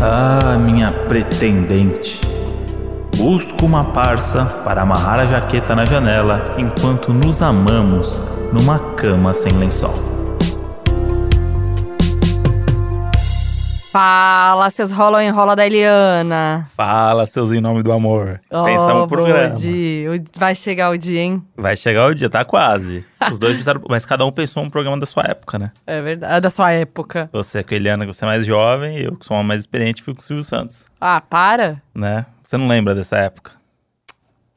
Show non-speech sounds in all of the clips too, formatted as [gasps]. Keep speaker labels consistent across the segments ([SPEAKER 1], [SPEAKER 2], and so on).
[SPEAKER 1] Ah, minha pretendente. Busco uma parça para amarrar a jaqueta na janela enquanto nos amamos numa cama sem lençol.
[SPEAKER 2] Fala, seus rola ou enrola da Eliana.
[SPEAKER 1] Fala, seus em nome do amor. Pensamos
[SPEAKER 2] oh,
[SPEAKER 1] no programa.
[SPEAKER 2] bom dia. O- Vai chegar o dia, hein?
[SPEAKER 1] Vai chegar o dia, tá quase. Os dois pensaram, mas cada um pensou um programa da sua época, né?
[SPEAKER 2] É verdade. É da sua época.
[SPEAKER 1] Você com a Eliana, que você é mais jovem, eu que sou uma mais experiente, fui com o Silvio Santos,
[SPEAKER 2] Ah, para.
[SPEAKER 1] né? Você não lembra dessa época?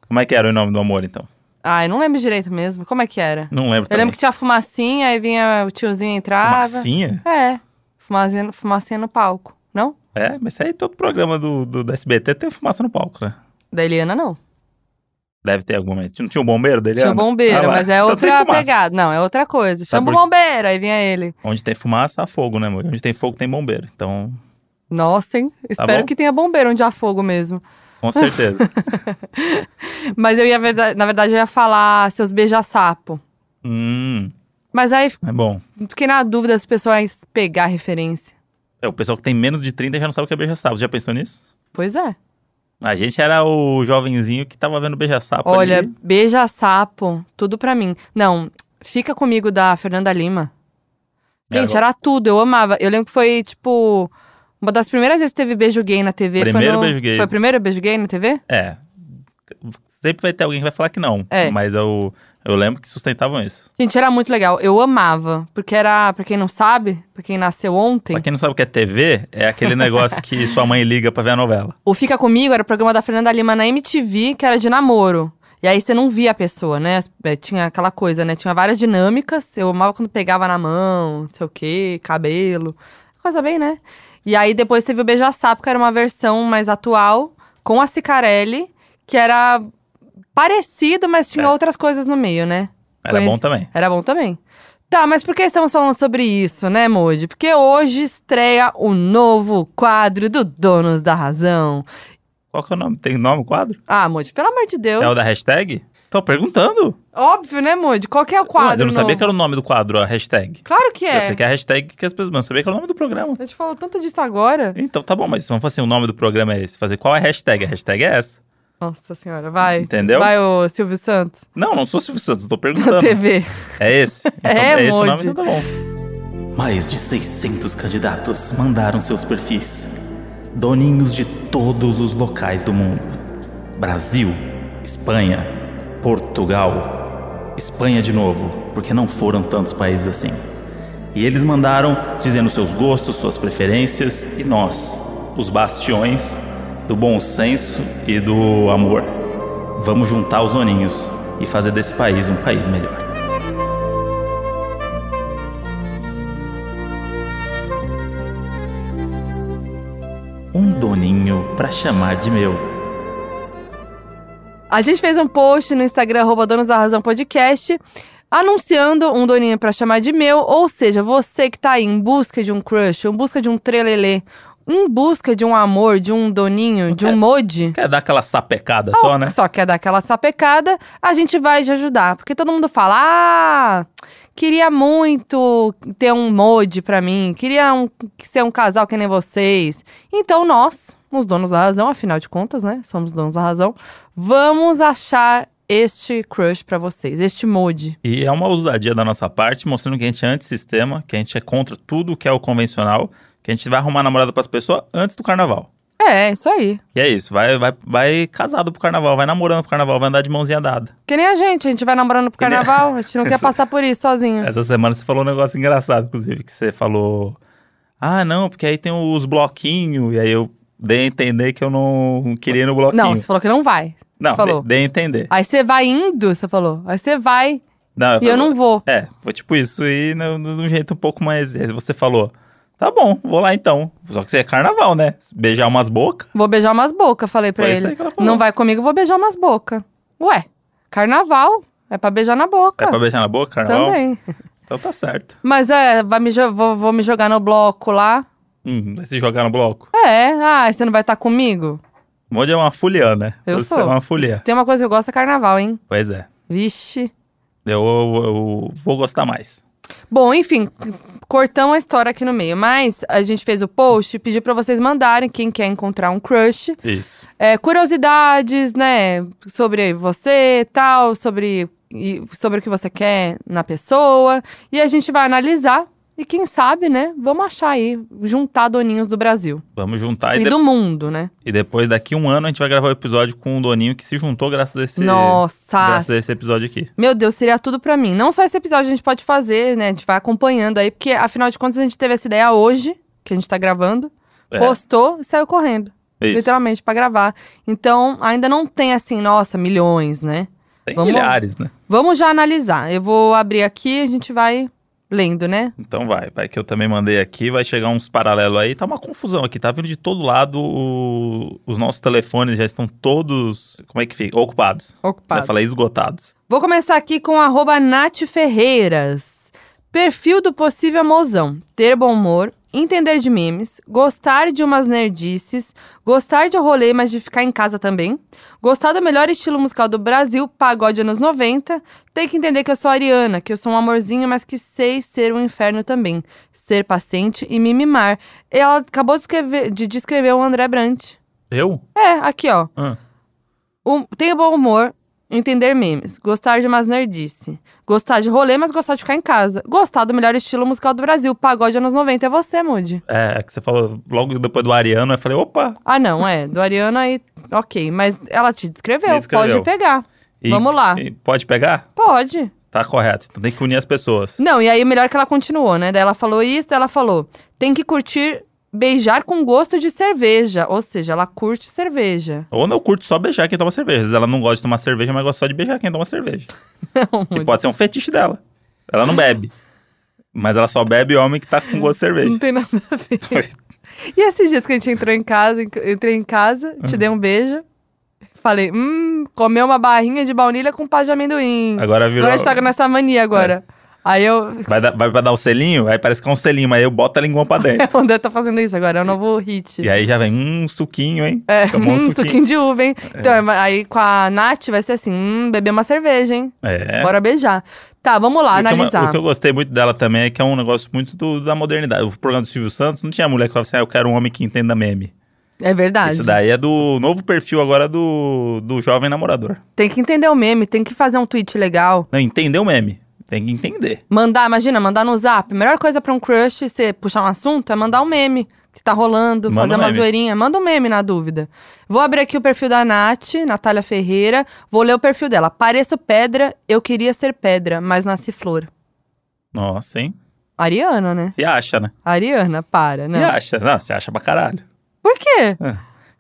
[SPEAKER 1] Como é que era o Em nome do amor, então?
[SPEAKER 2] Ah, eu não lembro direito mesmo. Como é que era?
[SPEAKER 1] Não lembro
[SPEAKER 2] Eu
[SPEAKER 1] também.
[SPEAKER 2] lembro que tinha fumacinha, aí vinha o tiozinho e entrava.
[SPEAKER 1] Massinha?
[SPEAKER 2] É. Fumacinha, fumacinha no palco. Não?
[SPEAKER 1] É, mas isso aí todo programa do, do, da SBT tem fumaça no palco, né?
[SPEAKER 2] Da Eliana, não.
[SPEAKER 1] Deve ter algum momento. Não Ah, Então tinha o bombeiro dele?
[SPEAKER 2] Tinha o bombeiro, mas é outra pegada. Não, é outra coisa. Chama
[SPEAKER 1] por-
[SPEAKER 2] o bombeiro, aí vinha ele.
[SPEAKER 1] Onde tem fumaça, há fogo, né, amor? Onde tem fogo, tem bombeiro. Então,
[SPEAKER 2] Nossa, hein? Espero
[SPEAKER 1] Tá bom.
[SPEAKER 2] que tenha bombeiro onde há fogo mesmo. [laughs]
[SPEAKER 1] com certeza.
[SPEAKER 2] Mas eu ia, verda- na verdade, eu ia falar seus beija-sapo.
[SPEAKER 1] hum,
[SPEAKER 2] Mas aí
[SPEAKER 1] é bom.
[SPEAKER 2] fiquei na dúvida se o pessoal ia pegar a referência.
[SPEAKER 1] É, o pessoal que tem menos de 30 já não sabe o que é beija-sapo. Já pensou nisso?
[SPEAKER 2] Pois é.
[SPEAKER 1] A gente era o jovenzinho que tava vendo beija-sapo
[SPEAKER 2] Olha,
[SPEAKER 1] ali.
[SPEAKER 2] beija-sapo, tudo pra mim. Não, fica comigo da Fernanda Lima. Gente,
[SPEAKER 1] Era
[SPEAKER 2] era tudo, eu amava. Eu lembro que foi, tipo, uma das primeiras vezes que teve beijo gay na TV. foi
[SPEAKER 1] Primeiro
[SPEAKER 2] no-
[SPEAKER 1] beijo gay.
[SPEAKER 2] Foi o primeiro beijo gay na TV?
[SPEAKER 1] É. Sempre vai ter alguém que vai falar que não.
[SPEAKER 2] É.
[SPEAKER 1] Mas eu, eu lembro que sustentavam isso.
[SPEAKER 2] Gente, era muito legal. Eu amava. Porque era, pra quem não sabe, pra quem nasceu ontem,
[SPEAKER 1] Pra quem não sabe o que é TV, é aquele negócio que sua mãe liga pra ver a novela.
[SPEAKER 2] o Fica Comigo era o programa da Fernanda Lima na MTV, que era de namoro. E aí você não via a pessoa, né? As- eh, Tinha aquela coisa, né? Tinha várias dinâmicas. Eu amava quando pegava na mão, não sei o quê, cabelo. Coisa bem, né? E aí depois teve o Beija Sapo, que era uma versão mais atual, com a Cicarelli, que era parecido, mas tinha outras coisas no meio, né?
[SPEAKER 1] Era
[SPEAKER 2] Conheci-
[SPEAKER 1] bom também.
[SPEAKER 2] Era bom também. Tá, mas por que estamos falando sobre isso, né, Moody? Porque hoje estreia o novo quadro do Donos da Razão.
[SPEAKER 1] Qual que é o nome? Tem nome o quadro?
[SPEAKER 2] Ah, Moody, pelo amor de Deus.
[SPEAKER 1] É o da hashtag? Tô perguntando.
[SPEAKER 2] Óbvio, né, Moody? Qual que é o quadro?
[SPEAKER 1] Mas eu não sabia
[SPEAKER 2] novo?
[SPEAKER 1] que era o nome do quadro, a hashtag.
[SPEAKER 2] Claro que é.
[SPEAKER 1] Eu sei que é a hashtag que as pessoas. Mas eu não sabia que era o nome do programa.
[SPEAKER 2] A gente falou tanto disso agora.
[SPEAKER 1] Então tá bom, mas se vamos fazer assim, o nome do programa é esse. Fazer qual é a hashtag? A hashtag é essa.
[SPEAKER 2] Nossa senhora, vai.
[SPEAKER 1] Entendeu?
[SPEAKER 2] Vai, ô Silvio Santos,
[SPEAKER 1] Não, não sou Silvio Santos,
[SPEAKER 2] [laughs]
[SPEAKER 1] tô
[SPEAKER 2] da
[SPEAKER 1] perguntando.
[SPEAKER 2] TV.
[SPEAKER 1] É esse? Então,
[SPEAKER 2] [laughs] É,
[SPEAKER 1] é esse o nome,
[SPEAKER 2] Modi.
[SPEAKER 1] então tá bom. Mais de 600 candidatos mandaram seus perfis. Doninhos de todos os locais do mundo: Brasil, Espanha, Portugal. Espanha de novo, porque não foram tantos países assim. E eles mandaram dizendo seus gostos, suas preferências e nós, os bastiões do bom senso e do amor, vamos juntar os doninhos e fazer desse país um país melhor. um doninho pra chamar de meu.
[SPEAKER 2] A gente fez um post no Instagram, arroba Donos da Razão Podcast, anunciando um doninho pra chamar de meu, ou seja, você que tá aí em busca de um crush, em busca de um trelelê, em busca de um amor, de um doninho, de um
[SPEAKER 1] É.
[SPEAKER 2] mod.
[SPEAKER 1] Quer dar aquela sapecada só, né?
[SPEAKER 2] Só quer dar aquela sapecada, a gente vai te ajudar. Porque todo mundo fala: ah, queria muito ter um mod pra mim, queria um- ser um casal que nem vocês. Então nós, os donos da razão, afinal de contas, né? Somos donos da razão, vamos achar este crush pra vocês, este mod.
[SPEAKER 1] E é uma ousadia da nossa parte, mostrando que a gente é antissistema, que a gente é contra tudo que é o convencional, que a gente vai arrumar namorada pras pessoas antes do carnaval.
[SPEAKER 2] É, isso aí.
[SPEAKER 1] E é isso, vai, vai, vai casado pro carnaval, vai namorando pro carnaval, vai andar de mãozinha dada.
[SPEAKER 2] Que nem a gente, a gente vai namorando pro carnaval, a gente não quer passar por [laughs] isso sozinho.
[SPEAKER 1] Essa semana você falou um negócio engraçado, inclusive, que você falou. Ah, não, porque aí tem os bloquinhos, e aí eu dei a entender que eu não queria ir no bloquinho.
[SPEAKER 2] Não, você falou que não vai.
[SPEAKER 1] Não,
[SPEAKER 2] falou.
[SPEAKER 1] dei, dei a entender.
[SPEAKER 2] Aí você vai indo, você falou. Aí você vai
[SPEAKER 1] Não,
[SPEAKER 2] e eu não vou.
[SPEAKER 1] É, foi tipo isso, e no- no- de um jeito um pouco mais. aí Você falou, tá bom, vou lá então. Só que você é carnaval, né? Beijar umas bocas.
[SPEAKER 2] Vou beijar umas bocas, falei pra
[SPEAKER 1] Foi isso
[SPEAKER 2] ele.
[SPEAKER 1] aí que ela falou.
[SPEAKER 2] Não vai comigo, vou beijar umas bocas. Ué, carnaval é pra beijar na boca.
[SPEAKER 1] É pra beijar na boca, carnaval?
[SPEAKER 2] também.
[SPEAKER 1] Então tá certo.
[SPEAKER 2] Mas é, vai me jo- vou, vou me jogar no bloco lá.
[SPEAKER 1] Hum, vai se jogar no bloco.
[SPEAKER 2] É, ah, você não vai estar comigo?
[SPEAKER 1] Um monte é uma folia, né?
[SPEAKER 2] Eu
[SPEAKER 1] Você
[SPEAKER 2] sou.
[SPEAKER 1] é uma folia.
[SPEAKER 2] Se tem uma coisa que eu gosto é carnaval, hein?
[SPEAKER 1] Pois é.
[SPEAKER 2] Vixe.
[SPEAKER 1] Eu, eu- eu vou gostar mais.
[SPEAKER 2] Bom, enfim, cortamos a história aqui no meio. Mas a gente fez o post e pediu pra vocês mandarem quem quer encontrar um crush.
[SPEAKER 1] Isso.
[SPEAKER 2] É, curiosidades, né? Sobre você tal, sobre, e- sobre o que você quer na pessoa. E a gente vai analisar. E quem sabe, né? Vamos achar aí, juntar doninhos do Brasil.
[SPEAKER 1] Vamos juntar e,
[SPEAKER 2] e
[SPEAKER 1] de-
[SPEAKER 2] do mundo, né?
[SPEAKER 1] e depois, daqui um ano, a gente vai gravar o episódio com o Doninho que se juntou graças a esse,
[SPEAKER 2] Nossa!
[SPEAKER 1] graças a esse episódio aqui.
[SPEAKER 2] Meu Deus, seria tudo pra mim. Não só esse episódio a gente pode fazer, né? A gente vai acompanhando aí, porque afinal de contas a gente teve essa ideia hoje, que a gente tá gravando,
[SPEAKER 1] É.
[SPEAKER 2] postou e saiu correndo,
[SPEAKER 1] Isso.
[SPEAKER 2] literalmente, pra gravar. Então, ainda não tem assim, nossa, milhões, né?
[SPEAKER 1] Tem
[SPEAKER 2] Vamos-
[SPEAKER 1] milhares, né?
[SPEAKER 2] Vamos já analisar. Eu vou abrir aqui e a gente vai lendo, né?
[SPEAKER 1] Então vai, vai que eu também mandei aqui, vai chegar uns paralelos aí. Tá uma confusão aqui, tá vindo de todo lado. o- Os nossos telefones já estão todos. Como é que fica? Ocupados.
[SPEAKER 2] Ocupado.
[SPEAKER 1] Vai falar esgotados.
[SPEAKER 2] Vou começar aqui com arroba Nath Ferreiras. Perfil do possível mozão. Ter bom humor, entender de memes, gostar de umas nerdices, gostar de rolê, mas de ficar em casa também, gostar do melhor estilo musical do Brasil, pagode anos 90, tem que entender que eu sou ariana, que eu sou um amorzinho, mas que sei ser um inferno também, ser paciente e me mimar. Ela acabou de, escrever- de descrever o André Brant.
[SPEAKER 1] Eu?
[SPEAKER 2] É, aqui ó.
[SPEAKER 1] Ah,
[SPEAKER 2] Um, tenho bom humor, entender memes, gostar de umas nerdice, gostar de rolê, mas gostar de ficar em casa, gostar do melhor estilo musical do Brasil, pagode anos 90, é você, Moody.
[SPEAKER 1] é, é que você falou logo depois do Ariano, eu falei, opa!
[SPEAKER 2] Ah, não, é, do Ariana aí, ok, mas ela te descreveu,
[SPEAKER 1] Me descreveu.
[SPEAKER 2] pode pegar,
[SPEAKER 1] E-
[SPEAKER 2] Vamos lá.
[SPEAKER 1] e pode pegar?
[SPEAKER 2] pode.
[SPEAKER 1] Tá correto. Então tem que unir as pessoas.
[SPEAKER 2] Não, e aí melhor que ela continuou, né, daí ela falou isso, daí ela falou, tem que curtir beijar com gosto de cerveja, ou seja, ela curte cerveja.
[SPEAKER 1] Ou não curte só beijar quem toma cerveja. Às vezes ela não gosta de tomar cerveja, mas gosta só de beijar quem toma
[SPEAKER 2] [laughs]
[SPEAKER 1] cerveja. e pode ser um fetiche dela. Ela não bebe. Mas ela só bebe homem que tá com gosto de
[SPEAKER 2] Não [laughs]
[SPEAKER 1] cerveja.
[SPEAKER 2] tem nada a ver. E esses dias que a gente entrou em casa, enc- entrei em casa, te
[SPEAKER 1] Uhum.
[SPEAKER 2] dei um beijo. Falei, hum, comeu uma barrinha de baunilha com pá de amendoim.
[SPEAKER 1] Agora virou. É.
[SPEAKER 2] Agora a gente tá nessa mania agora. Aí eu. [laughs]
[SPEAKER 1] Vai, dar, vai pra dar o selinho, aí parece que é um selinho, mas eu boto a língua pra
[SPEAKER 2] [laughs]
[SPEAKER 1] dentro.
[SPEAKER 2] O André tá fazendo isso agora, é o novo hit.
[SPEAKER 1] e aí já vem um suquinho, hein?
[SPEAKER 2] É,
[SPEAKER 1] Tomou
[SPEAKER 2] [laughs] hum, suquinho de uva, hein? Então, é, mas aí com a Nath vai ser assim, hum, beber uma cerveja, hein?
[SPEAKER 1] É.
[SPEAKER 2] Bora beijar. Tá, vamos lá,
[SPEAKER 1] O que eu-
[SPEAKER 2] analisar.
[SPEAKER 1] o que eu gostei muito dela também é que é um negócio muito do- da modernidade. O programa do Silvio Santos não tinha mulher que falava assim, ah, eu quero um homem que entenda meme.
[SPEAKER 2] É verdade.
[SPEAKER 1] Isso daí é do novo perfil agora do, do jovem namorador.
[SPEAKER 2] Tem que entender o meme, tem que fazer um tweet legal.
[SPEAKER 1] Não, entender o meme. Tem que entender.
[SPEAKER 2] Mandar, imagina, mandar no zap. A melhor coisa pra um crush, você puxar um assunto, é mandar um meme que tá rolando,
[SPEAKER 1] Manda
[SPEAKER 2] fazer
[SPEAKER 1] um
[SPEAKER 2] uma
[SPEAKER 1] meme.
[SPEAKER 2] zoeirinha. Manda um meme na dúvida. Vou abrir aqui o perfil da Nath, Natália Ferreira. Vou ler o perfil dela. Pareço pedra, eu queria ser pedra, mas nasci flor.
[SPEAKER 1] Nossa, hein?
[SPEAKER 2] Ariana, né?
[SPEAKER 1] Se acha, né?
[SPEAKER 2] Ariana, para,
[SPEAKER 1] Se
[SPEAKER 2] né?
[SPEAKER 1] acha. Não, se acha pra caralho.
[SPEAKER 2] Por quê?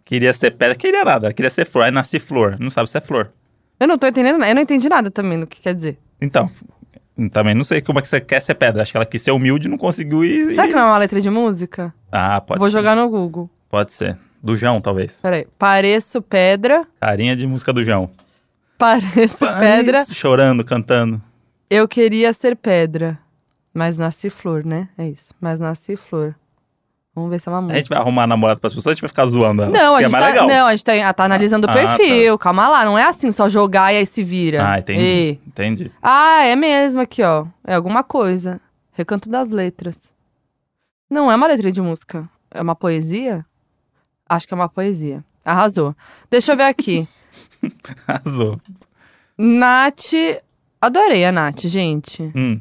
[SPEAKER 1] Queria ser pedra, queria nada. Queria ser flor. Aí nasce flor. Não sabe se é flor.
[SPEAKER 2] Eu não tô entendendo nada. Eu não entendi nada também do que quer dizer.
[SPEAKER 1] Então, também não sei como é que você quer ser pedra. Acho que ela quis ser humilde e não conseguiu ir.
[SPEAKER 2] Será que não é uma letra de música?
[SPEAKER 1] Ah, pode
[SPEAKER 2] Vou
[SPEAKER 1] ser.
[SPEAKER 2] jogar no Google.
[SPEAKER 1] Pode ser. Do João, talvez.
[SPEAKER 2] Peraí. Pareço pedra, [laughs]
[SPEAKER 1] Carinha de música do João.
[SPEAKER 2] pareço pedra,
[SPEAKER 1] Isso, Chorando, cantando.
[SPEAKER 2] Eu queria ser pedra, mas nasci flor, né? É isso. Mas nasci flor. Vamos ver se é uma
[SPEAKER 1] A
[SPEAKER 2] música.
[SPEAKER 1] gente vai arrumar namorado pras pessoas, a gente vai ficar zoando ela.
[SPEAKER 2] Não, a
[SPEAKER 1] que é
[SPEAKER 2] gente,
[SPEAKER 1] mais
[SPEAKER 2] tá,
[SPEAKER 1] legal.
[SPEAKER 2] não, a gente tá, ah, tá analisando o
[SPEAKER 1] Ah,
[SPEAKER 2] perfil. Calma lá, não é assim só jogar e aí se vira.
[SPEAKER 1] Ah, entendi.
[SPEAKER 2] Ei.
[SPEAKER 1] Entendi. [laughs]
[SPEAKER 2] Ah, é mesmo aqui, ó. É alguma coisa. Recanto das letras. Não é uma letra de música. É uma poesia? Acho que é uma poesia. Arrasou. Deixa eu ver aqui.
[SPEAKER 1] Arrasou.
[SPEAKER 2] Nath. Adorei a Nath, gente.
[SPEAKER 1] Hum.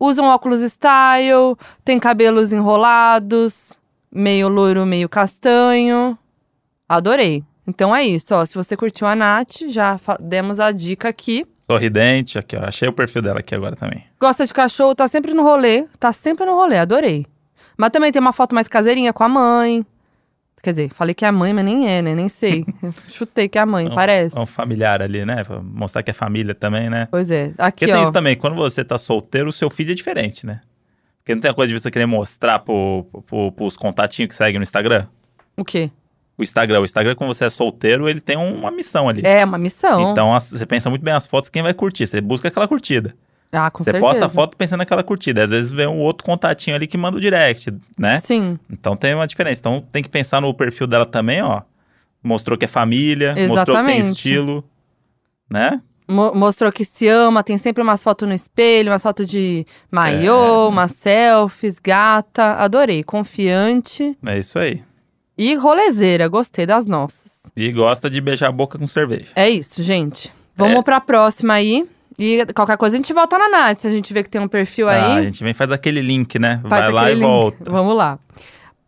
[SPEAKER 2] Usam óculos style, tem cabelos enrolados, meio loiro, meio castanho. Adorei. Então é isso, ó. Se você curtiu a Nath, já fa- demos a dica aqui.
[SPEAKER 1] Sorridente, aqui, ó. Achei o perfil dela aqui agora também.
[SPEAKER 2] Gosta de cachorro, tá sempre no rolê. Tá sempre no rolê, adorei. Mas também tem uma foto mais caseirinha com a mãe. Quer dizer, falei que é a mãe, mas nem é, né?
[SPEAKER 1] [laughs]
[SPEAKER 2] Nem sei. Eu Chutei que é a mãe,
[SPEAKER 1] É um-
[SPEAKER 2] parece.
[SPEAKER 1] É um familiar ali, né? Pra mostrar que é família também, né?
[SPEAKER 2] Pois é.
[SPEAKER 1] Porque
[SPEAKER 2] Aqui,
[SPEAKER 1] tem
[SPEAKER 2] ó.
[SPEAKER 1] isso também, quando você tá solteiro, o seu feed é diferente, né? Porque não tem a coisa de você querer mostrar pro, pro, pros contatinhos que seguem no Instagram?
[SPEAKER 2] O quê?
[SPEAKER 1] O Instagram. O Instagram, quando você é solteiro, ele tem uma missão ali.
[SPEAKER 2] É uma missão.
[SPEAKER 1] Então as- você pensa muito bem nas fotos, quem vai curtir. Você busca aquela curtida.
[SPEAKER 2] ah, com
[SPEAKER 1] você
[SPEAKER 2] certeza.
[SPEAKER 1] posta a foto pensando naquela curtida. Às vezes vem um outro contatinho ali que manda o direct, né?
[SPEAKER 2] Sim.
[SPEAKER 1] Então tem uma diferença. Então tem que pensar no perfil dela também, ó. Mostrou que é família, mostrou que tem
[SPEAKER 2] Exatamente.
[SPEAKER 1] estilo, né?
[SPEAKER 2] Mo- mostrou que se ama, tem sempre umas fotos no espelho, umas fotos de maiô,
[SPEAKER 1] É.
[SPEAKER 2] umas selfies, gata. Adorei, confiante.
[SPEAKER 1] É isso aí.
[SPEAKER 2] E rolezeira, gostei das nossas.
[SPEAKER 1] E gosta de beijar a boca com cerveja.
[SPEAKER 2] É isso, gente.
[SPEAKER 1] É.
[SPEAKER 2] Vamos pra próxima aí. E qualquer coisa a gente volta na Nath, se a gente vê que tem um perfil
[SPEAKER 1] Ah, a
[SPEAKER 2] aí.
[SPEAKER 1] gente vem faz aquele link, né?
[SPEAKER 2] Faz
[SPEAKER 1] Vai lá e
[SPEAKER 2] aquele link.
[SPEAKER 1] volta.
[SPEAKER 2] Vamos lá.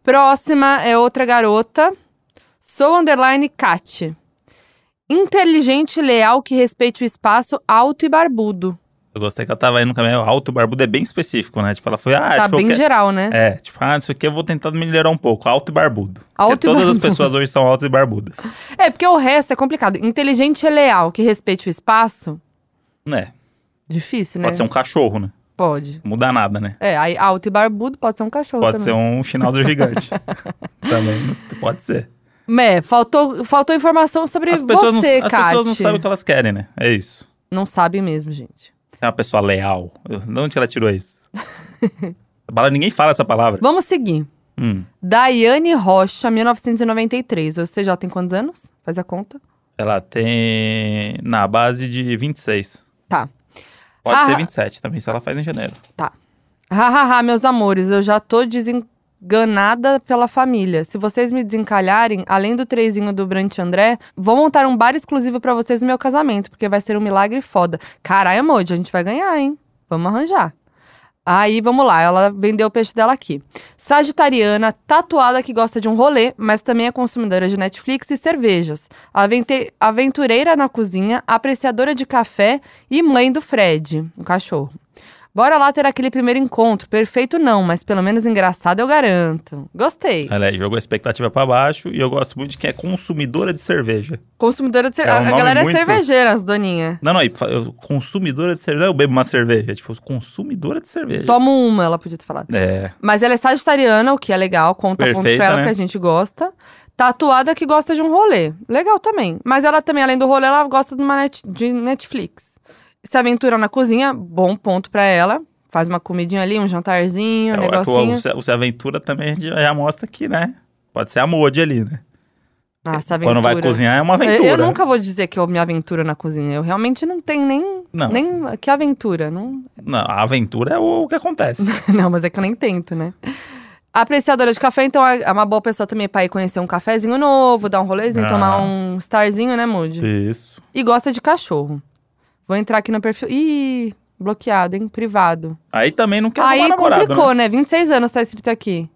[SPEAKER 2] Próxima é outra garota. Sou underline Kat. Inteligente, leal, que respeite o espaço, alto e barbudo.
[SPEAKER 1] Eu gostei que ela tava indo no caminho alto, barbudo é bem específico, né? Tipo, ela foi, ah,
[SPEAKER 2] tá
[SPEAKER 1] tipo, eu
[SPEAKER 2] bem
[SPEAKER 1] quero-
[SPEAKER 2] geral, né?
[SPEAKER 1] É, tipo, ah, isso aqui eu vou tentar melhorar um pouco. Alto e barbudo.
[SPEAKER 2] Alto
[SPEAKER 1] Porque
[SPEAKER 2] e
[SPEAKER 1] todas as
[SPEAKER 2] barbudo.
[SPEAKER 1] pessoas hoje são altas e barbudas.
[SPEAKER 2] É. porque o resto é complicado. Inteligente e leal, que respeite o espaço. É.
[SPEAKER 1] Né?
[SPEAKER 2] Difícil, né?
[SPEAKER 1] Pode ser um cachorro, né?
[SPEAKER 2] Pode.
[SPEAKER 1] Não Muda nada, né?
[SPEAKER 2] É, aí alto e barbudo pode ser um cachorro
[SPEAKER 1] Pode
[SPEAKER 2] também.
[SPEAKER 1] ser um schnauzer
[SPEAKER 2] [laughs]
[SPEAKER 1] gigante. também. não- Pode ser.
[SPEAKER 2] É, faltou, faltou informação sobre
[SPEAKER 1] As pessoas, não,
[SPEAKER 2] você,
[SPEAKER 1] as
[SPEAKER 2] Kat.
[SPEAKER 1] pessoas não sabem o que elas querem, né? É isso.
[SPEAKER 2] Não sabem mesmo, gente.
[SPEAKER 1] É uma pessoa leal. Eu- De onde ela tirou
[SPEAKER 2] [laughs]
[SPEAKER 1] isso? A palavra- Ninguém fala essa palavra.
[SPEAKER 2] Vamos seguir.
[SPEAKER 1] Hum,
[SPEAKER 2] Daiane Rocha, 1993. Você já tem quantos anos? Faz a conta.
[SPEAKER 1] ela tem na base de 26.
[SPEAKER 2] Tá.
[SPEAKER 1] Pode
[SPEAKER 2] Ah.
[SPEAKER 1] ser 27 também, se ela faz em janeiro.
[SPEAKER 2] Hahaha, meus amores, eu já tô desenganada pela família. Se vocês me desencalharem, além do trezinho do Brant André, vou montar um bar exclusivo pra vocês no meu casamento, porque vai ser um milagre foda. Caralho, amor, a gente vai ganhar, hein? Vamos arranjar. Aí, vamos lá, ela vendeu o peixe dela aqui. Sagitariana, tatuada que gosta de um rolê, mas também é consumidora de Netflix e cervejas. Avente- aventureira na cozinha, apreciadora de café e mãe do Fred, o cachorro. Bora lá ter aquele primeiro encontro. Perfeito não, mas pelo menos engraçado eu garanto. Gostei.
[SPEAKER 1] Ela é, jogou a expectativa pra baixo e eu gosto muito de quem é consumidora de cerveja.
[SPEAKER 2] Consumidora de cerveja.
[SPEAKER 1] É um
[SPEAKER 2] a
[SPEAKER 1] nome
[SPEAKER 2] galera
[SPEAKER 1] muito-
[SPEAKER 2] é cervejeira, as doninha.
[SPEAKER 1] Não, não, e fa- eu- consumidora de cerveja. Não, eu bebo uma cerveja. Tipo, consumidora de cerveja.
[SPEAKER 2] Toma uma, ela podia ter falado.
[SPEAKER 1] É,
[SPEAKER 2] Mas ela é sagitariana, o que é legal. Conta pontos
[SPEAKER 1] Perfeita,
[SPEAKER 2] pra ela
[SPEAKER 1] né?
[SPEAKER 2] que a gente gosta. Tatuada que gosta de um rolê. Legal também. Mas ela também, além do rolê, ela gosta de, uma net- de Netflix. Se aventura na cozinha, bom ponto pra ela. Faz uma comidinha ali, um jantarzinho,
[SPEAKER 1] é,
[SPEAKER 2] um
[SPEAKER 1] o- é que
[SPEAKER 2] negocinho.
[SPEAKER 1] o, o, se- o Se Aventura também a gente já mostra aqui, né? Pode ser a mod ali, né?
[SPEAKER 2] Ah, essa
[SPEAKER 1] Quando vai
[SPEAKER 2] aventura.
[SPEAKER 1] cozinhar é uma
[SPEAKER 2] Eu-
[SPEAKER 1] aventura.
[SPEAKER 2] Eu nunca vou dizer que eu me aventuro na cozinha. Eu realmente não tenho nem.
[SPEAKER 1] Não. assim.
[SPEAKER 2] nem que aventura. Não,
[SPEAKER 1] Não, a aventura é o, o que
[SPEAKER 2] [laughs]
[SPEAKER 1] acontece.
[SPEAKER 2] não, mas é que eu nem tento, né? Apreciadora de café, então é uma boa pessoa também pra ir conhecer um cafezinho novo, dar um rolezinho,
[SPEAKER 1] Ah.
[SPEAKER 2] tomar um starzinho, né, Moody?
[SPEAKER 1] Isso.
[SPEAKER 2] E gosta de cachorro. Vou entrar aqui no perfil. Ih, bloqueado, hein? Privado.
[SPEAKER 1] Aí também não quer
[SPEAKER 2] Aí
[SPEAKER 1] arrumar namorado, né?
[SPEAKER 2] complicou, né? 26 anos tá escrito aqui.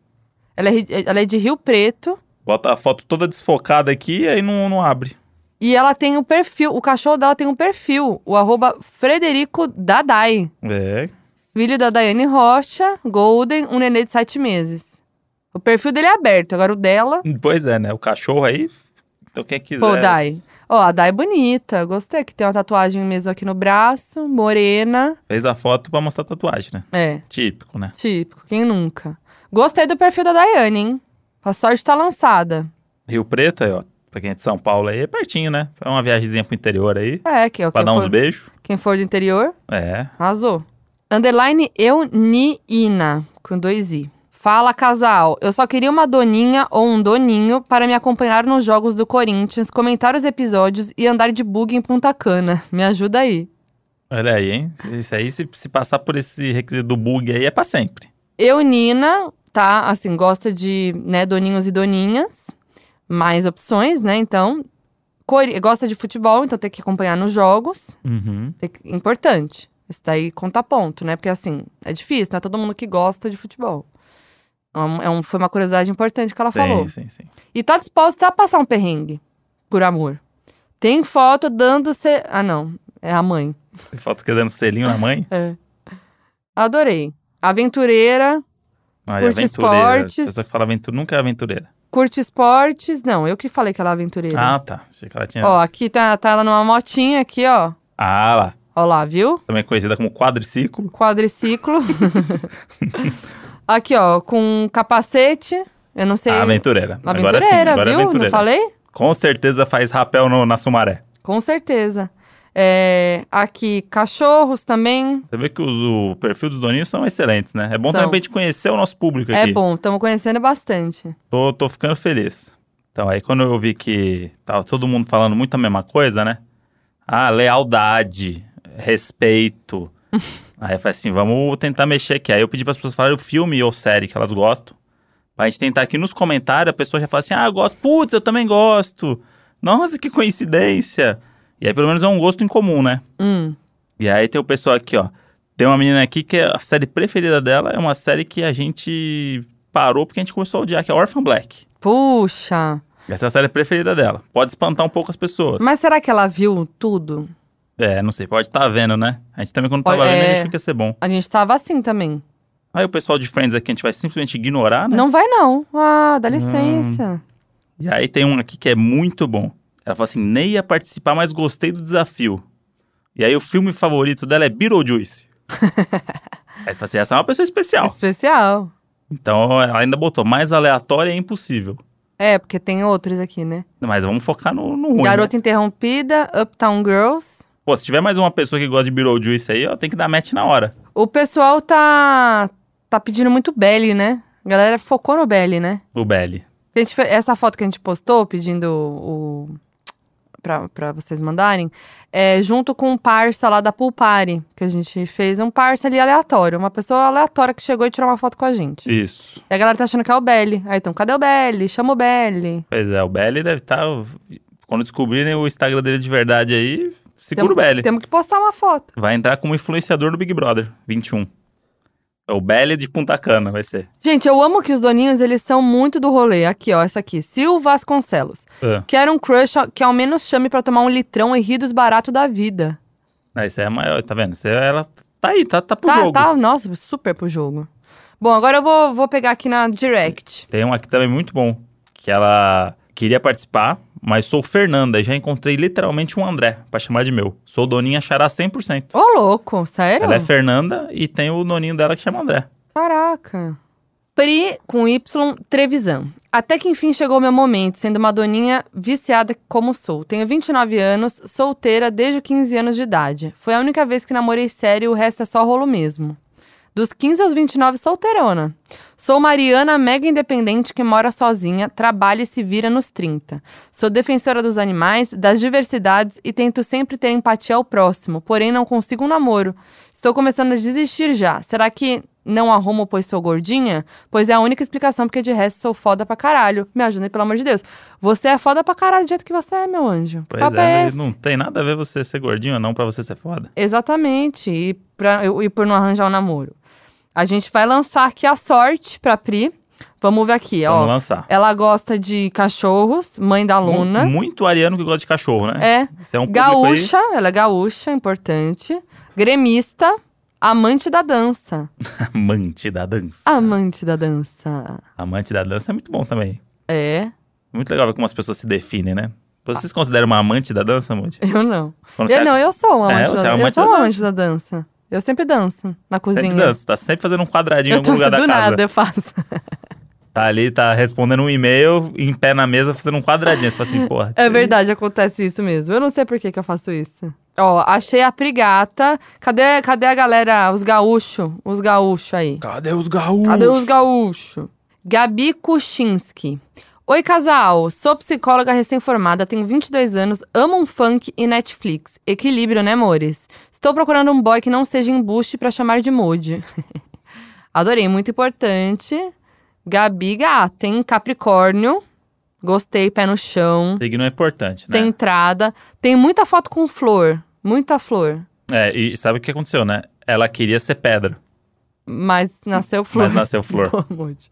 [SPEAKER 2] Ela é, ri- ela é de Rio Preto
[SPEAKER 1] Bota a foto toda desfocada aqui e aí não, não abre.
[SPEAKER 2] e ela tem o perfil. O cachorro dela tem um perfil, o arroba Frederico Dadai.
[SPEAKER 1] É.
[SPEAKER 2] Filho da Daiane Rocha, Golden, um nenê de sete meses. O perfil dele é aberto, agora o dela.
[SPEAKER 1] Pois é, né? O cachorro aí, então quem quiser.
[SPEAKER 2] Pô, Dai. Ó, a Dai é bonita, gostei, que tem uma tatuagem mesmo aqui no braço, morena.
[SPEAKER 1] Fez a foto pra mostrar a tatuagem, né?
[SPEAKER 2] É,
[SPEAKER 1] Típico, né?
[SPEAKER 2] típico, quem nunca. Gostei do perfil da Daiane, hein? A sorte tá lançada.
[SPEAKER 1] Rio Preto aí, ó. Pra quem é de São Paulo aí, é pertinho, né? É uma viagemzinha pro interior aí.
[SPEAKER 2] É, que é o
[SPEAKER 1] Pra
[SPEAKER 2] quem,
[SPEAKER 1] dar uns
[SPEAKER 2] for,
[SPEAKER 1] beijos.
[SPEAKER 2] quem for do interior,
[SPEAKER 1] É.
[SPEAKER 2] arrasou. Underline Euniina, com dois i. Fala, casal. Eu só queria uma doninha ou um doninho para me acompanhar nos jogos do Corinthians, comentar os episódios e andar de bug em Punta Cana. Me ajuda aí.
[SPEAKER 1] Olha aí, hein? Isso aí, se, se passar por esse requisito do bug aí, é pra sempre.
[SPEAKER 2] Eu, Nina, tá? Assim, gosta de, né, doninhos e doninhas. Mais opções, né? Então, Cori- gosta de futebol, então tem que acompanhar nos jogos.
[SPEAKER 1] Uhum.
[SPEAKER 2] Tem que- Importante. Isso daí conta ponto, né? Porque, assim, é difícil, não é todo mundo que gosta de futebol. É um- é um- foi uma curiosidade importante que ela falou.
[SPEAKER 1] Sim, sim, sim.
[SPEAKER 2] E tá disposta a passar um perrengue, por amor. Tem foto dando... Ce... Ah, não. É a mãe.
[SPEAKER 1] Foto que dando selinho na mãe.
[SPEAKER 2] Adorei. Aventureira,
[SPEAKER 1] Aí,
[SPEAKER 2] Curte
[SPEAKER 1] aventureira.
[SPEAKER 2] esportes.
[SPEAKER 1] Pessoa que fala aventura, nunca é aventureira.
[SPEAKER 2] curte esportes... Não, eu que falei que ela é aventureira.
[SPEAKER 1] Ah, tá. Achei que ela tinha.
[SPEAKER 2] Ó, aqui tá, tá ela numa motinha aqui, ó.
[SPEAKER 1] Ah, lá.
[SPEAKER 2] Ó lá, viu? Um
[SPEAKER 1] Também conhecida como quadriciclo. [laughs]
[SPEAKER 2] Quadriciclo. aqui, ó, com um capacete. Eu não sei.
[SPEAKER 1] Ah, aventureira. Agora sim,
[SPEAKER 2] Aventureira,
[SPEAKER 1] agora é
[SPEAKER 2] viu?
[SPEAKER 1] aventureira.
[SPEAKER 2] Não falei?
[SPEAKER 1] Com certeza faz rapel no- na Sumaré.
[SPEAKER 2] Com certeza. É, aqui, cachorros também.
[SPEAKER 1] Você vê que os- o perfil dos doninhos são excelentes, né? É bom
[SPEAKER 2] São.
[SPEAKER 1] também pra gente conhecer o nosso público aqui.
[SPEAKER 2] É bom, estamos conhecendo bastante.
[SPEAKER 1] Tô, tô ficando feliz. Então, aí quando eu vi que tava todo mundo falando muito a mesma coisa, né? Ah, lealdade, respeito. aí eu falei assim, vamos tentar mexer aqui. Aí eu pedi para as pessoas falarem o filme ou série que elas gostam. Pra gente tentar aqui nos comentários, a pessoa já fala assim, ah, eu gosto. Putz, eu também gosto. Nossa, que coincidência. E aí pelo menos é um gosto em comum, né?
[SPEAKER 2] Hum.
[SPEAKER 1] E aí tem o pessoal aqui, ó. Tem uma menina aqui que é a série preferida dela é uma série que a gente parou porque a gente começou a odiar, que é Orphan Black.
[SPEAKER 2] Puxa.
[SPEAKER 1] Essa é a série preferida dela. Pode espantar um pouco as pessoas.
[SPEAKER 2] Mas será que ela viu tudo?
[SPEAKER 1] É, não sei, pode estar vendo, né? A gente também, quando
[SPEAKER 2] Pode-
[SPEAKER 1] tava vendo, a
[SPEAKER 2] é.
[SPEAKER 1] gente achou que ia ser bom.
[SPEAKER 2] A gente tava assim também.
[SPEAKER 1] Aí o pessoal de Friends aqui a gente vai simplesmente ignorar, né? Hum.
[SPEAKER 2] Não vai, não. Ah, dá licença.
[SPEAKER 1] E aí tem um aqui que é muito bom. Ela fala assim: nem ia participar, mas gostei do desafio. E aí o filme favorito dela é
[SPEAKER 2] [laughs]
[SPEAKER 1] Beetlejuice. aí você fala assim: essa é uma pessoa especial.
[SPEAKER 2] Especial.
[SPEAKER 1] Então ela ainda botou mais aleatória é impossível.
[SPEAKER 2] É, porque tem outros aqui, né?
[SPEAKER 1] Mas vamos focar no, no ruim. né?
[SPEAKER 2] Garota Interrompida, Uptown Girls.
[SPEAKER 1] Pô, se tiver mais uma pessoa que gosta de Beetlejuice aí, ó, tem que dar match na hora.
[SPEAKER 2] O pessoal tá tá pedindo muito Belly, né? A galera focou no Belly, né?
[SPEAKER 1] O Belly.
[SPEAKER 2] A gente fe- essa foto que a gente postou pedindo o. Pra, pra vocês mandarem, é, junto com um parça lá da Pool Party, que a gente fez, um parça ali aleatório, uma pessoa aleatória que chegou e tirou uma foto com a gente.
[SPEAKER 1] Isso.
[SPEAKER 2] E a galera tá achando que é o Belly. Aí então, cadê o Belly? Chama o Belly.
[SPEAKER 1] Pois é, o Belly deve estar. Quando descobrirem o Instagram dele de verdade aí, segura
[SPEAKER 2] um-
[SPEAKER 1] o Belly.
[SPEAKER 2] Temos que postar uma foto.
[SPEAKER 1] Vai entrar como influenciador do Big Brother 21. É o Belly de Punta Cana, vai ser.
[SPEAKER 2] Gente, eu amo que os doninhos, eles são muito do rolê. Aqui, ó, essa aqui, Sil Vasconcelos.
[SPEAKER 1] Ah,
[SPEAKER 2] Quero um crush que ao menos chame pra tomar um litrão e rir dos baratos da vida.
[SPEAKER 1] ah, isso é a maior, tá vendo? Isso é- ela tá aí, tá, tá pro
[SPEAKER 2] tá,
[SPEAKER 1] jogo.
[SPEAKER 2] tá, nossa, super pro jogo. Bom, agora eu vou, vou pegar aqui na direct.
[SPEAKER 1] Tem um aqui também muito bom, que ela queria participar, mas sou Fernanda e já encontrei literalmente um André pra chamar de meu. Sou Doninha Xará 100%.
[SPEAKER 2] Ô, louco, sério?
[SPEAKER 1] Ela é Fernanda e tem o noninho dela que chama André.
[SPEAKER 2] Caraca. Pri com Y Trevisan. Até que enfim chegou meu momento, sendo uma doninha viciada como sou. Tenho 29 anos, solteira desde 15 anos de idade. Foi a única vez que namorei sério, o resto é só rolo mesmo. Dos 15 aos 29, solteirona. Sou Mariana, mega independente que mora sozinha, trabalha e se vira nos 30. Sou defensora dos animais, das diversidades e tento sempre ter empatia ao próximo, porém não consigo um namoro. Estou começando a desistir já. Será que não arrumo pois sou gordinha? Pois é a única explicação, porque de resto sou foda pra caralho. Me ajudem, pelo amor de Deus. Você é foda pra caralho do jeito que você é, meu anjo.
[SPEAKER 1] Pois
[SPEAKER 2] Papo
[SPEAKER 1] é,
[SPEAKER 2] é
[SPEAKER 1] né?
[SPEAKER 2] esse?
[SPEAKER 1] não tem nada a ver você ser gordinho ou não pra você ser foda.
[SPEAKER 2] Exatamente. E, pra, eu- e por não arranjar o namoro. A gente vai lançar aqui a sorte pra Pri. Vamos ver aqui,
[SPEAKER 1] Vamos
[SPEAKER 2] ó.
[SPEAKER 1] lançar.
[SPEAKER 2] Ela gosta de cachorros, mãe da Luna.
[SPEAKER 1] Mu- Muito ariano que gosta de cachorro, né?
[SPEAKER 2] É.
[SPEAKER 1] Você é um público
[SPEAKER 2] Gaúcha, ela é gaúcha, importante. Gremista, amante da dança.
[SPEAKER 1] aí- [laughs] Amante da dança.
[SPEAKER 2] Ah. Amante da dança.
[SPEAKER 1] Amante da dança é muito bom também.
[SPEAKER 2] É,
[SPEAKER 1] Muito legal ver como as pessoas se definem, né? Você se considera uma amante da dança, Mude?
[SPEAKER 2] eu não.
[SPEAKER 1] Quando
[SPEAKER 2] eu
[SPEAKER 1] você
[SPEAKER 2] não, eu sou uma
[SPEAKER 1] É,
[SPEAKER 2] amante,
[SPEAKER 1] você
[SPEAKER 2] da,
[SPEAKER 1] é
[SPEAKER 2] eu
[SPEAKER 1] amante
[SPEAKER 2] sou
[SPEAKER 1] da
[SPEAKER 2] uma
[SPEAKER 1] dança.
[SPEAKER 2] amante da dança. Eu sempre danço na
[SPEAKER 1] sempre
[SPEAKER 2] cozinha.
[SPEAKER 1] dança, tá sempre fazendo um quadradinho em
[SPEAKER 2] eu
[SPEAKER 1] algum
[SPEAKER 2] tô
[SPEAKER 1] lugar da
[SPEAKER 2] do
[SPEAKER 1] casa.
[SPEAKER 2] nada, eu faço.
[SPEAKER 1] Tá ali, tá respondendo um e-mail, em pé na mesa, fazendo um quadradinho. Você fala assim, porra.
[SPEAKER 2] É verdade, acontece isso mesmo. Eu não sei por que, que eu faço isso. Ó, achei a prigata. Cadê, cadê a galera, os gaúchos? Os gaúchos aí.
[SPEAKER 1] Cadê os gaúchos?
[SPEAKER 2] Cadê os gaúchos? Gabi Kuchinski. Oi, casal. Sou psicóloga recém-formada, tenho 22 anos, amo um funk e Netflix. Equilíbrio, né, amores? Estou procurando um boy que não seja embuste pra chamar de mood. [laughs] Adorei, muito importante. Gabi gata, hein? Capricórnio. Gostei, pé no chão.
[SPEAKER 1] Signo é importante, né?
[SPEAKER 2] Centrada. Tem muita foto com flor. Muita flor.
[SPEAKER 1] É, e sabe o que aconteceu, né? Ela queria ser pedra,
[SPEAKER 2] Mas nasceu flor. [laughs]
[SPEAKER 1] mas nasceu flor.
[SPEAKER 2] Pelo amor de-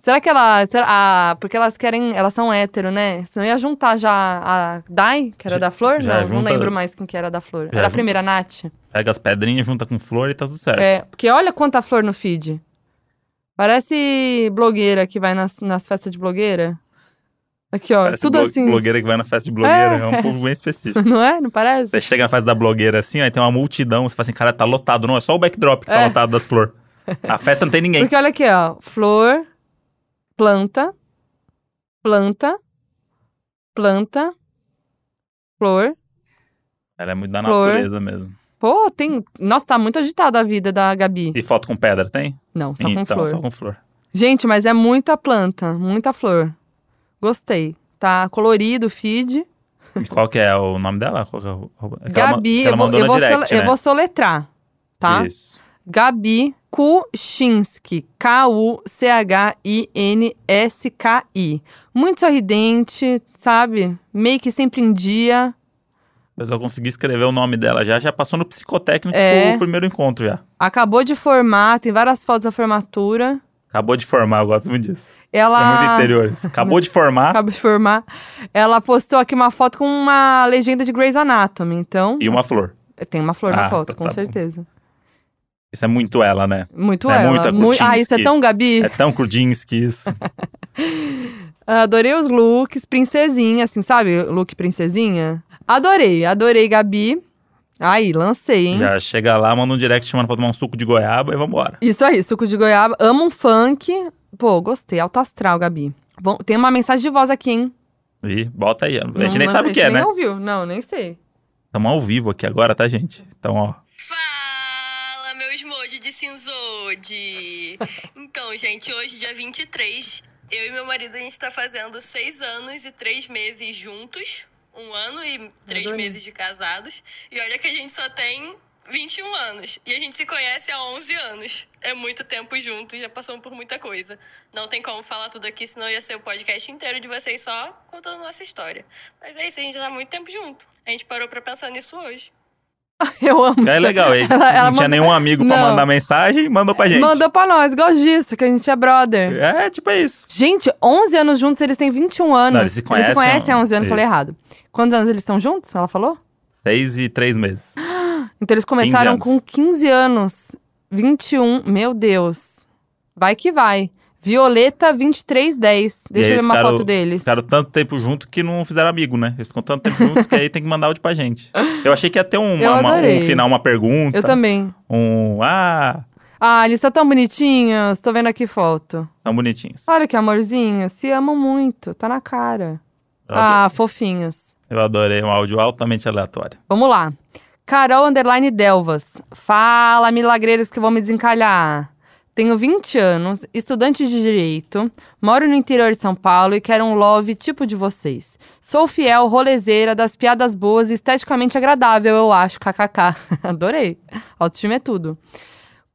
[SPEAKER 2] Será que ela. será- ah, porque elas querem. Elas são hétero, né? Senão ia juntar já a Dai, que era
[SPEAKER 1] Já-
[SPEAKER 2] da Flor?
[SPEAKER 1] já
[SPEAKER 2] não, não
[SPEAKER 1] junta-
[SPEAKER 2] lembro mais quem que era da Flor.
[SPEAKER 1] Já
[SPEAKER 2] era a
[SPEAKER 1] junta-
[SPEAKER 2] primeira, a Nath.
[SPEAKER 1] Pega as pedrinhas, junta com flor e tá tudo certo.
[SPEAKER 2] É, porque olha quanta flor no feed. Parece blogueira que vai nas, nas festas de blogueira. Aqui, ó.
[SPEAKER 1] Parece
[SPEAKER 2] tudo
[SPEAKER 1] blo-
[SPEAKER 2] assim.
[SPEAKER 1] Blogueira que vai na festa de blogueira, é,
[SPEAKER 2] É.
[SPEAKER 1] um povo bem específico.
[SPEAKER 2] [laughs] Não é? Não parece?
[SPEAKER 1] Você chega na fase da blogueira assim, aí tem uma multidão, você fala assim, cara, tá lotado. Não, é só o backdrop que tá
[SPEAKER 2] É.
[SPEAKER 1] lotado das flores. A festa não tem ninguém.
[SPEAKER 2] Porque olha aqui, ó. Flor, planta, planta, planta, flor,
[SPEAKER 1] Ela é muito da
[SPEAKER 2] Flor.
[SPEAKER 1] natureza mesmo.
[SPEAKER 2] Pô, tem. Nossa, tá muito agitada a vida da Gabi.
[SPEAKER 1] E foto com pedra, tem?
[SPEAKER 2] Não, só
[SPEAKER 1] então,
[SPEAKER 2] com flor.
[SPEAKER 1] só com flor.
[SPEAKER 2] Gente, mas é muita planta, muita flor. Gostei. Tá colorido o feed.
[SPEAKER 1] Qual que é o nome dela? Qual que é o- que ela ma- que
[SPEAKER 2] Gabi,
[SPEAKER 1] ela
[SPEAKER 2] eu, vou,
[SPEAKER 1] mandou
[SPEAKER 2] eu,
[SPEAKER 1] na
[SPEAKER 2] vou
[SPEAKER 1] direct,
[SPEAKER 2] sole-
[SPEAKER 1] né?
[SPEAKER 2] eu vou soletrar, tá?
[SPEAKER 1] Isso.
[SPEAKER 2] Gabi Kuchinski, K-U-C-H-I-N-S-K-I. Muito sorridente, sabe? Make sempre em dia.
[SPEAKER 1] Mas eu consegui escrever o nome dela já. Já passou no psicotécnico
[SPEAKER 2] É.
[SPEAKER 1] o primeiro encontro já.
[SPEAKER 2] Acabou de formar, tem várias fotos da formatura.
[SPEAKER 1] Acabou de formar, eu gosto muito disso. É muito
[SPEAKER 2] Ela
[SPEAKER 1] interior. isso. Acabou de formar
[SPEAKER 2] acabou de formar. Ela postou aqui uma foto com uma legenda de Grey's Anatomy, então
[SPEAKER 1] e uma flor.
[SPEAKER 2] tem uma flor
[SPEAKER 1] Ah,
[SPEAKER 2] na foto,
[SPEAKER 1] tá
[SPEAKER 2] com
[SPEAKER 1] bom.
[SPEAKER 2] certeza.
[SPEAKER 1] Isso é muito ela, né?
[SPEAKER 2] Muito
[SPEAKER 1] É
[SPEAKER 2] ela.
[SPEAKER 1] muito a
[SPEAKER 2] mui- Ah,
[SPEAKER 1] Kuczynski.
[SPEAKER 2] isso é tão Gabi.
[SPEAKER 1] É tão Kurdinsky isso.
[SPEAKER 2] Ah, Adorei os looks, princesinha, assim, sabe? Look princesinha. Adorei, adorei, Gabi. Aí, lancei, hein?
[SPEAKER 1] já chega lá, manda um direct chamando pra tomar um suco de goiaba e vambora.
[SPEAKER 2] Isso aí, suco de goiaba. Amo um funk. Pô, gostei, alto astral, Gabi. Bom, tem uma mensagem de voz aqui, hein?
[SPEAKER 1] E bota aí. A gente
[SPEAKER 2] Não,
[SPEAKER 1] nem
[SPEAKER 2] mas
[SPEAKER 1] sabe o que
[SPEAKER 2] A
[SPEAKER 1] é,
[SPEAKER 2] gente nem
[SPEAKER 1] né?
[SPEAKER 2] ouviu, não, nem sei. [laughs]
[SPEAKER 1] Estamos ao vivo aqui agora, tá, gente? Então, ó.
[SPEAKER 3] Fala, meu esmojo de cinzode! Então, gente, hoje, dia 23, eu e meu marido, a gente tá fazendo seis anos e três meses juntos. Um ano e três
[SPEAKER 2] Adorei.
[SPEAKER 3] meses de casados. E olha que a gente só tem 21 anos. E a gente se conhece há 11 anos. É muito tempo junto, já passamos por muita coisa. Não tem como falar tudo aqui, senão ia ser o podcast inteiro de vocês só contando nossa história. Mas é isso, a gente já tá há muito tempo junto. A gente parou pra pensar nisso hoje.
[SPEAKER 2] Eu amo.
[SPEAKER 1] É
[SPEAKER 2] isso.
[SPEAKER 1] legal. Ele
[SPEAKER 2] Ela- ela
[SPEAKER 1] não tinha
[SPEAKER 2] manda-
[SPEAKER 1] nenhum amigo pra
[SPEAKER 2] Não.
[SPEAKER 1] mandar mensagem, mandou pra gente.
[SPEAKER 2] Mandou pra nós, gosto disso, que a gente é brother.
[SPEAKER 1] É, tipo, é isso.
[SPEAKER 2] Gente, 11 anos juntos, eles têm 21 anos.
[SPEAKER 1] Não, eles se conhecem
[SPEAKER 2] há
[SPEAKER 1] há
[SPEAKER 2] 11 anos,
[SPEAKER 1] isso.
[SPEAKER 2] falei errado. Quantos anos eles estão juntos? Ela falou?
[SPEAKER 1] Seis e três meses.
[SPEAKER 2] Então eles começaram
[SPEAKER 1] 15
[SPEAKER 2] com 15 anos. 21, meu Deus. Vai que vai. Violeta 2310.
[SPEAKER 1] E aí
[SPEAKER 2] Deixa eu ver
[SPEAKER 1] eles
[SPEAKER 2] uma
[SPEAKER 1] ficaram-
[SPEAKER 2] foto deles.
[SPEAKER 1] Ficaram tanto tempo junto que não fizeram amigo, né? Eles ficam tanto tempo junto que aí tem que mandar áudio pra gente. Eu achei que ia ter um,
[SPEAKER 2] Eu
[SPEAKER 1] uma- uma-
[SPEAKER 2] adorei.
[SPEAKER 1] um final, uma pergunta.
[SPEAKER 2] Eu também.
[SPEAKER 1] Um. Ah,
[SPEAKER 2] Ah, eles são tão bonitinhos. Tô vendo aqui foto.
[SPEAKER 1] são bonitinhos.
[SPEAKER 2] Olha que amorzinho. Se amam muito. Tá na cara.
[SPEAKER 1] Eu adorei.
[SPEAKER 2] Ah, fofinhos.
[SPEAKER 1] Eu adorei um áudio altamente aleatório.
[SPEAKER 2] Vamos lá. Carol Underline Delvas. Fala, milagreiros que vão me desencalhar. Tenho 20 anos, estudante de direito, moro no interior de São Paulo e quero um love tipo de vocês. Sou fiel, rolezeira, das piadas boas e esteticamente agradável, eu acho, kkk. [laughs] Adorei. Autoestima é tudo.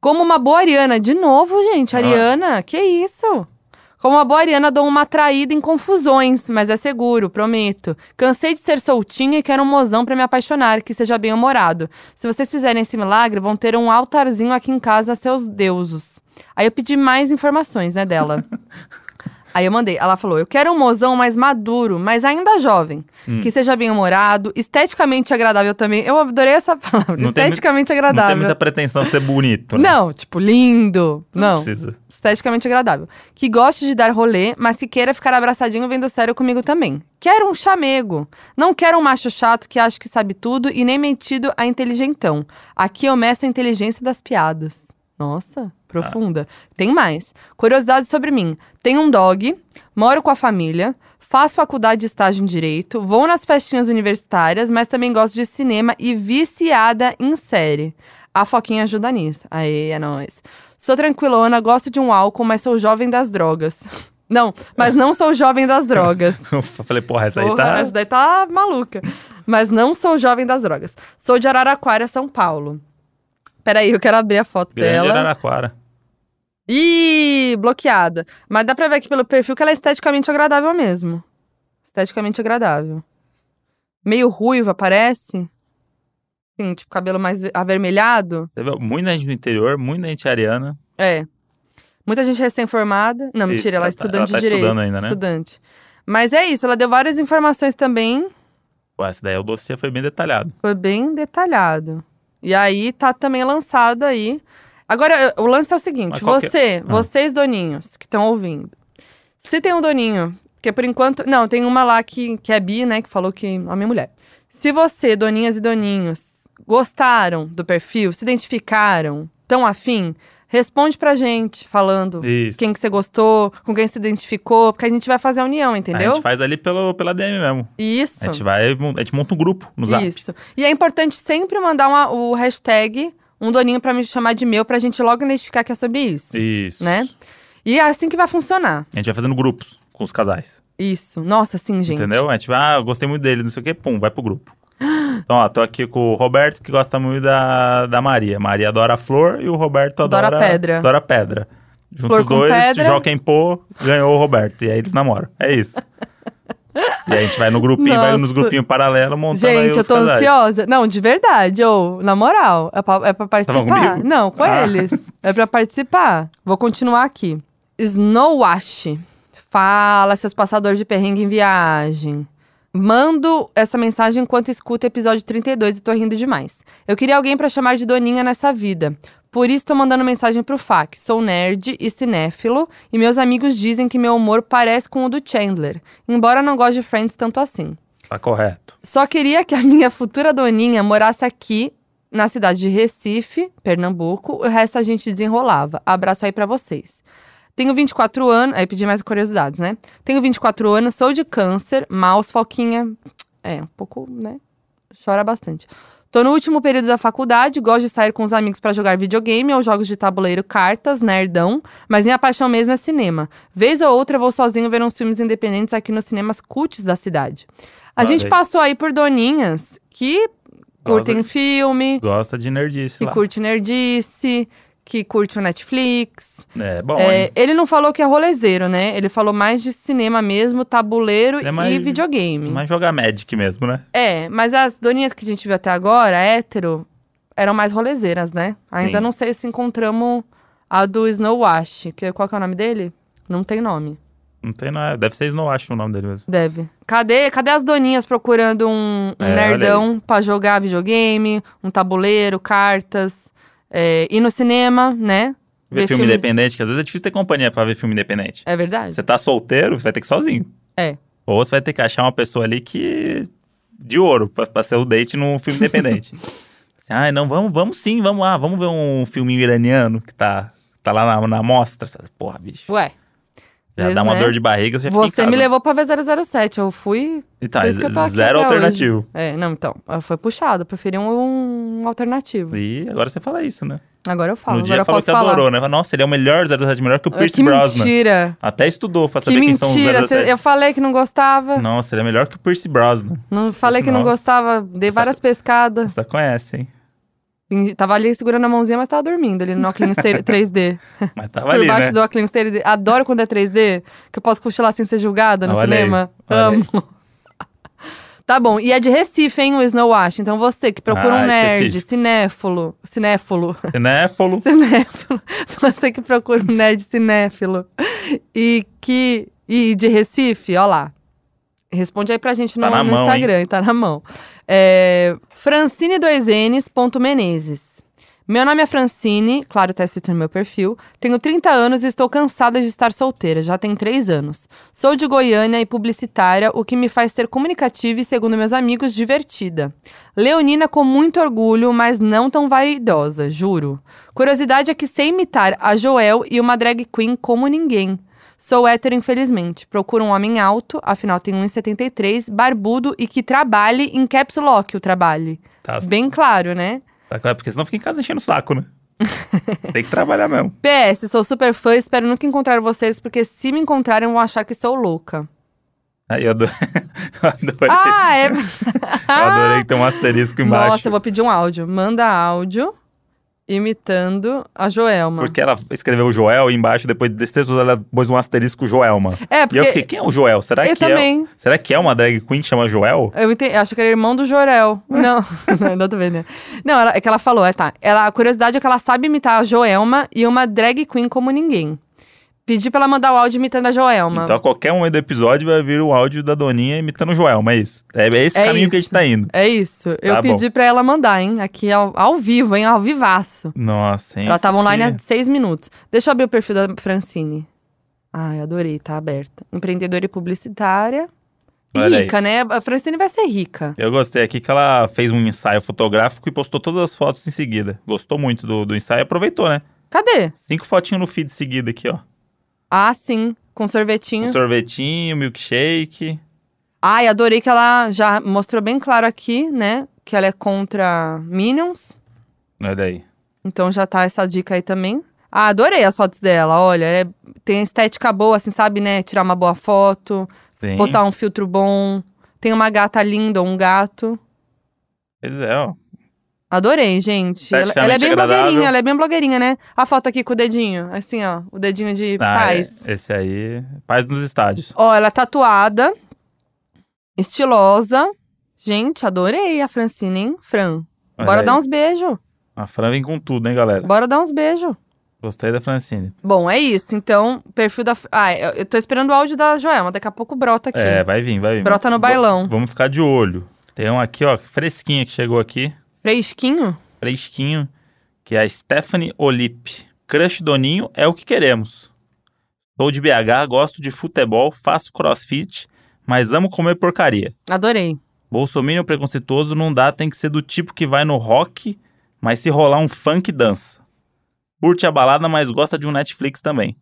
[SPEAKER 2] Como uma boa Ariana, de novo, gente,
[SPEAKER 1] Ah.
[SPEAKER 2] Ariana, que isso? Como uma boa Ariana, dou uma traída em confusões, mas é seguro, prometo. Cansei de ser soltinha e quero um mozão pra me apaixonar, que seja bem humorado. Se vocês fizerem esse milagre, vão ter um altarzinho aqui em casa a seus deusos. Aí eu pedi mais informações, né,
[SPEAKER 1] [laughs]
[SPEAKER 2] dela. Aí eu mandei. Ela falou: Eu quero um mozão mais maduro, mas ainda jovem.
[SPEAKER 1] Hum.
[SPEAKER 2] Que seja bem humorado, esteticamente agradável também. Eu adorei essa palavra.
[SPEAKER 1] Não tem
[SPEAKER 2] esteticamente
[SPEAKER 1] Não tem
[SPEAKER 2] agradável.
[SPEAKER 1] muita pretensão de ser bonito. Né?
[SPEAKER 2] Não, tipo, lindo. Não.
[SPEAKER 1] precisa. [laughs]
[SPEAKER 2] Esteticamente agradável. Que goste de dar rolê, mas que queira ficar abraçadinho vendo sério comigo também. Quero um chamego. Não quero um macho chato que acha que sabe tudo e nem metido a inteligentão. Aqui eu meço a inteligência das piadas. Nossa, profunda. Tem mais. Curiosidades sobre mim. Tenho um dog, moro com a família, faço faculdade de estágio em direito, vou nas festinhas universitárias, mas também gosto de cinema e viciada em série. A Foquinha ajuda nisso. Aí, é nóis. Sou tranquilona, gosto de um álcool, mas sou jovem das drogas. [laughs] Não, mas não sou jovem das drogas.
[SPEAKER 1] Eu falei, porra, [laughs] essa aí
[SPEAKER 2] Porra,
[SPEAKER 1] tá.
[SPEAKER 2] essa daí tá maluca. Mas não sou jovem das drogas. Sou de Araraquara, São Paulo. Peraí, eu quero abrir a foto
[SPEAKER 1] Grande
[SPEAKER 2] dela.
[SPEAKER 1] Araraquara.
[SPEAKER 2] Ih, bloqueada. Mas dá pra ver aqui pelo perfil que ela é esteticamente agradável mesmo. Esteticamente agradável. Meio ruiva, parece. Sim, tipo, cabelo mais ve- avermelhado.
[SPEAKER 1] Você viu? Muita gente do interior, muita gente ariana.
[SPEAKER 2] É. Muita gente recém-formada. Não,
[SPEAKER 1] Isso,
[SPEAKER 2] mentira, ela é
[SPEAKER 1] ela tá- ela
[SPEAKER 2] estudante
[SPEAKER 1] tá
[SPEAKER 2] de direito.
[SPEAKER 1] estudando ainda, né?
[SPEAKER 2] Estudante. Mas é isso, ela deu várias informações também.
[SPEAKER 1] Pô, essa daí é o dossiê foi bem detalhado.
[SPEAKER 2] Foi bem detalhado. E aí tá também lançado aí. Agora, eu- o lance é o seguinte:
[SPEAKER 1] Mas qual que-
[SPEAKER 2] você,
[SPEAKER 1] Ah.
[SPEAKER 2] vocês doninhos que estão ouvindo, se tem um doninho, porque por enquanto. Não, tem uma lá que, que é bi, né, que falou que. A minha mulher. Se você, doninhas e doninhos, gostaram do perfil, se identificaram, tão afim, responde pra gente falando
[SPEAKER 1] Isso.
[SPEAKER 2] quem que você gostou, com quem se identificou, porque a gente vai fazer a união, entendeu?
[SPEAKER 1] A gente faz ali pelo, pela DM mesmo.
[SPEAKER 2] Isso.
[SPEAKER 1] A gente vai, a gente monta um grupo no zap.
[SPEAKER 2] Isso. E é importante sempre mandar uma- o hashtag um doninho pra me chamar de meu, pra gente logo identificar que é sobre isso.
[SPEAKER 1] Isso.
[SPEAKER 2] Né? E é assim que vai funcionar.
[SPEAKER 1] A gente vai fazendo grupos com os casais.
[SPEAKER 2] Isso. Nossa, sim, gente.
[SPEAKER 1] Entendeu? É tipo, ah, eu gostei muito dele, não sei o quê, pum, vai pro grupo. [gasps] Então, ó, tô aqui com o Roberto, que gosta muito da, da Maria. Maria adora flor e o Roberto
[SPEAKER 2] Adora
[SPEAKER 1] adora.
[SPEAKER 2] pedra.
[SPEAKER 1] Adora pedra. Juntos
[SPEAKER 2] Flor
[SPEAKER 1] os
[SPEAKER 2] com
[SPEAKER 1] dois,
[SPEAKER 2] pedra.
[SPEAKER 1] joga em pô, ganhou o Roberto. E aí eles namoram. É
[SPEAKER 2] [laughs]
[SPEAKER 1] isso. e aí a gente vai no grupinho, vai nos
[SPEAKER 2] Nossa.
[SPEAKER 1] grupinhos paralelos montando aí os
[SPEAKER 2] Gente, eu tô
[SPEAKER 1] casais.
[SPEAKER 2] ansiosa. Não, de verdade, ou na moral, é pra, é pra
[SPEAKER 1] Tava
[SPEAKER 2] participar.
[SPEAKER 1] comigo?
[SPEAKER 2] Não, com
[SPEAKER 1] Ah.
[SPEAKER 2] eles. É pra participar. Vou continuar aqui. Snow Wash. Fala, seus passadores de perrengue em viagem. Mando essa mensagem enquanto escuto o episódio 32 e tô rindo demais. Eu queria alguém pra chamar de doninha nessa vida. Por isso tô mandando mensagem pro FAC. Sou nerd e cinéfilo e meus amigos dizem que meu humor parece com o do Chandler, embora não goste de Friends tanto assim.
[SPEAKER 1] Tá correto.
[SPEAKER 2] Só queria que a minha futura doninha morasse aqui na cidade de Recife, Pernambuco. O resto a gente desenrolava. Abraço aí pra vocês. Tenho 24 anos. Aí pedi mais curiosidades, né? Tenho 24 anos, sou de câncer, maus, foquinha. É, um pouco, né? Chora bastante. Tô no último período da faculdade, gosto de sair com os amigos pra jogar videogame ou jogos de tabuleiro, cartas, nerdão, mas minha paixão mesmo é cinema. Vez ou outra eu vou sozinho ver uns filmes independentes aqui nos cinemas cults da cidade. A
[SPEAKER 1] Lá
[SPEAKER 2] gente
[SPEAKER 1] vem.
[SPEAKER 2] passou aí por doninhas que curtem filme,
[SPEAKER 1] Gosta de nerdice
[SPEAKER 2] que
[SPEAKER 1] lá.
[SPEAKER 2] curte nerdice, que curte o Netflix.
[SPEAKER 1] É bom,
[SPEAKER 2] É,
[SPEAKER 1] hein?
[SPEAKER 2] ele não falou que é rolezeiro, né? Ele falou mais de cinema mesmo, tabuleiro
[SPEAKER 1] É mais-
[SPEAKER 2] e videogame.
[SPEAKER 1] Mas jogar Magic mesmo, né?
[SPEAKER 2] É, mas as doninhas que a gente viu até agora, hétero, eram mais rolezeiras, né? Ainda
[SPEAKER 1] Sim.
[SPEAKER 2] não sei se encontramos a do Snow Wash. Que, qual que é o nome dele? Não tem nome.
[SPEAKER 1] Não tem nada. Deve ser Snow Ash o nome dele mesmo.
[SPEAKER 2] Deve. Cadê, cadê as doninhas procurando um, um
[SPEAKER 1] É, olha
[SPEAKER 2] nerdão pra jogar videogame, um tabuleiro, cartas, é, ir no cinema, né?
[SPEAKER 1] Ver filme independente, que às vezes é difícil ter companhia pra ver filme independente.
[SPEAKER 2] É verdade.
[SPEAKER 1] Você tá solteiro, você vai ter que ir sozinho.
[SPEAKER 2] É.
[SPEAKER 1] Ou você vai ter que achar uma pessoa ali que. de ouro, pra, pra ser o date num filme
[SPEAKER 2] [laughs]
[SPEAKER 1] independente. assim, ah, não, vamos, vamos sim, vamos lá, vamos ver um filme iraniano que tá, tá lá na, na mostra. Porra, bicho.
[SPEAKER 2] Ué.
[SPEAKER 1] Já
[SPEAKER 2] Às
[SPEAKER 1] dá uma
[SPEAKER 2] vezes, né?
[SPEAKER 1] dor de barriga, você,
[SPEAKER 2] Você
[SPEAKER 1] fica tá em
[SPEAKER 2] me
[SPEAKER 1] casa.
[SPEAKER 2] levou pra ver 007. Eu fui
[SPEAKER 1] Então,
[SPEAKER 2] por isso que eu tô aqui
[SPEAKER 1] zero
[SPEAKER 2] até hoje.
[SPEAKER 1] alternativo.
[SPEAKER 2] É, não, então. Foi puxado. Eu preferi um, um alternativo.
[SPEAKER 1] E agora você fala isso, né?
[SPEAKER 2] Agora eu falo.
[SPEAKER 1] no
[SPEAKER 2] agora
[SPEAKER 1] dia
[SPEAKER 2] eu
[SPEAKER 1] falou
[SPEAKER 2] posso
[SPEAKER 1] que você
[SPEAKER 2] falar.
[SPEAKER 1] adorou, né? Fala, Nossa, ele é o melhor 07, melhor que o
[SPEAKER 2] Ah,
[SPEAKER 1] Pierce
[SPEAKER 2] que
[SPEAKER 1] Brosnan.
[SPEAKER 2] mentira.
[SPEAKER 1] Até estudou pra
[SPEAKER 2] Que
[SPEAKER 1] saber quem são os
[SPEAKER 2] mentira. Cê-
[SPEAKER 1] 07.
[SPEAKER 2] eu falei que não gostava.
[SPEAKER 1] Nossa, ele é melhor que o Pierce Brosnan.
[SPEAKER 2] Não falei que não
[SPEAKER 1] Nossa.
[SPEAKER 2] gostava. Dei
[SPEAKER 1] Essa-
[SPEAKER 2] várias pescadas.
[SPEAKER 1] Você conhece,
[SPEAKER 2] [laughs]
[SPEAKER 1] hein?
[SPEAKER 2] Fingi- Tava ali segurando a mãozinha, mas tava dormindo ali no
[SPEAKER 1] [laughs]
[SPEAKER 2] óculos ter- 3D.
[SPEAKER 1] Mas tava
[SPEAKER 2] Por
[SPEAKER 1] ali,
[SPEAKER 2] baixo
[SPEAKER 1] né?
[SPEAKER 2] do óculos 3D. Adoro quando é 3D, que eu posso cochilar sem ser julgada no
[SPEAKER 1] Olha aí,
[SPEAKER 2] cinema.
[SPEAKER 1] olha aí.
[SPEAKER 2] Amo. [laughs] Tá bom, e é de Recife, hein, o Snow Wash. Então você que
[SPEAKER 1] Ah,
[SPEAKER 2] procura um nerd,
[SPEAKER 1] específico.
[SPEAKER 2] cinéfilo, cinéfilo,
[SPEAKER 1] Cinéfalo.
[SPEAKER 2] [laughs] Cinéfilo. Você que procura um nerd cinéfilo. E que. E de Recife, ó lá. Responde aí pra gente no,
[SPEAKER 1] Tá na
[SPEAKER 2] no
[SPEAKER 1] mão,
[SPEAKER 2] Instagram, tá na mão. É, Francine2ns.menezes. Meu nome é Francine, claro, tá escrito no meu perfil. Tenho 30 anos e estou cansada de estar solteira, já tem 3 anos. Sou de Goiânia e publicitária, o que me faz ser comunicativa e, segundo meus amigos, divertida. Leonina com muito orgulho, mas não tão vaidosa, juro. Curiosidade é que sei imitar a Joel e uma drag queen como ninguém. Sou hétero, infelizmente. Procuro um homem alto, afinal um tem 1,73, barbudo e que trabalhe em caps lock o trabalhe.
[SPEAKER 1] Tá,
[SPEAKER 2] Bem claro, né?
[SPEAKER 1] tá claro, porque senão fica em casa enchendo o saco,
[SPEAKER 2] [laughs]
[SPEAKER 1] né? Tem que trabalhar mesmo.
[SPEAKER 2] PS, sou super fã, espero nunca encontrar vocês, porque se me encontrarem vão achar que sou louca.
[SPEAKER 1] Aí eu adorei. [laughs] eu adorei,
[SPEAKER 2] Ah, é. [laughs]
[SPEAKER 1] eu adorei que tem um asterisco embaixo.
[SPEAKER 2] Nossa, eu vou pedir um áudio. Manda áudio imitando a Joelma.
[SPEAKER 1] Porque ela escreveu Joel e embaixo, depois desse texto, ela pôs um asterisco Joelma.
[SPEAKER 2] É,
[SPEAKER 1] E eu fiquei,
[SPEAKER 2] porque.
[SPEAKER 1] quem é o Joel? Será
[SPEAKER 2] Eu
[SPEAKER 1] que é.
[SPEAKER 2] também.
[SPEAKER 1] Será que é uma drag queen que chama Joel?
[SPEAKER 2] Eu entendi, eu acho que era irmão do
[SPEAKER 1] [laughs]
[SPEAKER 2] Jorel. Não, [laughs] não, nada a ver, né? Não, ela- é que ela falou, é tá. Ela, a curiosidade é que ela sabe imitar a Joelma e uma drag queen como ninguém. Pedi pra ela mandar o áudio imitando a Joelma.
[SPEAKER 1] Então, a qualquer momento do episódio vai vir o áudio da Doninha imitando o Joel, mas é isso. É, é esse
[SPEAKER 2] É
[SPEAKER 1] caminho que a
[SPEAKER 2] isso.
[SPEAKER 1] gente tá indo.
[SPEAKER 2] é isso. Eu
[SPEAKER 1] Tá bom.
[SPEAKER 2] pedi pra ela mandar, hein? Aqui ao, ao vivo, hein? Ao vivaço.
[SPEAKER 1] Nossa, hein?
[SPEAKER 2] ela
[SPEAKER 1] isso
[SPEAKER 2] tava online
[SPEAKER 1] aqui-
[SPEAKER 2] há seis minutos. Deixa eu abrir o perfil da Francine. Ai, adorei, tá aberta. Empreendedora e publicitária. E
[SPEAKER 1] Olha aí.
[SPEAKER 2] rica, né? A Francine vai ser rica.
[SPEAKER 1] Eu gostei aqui que ela fez um ensaio fotográfico e postou todas as fotos em seguida. Gostou muito do, do ensaio, aproveitou, né?
[SPEAKER 2] Cadê?
[SPEAKER 1] Cinco fotinhos no feed seguida aqui, ó.
[SPEAKER 2] Ah, sim. Com sorvetinho.
[SPEAKER 1] Um sorvetinho, milkshake.
[SPEAKER 2] Ai, adorei que ela já mostrou bem claro aqui, né? Que ela é contra Minions.
[SPEAKER 1] Olha aí.
[SPEAKER 2] Então já tá essa dica aí também. Ah, adorei as fotos dela. Olha, é- tem estética boa, assim, sabe, né? Tirar uma boa foto,
[SPEAKER 1] Sim.
[SPEAKER 2] Botar um filtro bom. Tem uma gata linda, um gato.
[SPEAKER 1] Pois é, ó.
[SPEAKER 2] Adorei, gente. Ela, ela é
[SPEAKER 1] Esteticamente
[SPEAKER 2] bem
[SPEAKER 1] agradável.
[SPEAKER 2] blogueirinha, ela é bem blogueirinha, né? A foto aqui com o dedinho, assim, ó. O dedinho de
[SPEAKER 1] Ah,
[SPEAKER 2] paz.
[SPEAKER 1] é- Esse aí. Paz nos estádios.
[SPEAKER 2] Ó, ela é tatuada, estilosa. Gente, adorei a Francine, hein? Fran.
[SPEAKER 1] Olha
[SPEAKER 2] Bora
[SPEAKER 1] aí.
[SPEAKER 2] dar um uns beijos.
[SPEAKER 1] A Fran vem com tudo, hein, galera?
[SPEAKER 2] Bora dar uns beijos.
[SPEAKER 1] Gostei da Francine.
[SPEAKER 2] Bom, é isso. Então, perfil da. Ah, eu eu tô esperando o áudio da Joelma. Daqui a pouco brota aqui.
[SPEAKER 1] É, vai vir, vai vir.
[SPEAKER 2] Brota no
[SPEAKER 1] Va-
[SPEAKER 2] bailão.
[SPEAKER 1] Vamos ficar de olho. Tem um aqui, ó, fresquinho que chegou aqui.
[SPEAKER 2] Fresquinho?
[SPEAKER 1] fresquinho, que é a Stephanie Olipe. Crush do Ninho é o que queremos. Sou de BH, gosto de futebol, faço crossfit, mas amo comer porcaria.
[SPEAKER 2] Adorei.
[SPEAKER 1] Bolsominion preconceituoso não dá, tem que ser do tipo que vai no rock, mas se rolar um funk, dança. Curte a balada, mas gosta de um Netflix também.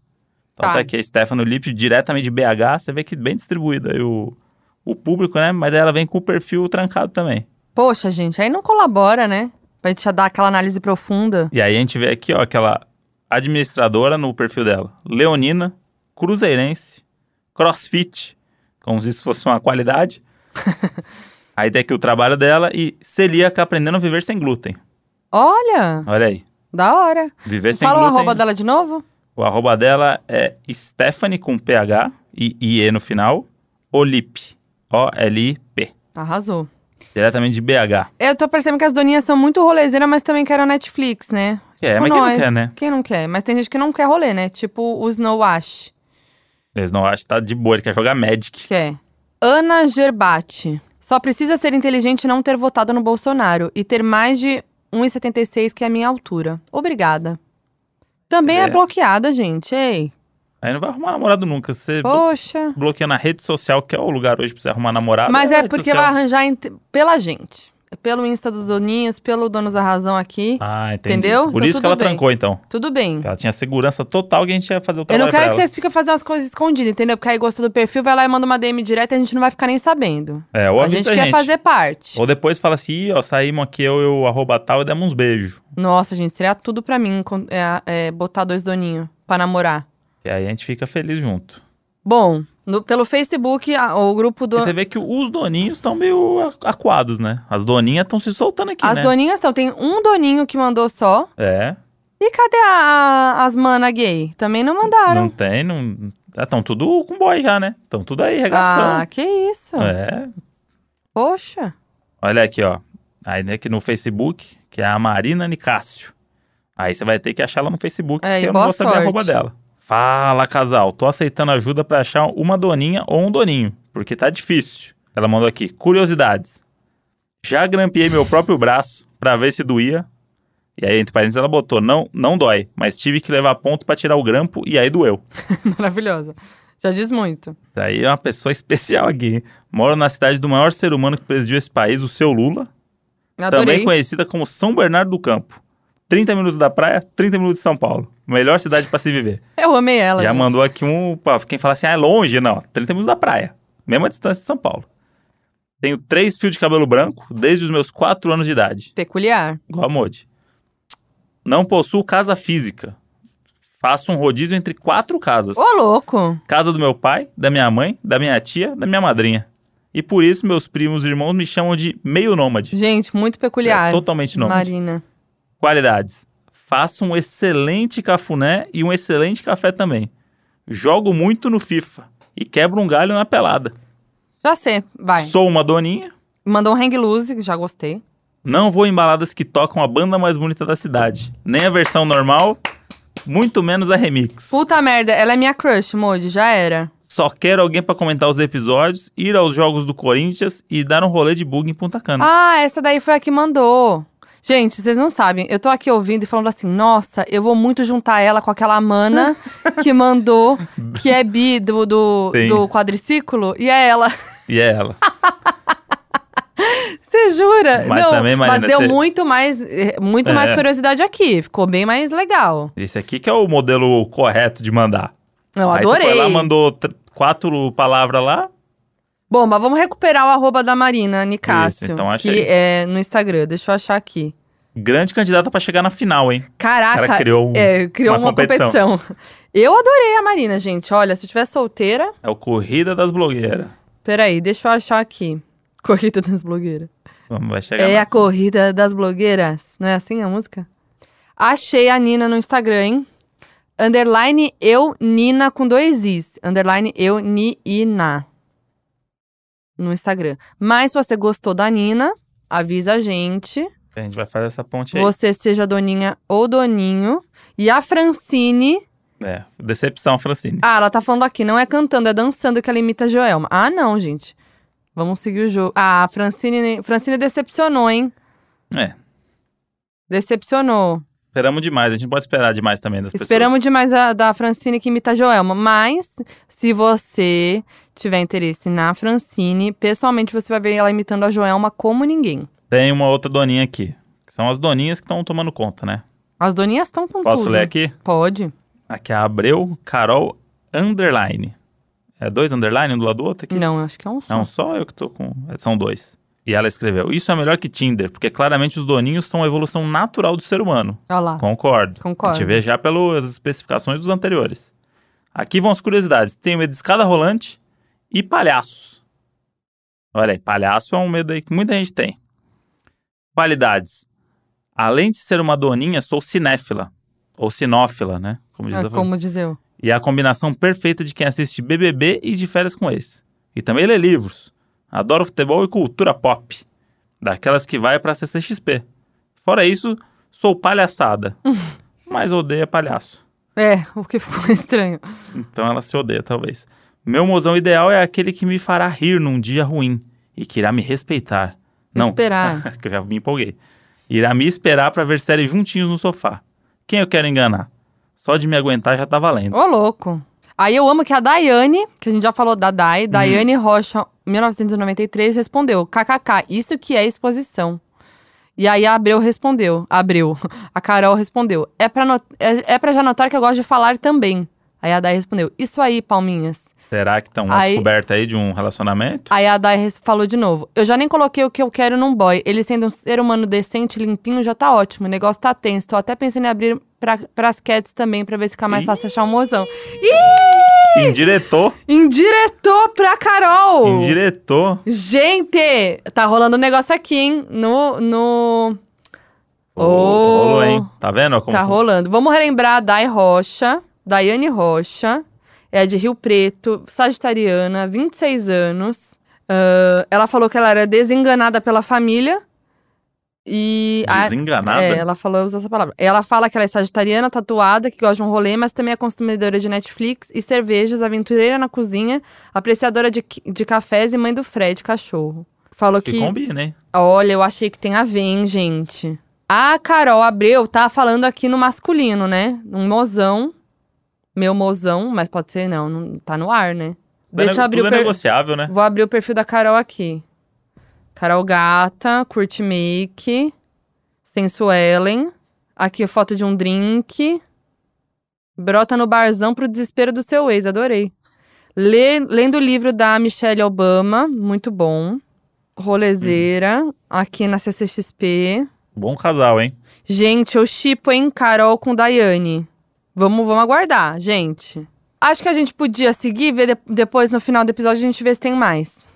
[SPEAKER 1] Então
[SPEAKER 2] Tá.
[SPEAKER 1] tá aqui a Stephanie Olipe, diretamente de BH, você vê que bem distribuída aí o, o público, né? Mas aí ela vem com o perfil trancado também.
[SPEAKER 2] Poxa, gente, aí não colabora, né? Pra gente já dar aquela análise profunda.
[SPEAKER 1] E aí a gente vê aqui, ó, aquela administradora no perfil dela. Leonina, cruzeirense, crossfit, como se isso fosse uma
[SPEAKER 2] [laughs]
[SPEAKER 1] qualidade. aí tem aqui o trabalho dela e celíaca aprendendo a viver sem glúten.
[SPEAKER 2] Olha,
[SPEAKER 1] Olha aí,
[SPEAKER 2] da hora.
[SPEAKER 1] viver sem
[SPEAKER 2] Fala o
[SPEAKER 1] glúten.
[SPEAKER 2] arroba dela de novo?
[SPEAKER 1] O arroba dela é Stephanie com PH e IE no final, Olip, O-L-I-P,
[SPEAKER 2] Arrasou.
[SPEAKER 1] diretamente de BH.
[SPEAKER 2] Eu tô percebendo que as doninhas são muito rolezeiras, mas também querem a Netflix, né?
[SPEAKER 1] É, mas quem não quer, né?
[SPEAKER 2] Quem não quer? Mas tem gente que não quer rolê, né? Tipo o Snow Ash,
[SPEAKER 1] Eles não acham que tá de boa, ele quer jogar Magic.
[SPEAKER 2] que é. Ana Gerbati. Só precisa ser inteligente e não ter votado no Bolsonaro e ter mais de 1,76, que é a minha altura. Obrigada. Também é,
[SPEAKER 1] É.
[SPEAKER 2] bloqueada, gente. Ei,
[SPEAKER 1] Aí não vai arrumar namorado nunca, você...
[SPEAKER 2] poxa.
[SPEAKER 1] bloqueando a rede social, que é o lugar hoje pra você arrumar namorado.
[SPEAKER 2] Mas
[SPEAKER 1] a
[SPEAKER 2] é
[SPEAKER 1] rede
[SPEAKER 2] porque
[SPEAKER 1] Ah, social.
[SPEAKER 2] vai arranjar ent- pela gente. Pelo Insta dos Doninhos, pelo Donos da Razão aqui.
[SPEAKER 1] Ah, entendi.
[SPEAKER 2] Entendeu?
[SPEAKER 1] Por
[SPEAKER 2] Então
[SPEAKER 1] isso que
[SPEAKER 2] tudo
[SPEAKER 1] ela
[SPEAKER 2] bem.
[SPEAKER 1] trancou, então.
[SPEAKER 2] Tudo bem.
[SPEAKER 1] Ela tinha segurança total que a gente ia fazer o
[SPEAKER 2] Eu
[SPEAKER 1] trabalho
[SPEAKER 2] não quero
[SPEAKER 1] pra
[SPEAKER 2] que
[SPEAKER 1] ela.
[SPEAKER 2] vocês fiquem fazendo as coisas escondidas, entendeu? Porque aí gostou do perfil, vai lá e manda uma DM direta e a gente não vai ficar nem sabendo.
[SPEAKER 1] É, ou
[SPEAKER 2] a
[SPEAKER 1] avisa
[SPEAKER 2] gente quer fazer parte.
[SPEAKER 1] Ou depois fala assim, "Ih, ó, saímos aqui, eu, eu, arroba tal, e demos um uns beijos.
[SPEAKER 2] Nossa, gente, seria tudo pra mim con- é, é, botar dois doninhos pra namorar.
[SPEAKER 1] E aí a gente fica feliz junto.
[SPEAKER 2] Bom, no- pelo Facebook, a- o grupo do.
[SPEAKER 1] E você vê que os doninhos estão meio a- aquados, né? As doninhas estão se soltando aqui,
[SPEAKER 2] As
[SPEAKER 1] né?
[SPEAKER 2] doninhas estão. Tem um doninho que mandou só.
[SPEAKER 1] É,
[SPEAKER 2] E cadê a- a- as mana gay? Também não mandaram.
[SPEAKER 1] não tem, não... Estão tudo com boy já, né? Estão tudo aí,
[SPEAKER 2] ah,
[SPEAKER 1] regaçando.
[SPEAKER 2] que isso.
[SPEAKER 1] é,
[SPEAKER 2] Poxa. [laughs]
[SPEAKER 1] Olha aqui, ó. Aí né, aqui no Facebook, que é a Marina Nicásio. Aí você vai ter que achar ela no Facebook,
[SPEAKER 2] É, e
[SPEAKER 1] porque eu não
[SPEAKER 2] boa
[SPEAKER 1] vou saber a
[SPEAKER 2] sorte.
[SPEAKER 1] arroba dela. Fala, casal. Tô aceitando ajuda pra achar uma doninha ou um doninho, porque tá difícil. Ela mandou aqui, curiosidades. Já grampeei meu próprio braço pra ver se doía. E aí, entre parênteses, ela botou, não, não dói, mas tive que levar ponto pra tirar o grampo e aí doeu.
[SPEAKER 2] Maravilhosa. Já diz muito.
[SPEAKER 1] Isso aí é uma pessoa [laughs] especial aqui. Moro na cidade do maior ser humano que presidiu esse país, o seu Lula.
[SPEAKER 2] Adorei.
[SPEAKER 1] Também conhecida como São Bernardo do Campo. 30 minutos da praia, 30 minutos de São Paulo. Melhor cidade pra se viver.
[SPEAKER 2] Eu amei ela.
[SPEAKER 1] Já
[SPEAKER 2] gente.
[SPEAKER 1] mandou aqui um. pra quem fala assim, ah, é longe, não. 30 minutos da praia. Mesma distância de São Paulo. Tenho três fios de cabelo branco desde os meus 4 anos de idade.
[SPEAKER 2] Peculiar.
[SPEAKER 1] Igual a Modi. Não possuo casa física. Faço um rodízio entre quatro casas:
[SPEAKER 2] Ô, louco.
[SPEAKER 1] casa do meu pai, da minha mãe, da minha tia, da minha madrinha. E por isso meus primos e irmãos me chamam de meio nômade.
[SPEAKER 2] Gente, muito peculiar.
[SPEAKER 1] É totalmente nômade.
[SPEAKER 2] Marina.
[SPEAKER 1] Qualidades. Faço um excelente cafuné e um excelente café também. Jogo muito no FIFA e quebro um galho na pelada.
[SPEAKER 2] Já sei, vai.
[SPEAKER 1] Sou uma doninha.
[SPEAKER 2] Mandou um hang loose, que já gostei.
[SPEAKER 1] Não vou em baladas que tocam a banda mais bonita da cidade. Nem a versão normal, muito menos a remix.
[SPEAKER 2] Puta merda, ela é minha crush, Modi, já era.
[SPEAKER 1] Só quero alguém pra comentar os episódios, ir aos jogos do Corinthians e dar um rolê de bug em Punta Cana.
[SPEAKER 2] Ah, essa daí foi a que mandou. Gente, vocês não sabem, eu tô aqui ouvindo e falando assim, nossa, eu vou muito juntar ela com
[SPEAKER 1] [laughs]
[SPEAKER 2] aquela mana que mandou, que é bi do, do,
[SPEAKER 1] Sim.
[SPEAKER 2] do quadriciclo, e é ela. [laughs]
[SPEAKER 1] E é ela.
[SPEAKER 2] Você jura?
[SPEAKER 1] Mas
[SPEAKER 2] não,
[SPEAKER 1] também, Marina,
[SPEAKER 2] mas deu
[SPEAKER 1] você-
[SPEAKER 2] muito mais, eh, muito mais
[SPEAKER 1] É.
[SPEAKER 2] curiosidade aqui, ficou bem mais legal.
[SPEAKER 1] Esse aqui que é o modelo correto de mandar.
[SPEAKER 2] Eu
[SPEAKER 1] Aí
[SPEAKER 2] adorei.
[SPEAKER 1] você foi lá, mandou tr- quatro palavras lá,
[SPEAKER 2] Bom, mas vamos recuperar o arroba da Marina Nicásio.
[SPEAKER 1] Isso, então acha
[SPEAKER 2] que
[SPEAKER 1] aí.
[SPEAKER 2] é no Instagram. Deixa eu achar aqui.
[SPEAKER 1] grande candidata pra chegar na final, hein?
[SPEAKER 2] Caraca,
[SPEAKER 1] Ela criou um-
[SPEAKER 2] é, criou
[SPEAKER 1] uma
[SPEAKER 2] uma, competição. Eu adorei a Marina, gente. Olha, se eu tivesse solteira.
[SPEAKER 1] É o Corrida das Blogueiras.
[SPEAKER 2] Peraí, deixa eu achar aqui. [laughs] Corrida das blogueiras.
[SPEAKER 1] Vamos, vai chegar.
[SPEAKER 2] É
[SPEAKER 1] lá.
[SPEAKER 2] a corrida das blogueiras. Não é assim a música? Achei a Nina no Instagram, hein? Underline eu, Nina com dois is. Underline eu, ni, i, na. No Instagram. Mas se você gostou da Nina, avisa a gente.
[SPEAKER 1] A gente vai fazer essa ponte aí.
[SPEAKER 2] Você seja doninha ou doninho. E a Francine.
[SPEAKER 1] É, decepção, Francine.
[SPEAKER 2] Ah, ela tá falando aqui, não é cantando, é dançando que ela imita a Joelma. Ah, não, gente. Vamos seguir o jogo. Ah, a Francine, Francine decepcionou, hein?
[SPEAKER 1] É.
[SPEAKER 2] Decepcionou.
[SPEAKER 1] Esperamos demais, a gente não pode esperar demais também das
[SPEAKER 2] Esperamos
[SPEAKER 1] pessoas.
[SPEAKER 2] demais a, da Francine que imita a Joelma. Mas, se você tiver interesse na Francine, pessoalmente você vai ver ela imitando a Joelma como ninguém.
[SPEAKER 1] Tem uma outra doninha aqui. que são as doninhas que estão tomando conta, né?
[SPEAKER 2] As doninhas estão com
[SPEAKER 1] Posso
[SPEAKER 2] tudo.
[SPEAKER 1] ler aqui?
[SPEAKER 2] Pode.
[SPEAKER 1] Aqui é a Abreu, Carol, underline. É dois underline um do lado do outro aqui?
[SPEAKER 2] Não, acho que é um som.
[SPEAKER 1] Não, só eu que tô com. São dois. E ela escreveu: Isso é melhor que Tinder, porque claramente os doninhos são a evolução natural do ser humano.
[SPEAKER 2] Olha lá.
[SPEAKER 1] Concordo.
[SPEAKER 2] Concordo.
[SPEAKER 1] A gente vê já pelas especificações dos anteriores. Aqui vão as curiosidades. Tem medo de escada rolante e palhaços. Olha aí, palhaço é um medo aí que muita gente tem. Qualidades. Além de ser uma doninha, sou cinéfila. Ou sinófila, né? Como diz
[SPEAKER 2] É,
[SPEAKER 1] a
[SPEAKER 2] como diz eu.
[SPEAKER 1] e é a combinação perfeita de quem assiste BBB e de férias com ex. E também lê livros. Adoro futebol e cultura pop. Daquelas que vai pra CCXP. Fora isso, sou palhaçada. mas odeia palhaço.
[SPEAKER 2] É, [laughs] o que ficou estranho.
[SPEAKER 1] Então ela se odeia, talvez. Meu mozão ideal é aquele que me fará rir num dia ruim e que irá me respeitar. Não, [laughs]
[SPEAKER 2] Esperar.
[SPEAKER 1] que eu já me empolguei. Irá me esperar pra ver séries juntinhos no sofá. Quem eu quero enganar? Só de me aguentar já tá valendo.
[SPEAKER 2] Ô, louco. Aí eu amo que a Daiane, que a gente já falou da Dai, Daiane Rocha, 1993, respondeu: KKK, isso que é exposição. E aí a Abreu respondeu: Abreu. [laughs] A Carol respondeu: é pra, not- é, é pra já notar que eu gosto de falar também. Aí a Dai respondeu: Isso aí, palminhas.
[SPEAKER 1] Será que estão uma
[SPEAKER 2] Aí-
[SPEAKER 1] descoberta aí de um relacionamento?
[SPEAKER 2] Aí a Dai res- falou de novo: Eu já nem coloquei o que eu quero num boy. Ele sendo um ser humano decente, limpinho, já tá ótimo. O negócio tá tenso. Tô até pensando em abrir pra, pras cats também, pra ver se fica mais
[SPEAKER 1] Ih.
[SPEAKER 2] fácil achar um mozão.
[SPEAKER 1] Indiretou,
[SPEAKER 2] Indiretou pra Carol!
[SPEAKER 1] indiretou.
[SPEAKER 2] Gente, tá rolando um negócio aqui, hein? No. no...
[SPEAKER 1] Ô,
[SPEAKER 2] Ô.
[SPEAKER 1] Rolou, hein? Tá vendo? ó, Como
[SPEAKER 2] Tá
[SPEAKER 1] fu-
[SPEAKER 2] rolando. Vamos relembrar a Dai Rocha, Daiane Rocha, é de Rio Preto, sagitariana, 26 anos. Ahn, ela falou que ela era desenganada pela família. E. a-
[SPEAKER 1] Desenganada?
[SPEAKER 2] é, ela falou, usa essa palavra. Ela fala que ela é sagitariana, tatuada, que gosta de um rolê, mas também é consumidora de Netflix e cervejas, aventureira na cozinha, apreciadora de, qui- de cafés e mãe do Fred, cachorro. Falou
[SPEAKER 1] que
[SPEAKER 2] que
[SPEAKER 1] combina, hein?
[SPEAKER 2] Olha, eu achei que tem a ver, hein, gente. A Carol Abreu tá falando aqui no masculino, né? Um mozão. Meu mozão, mas pode ser não, não tá no ar, né?
[SPEAKER 1] Tudo é
[SPEAKER 2] Deixa
[SPEAKER 1] nego-
[SPEAKER 2] eu abrir
[SPEAKER 1] tudo
[SPEAKER 2] o
[SPEAKER 1] é
[SPEAKER 2] per...
[SPEAKER 1] negociável, né?
[SPEAKER 2] Vou abrir o perfil da Carol aqui. Carol Gata, curte make, sensuelen. Aqui foto de um drink. Brota no barzão pro desespero do seu ex, adorei. Lê- lendo o livro da Michelle Obama, muito bom. Rolezeira, aqui na CCXP.
[SPEAKER 1] Bom casal, hein?
[SPEAKER 2] Gente, eu chipo, hein, Carol com Daiane. Vamos, vamos aguardar, gente. Acho que a gente podia seguir, ver de- depois no final do episódio a gente vê se tem mais.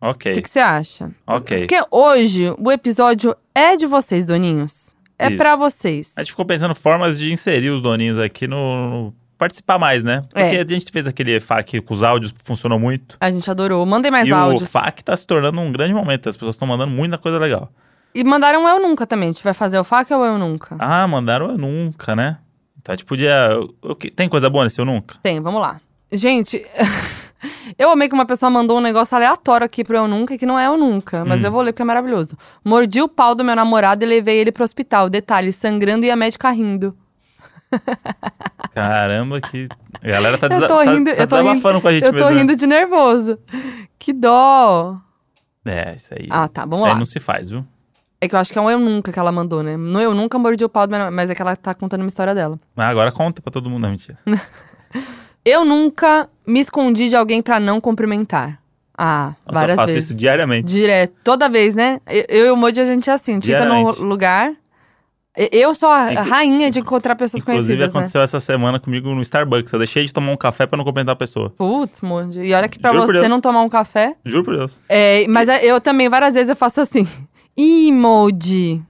[SPEAKER 1] Ok,
[SPEAKER 2] O que que você acha?
[SPEAKER 1] ok.
[SPEAKER 2] Porque hoje o episódio é de vocês, doninhos. É
[SPEAKER 1] Isso.
[SPEAKER 2] pra vocês.
[SPEAKER 1] A gente ficou pensando formas de inserir os doninhos aqui no... no- Participar mais, né? Porque
[SPEAKER 2] É.
[SPEAKER 1] a gente fez aquele FAQ com os áudios, funcionou muito.
[SPEAKER 2] A gente adorou. Mandem mais
[SPEAKER 1] e o
[SPEAKER 2] áudios.
[SPEAKER 1] FAQ tá se tornando um grande momento. As pessoas estão mandando muita coisa legal.
[SPEAKER 2] E mandaram o Eu Nunca também. A gente vai fazer o faca ou Eu Nunca?
[SPEAKER 1] Ah, mandaram eu nunca, né? Então a gente podia... o que- Tem coisa boa nesse eu nunca?
[SPEAKER 2] Tem, vamos lá. Gente, [laughs] eu amei que uma pessoa mandou um negócio aleatório aqui pro Eu Nunca, que não é Eu Nunca,
[SPEAKER 1] Hum.
[SPEAKER 2] mas eu vou ler porque é maravilhoso. Mordi o pau do meu namorado e levei ele pro hospital. Detalhe, sangrando e a médica rindo.
[SPEAKER 1] Caramba, que... A galera tá,
[SPEAKER 2] eu
[SPEAKER 1] desa...
[SPEAKER 2] tô
[SPEAKER 1] tá-
[SPEAKER 2] rindo,
[SPEAKER 1] tá
[SPEAKER 2] eu tô
[SPEAKER 1] desabafando
[SPEAKER 2] rindo,
[SPEAKER 1] com a gente
[SPEAKER 2] eu
[SPEAKER 1] mesmo.
[SPEAKER 2] tô
[SPEAKER 1] né?
[SPEAKER 2] rindo de nervoso. Que dó.
[SPEAKER 1] É, isso aí.
[SPEAKER 2] Ah, tá, vamos
[SPEAKER 1] isso
[SPEAKER 2] lá.
[SPEAKER 1] aí não se faz, viu?
[SPEAKER 2] É que eu acho que é um eu nunca que ela mandou, né? No eu nunca mordi o pau do meu namorado, mas é que ela tá contando uma história dela.
[SPEAKER 1] Mas agora conta pra todo mundo, não, mentira.
[SPEAKER 2] Eu nunca me escondi de alguém pra não cumprimentar. Ah,
[SPEAKER 1] Nossa, eu
[SPEAKER 2] várias
[SPEAKER 1] faço
[SPEAKER 2] vezes.
[SPEAKER 1] isso diariamente.
[SPEAKER 2] Direto, toda vez, né? Eu eu e o Moji, a gente é assim, a gente entra num
[SPEAKER 1] Diariamente.
[SPEAKER 2] lugar, E- Eu sou a a rainha de encontrar pessoas
[SPEAKER 1] Inclusive,
[SPEAKER 2] conhecidas, né?
[SPEAKER 1] aconteceu essa semana comigo no Starbucks. Eu deixei de tomar um café pra não cumprimentar a pessoa.
[SPEAKER 2] Putz, mundo. E olha que pra
[SPEAKER 1] Juro por
[SPEAKER 2] você
[SPEAKER 1] Deus.
[SPEAKER 2] não tomar um café.
[SPEAKER 1] Juro por Deus.
[SPEAKER 2] É, mas é- eu também, várias vezes, eu faço assim. [laughs] Emoji.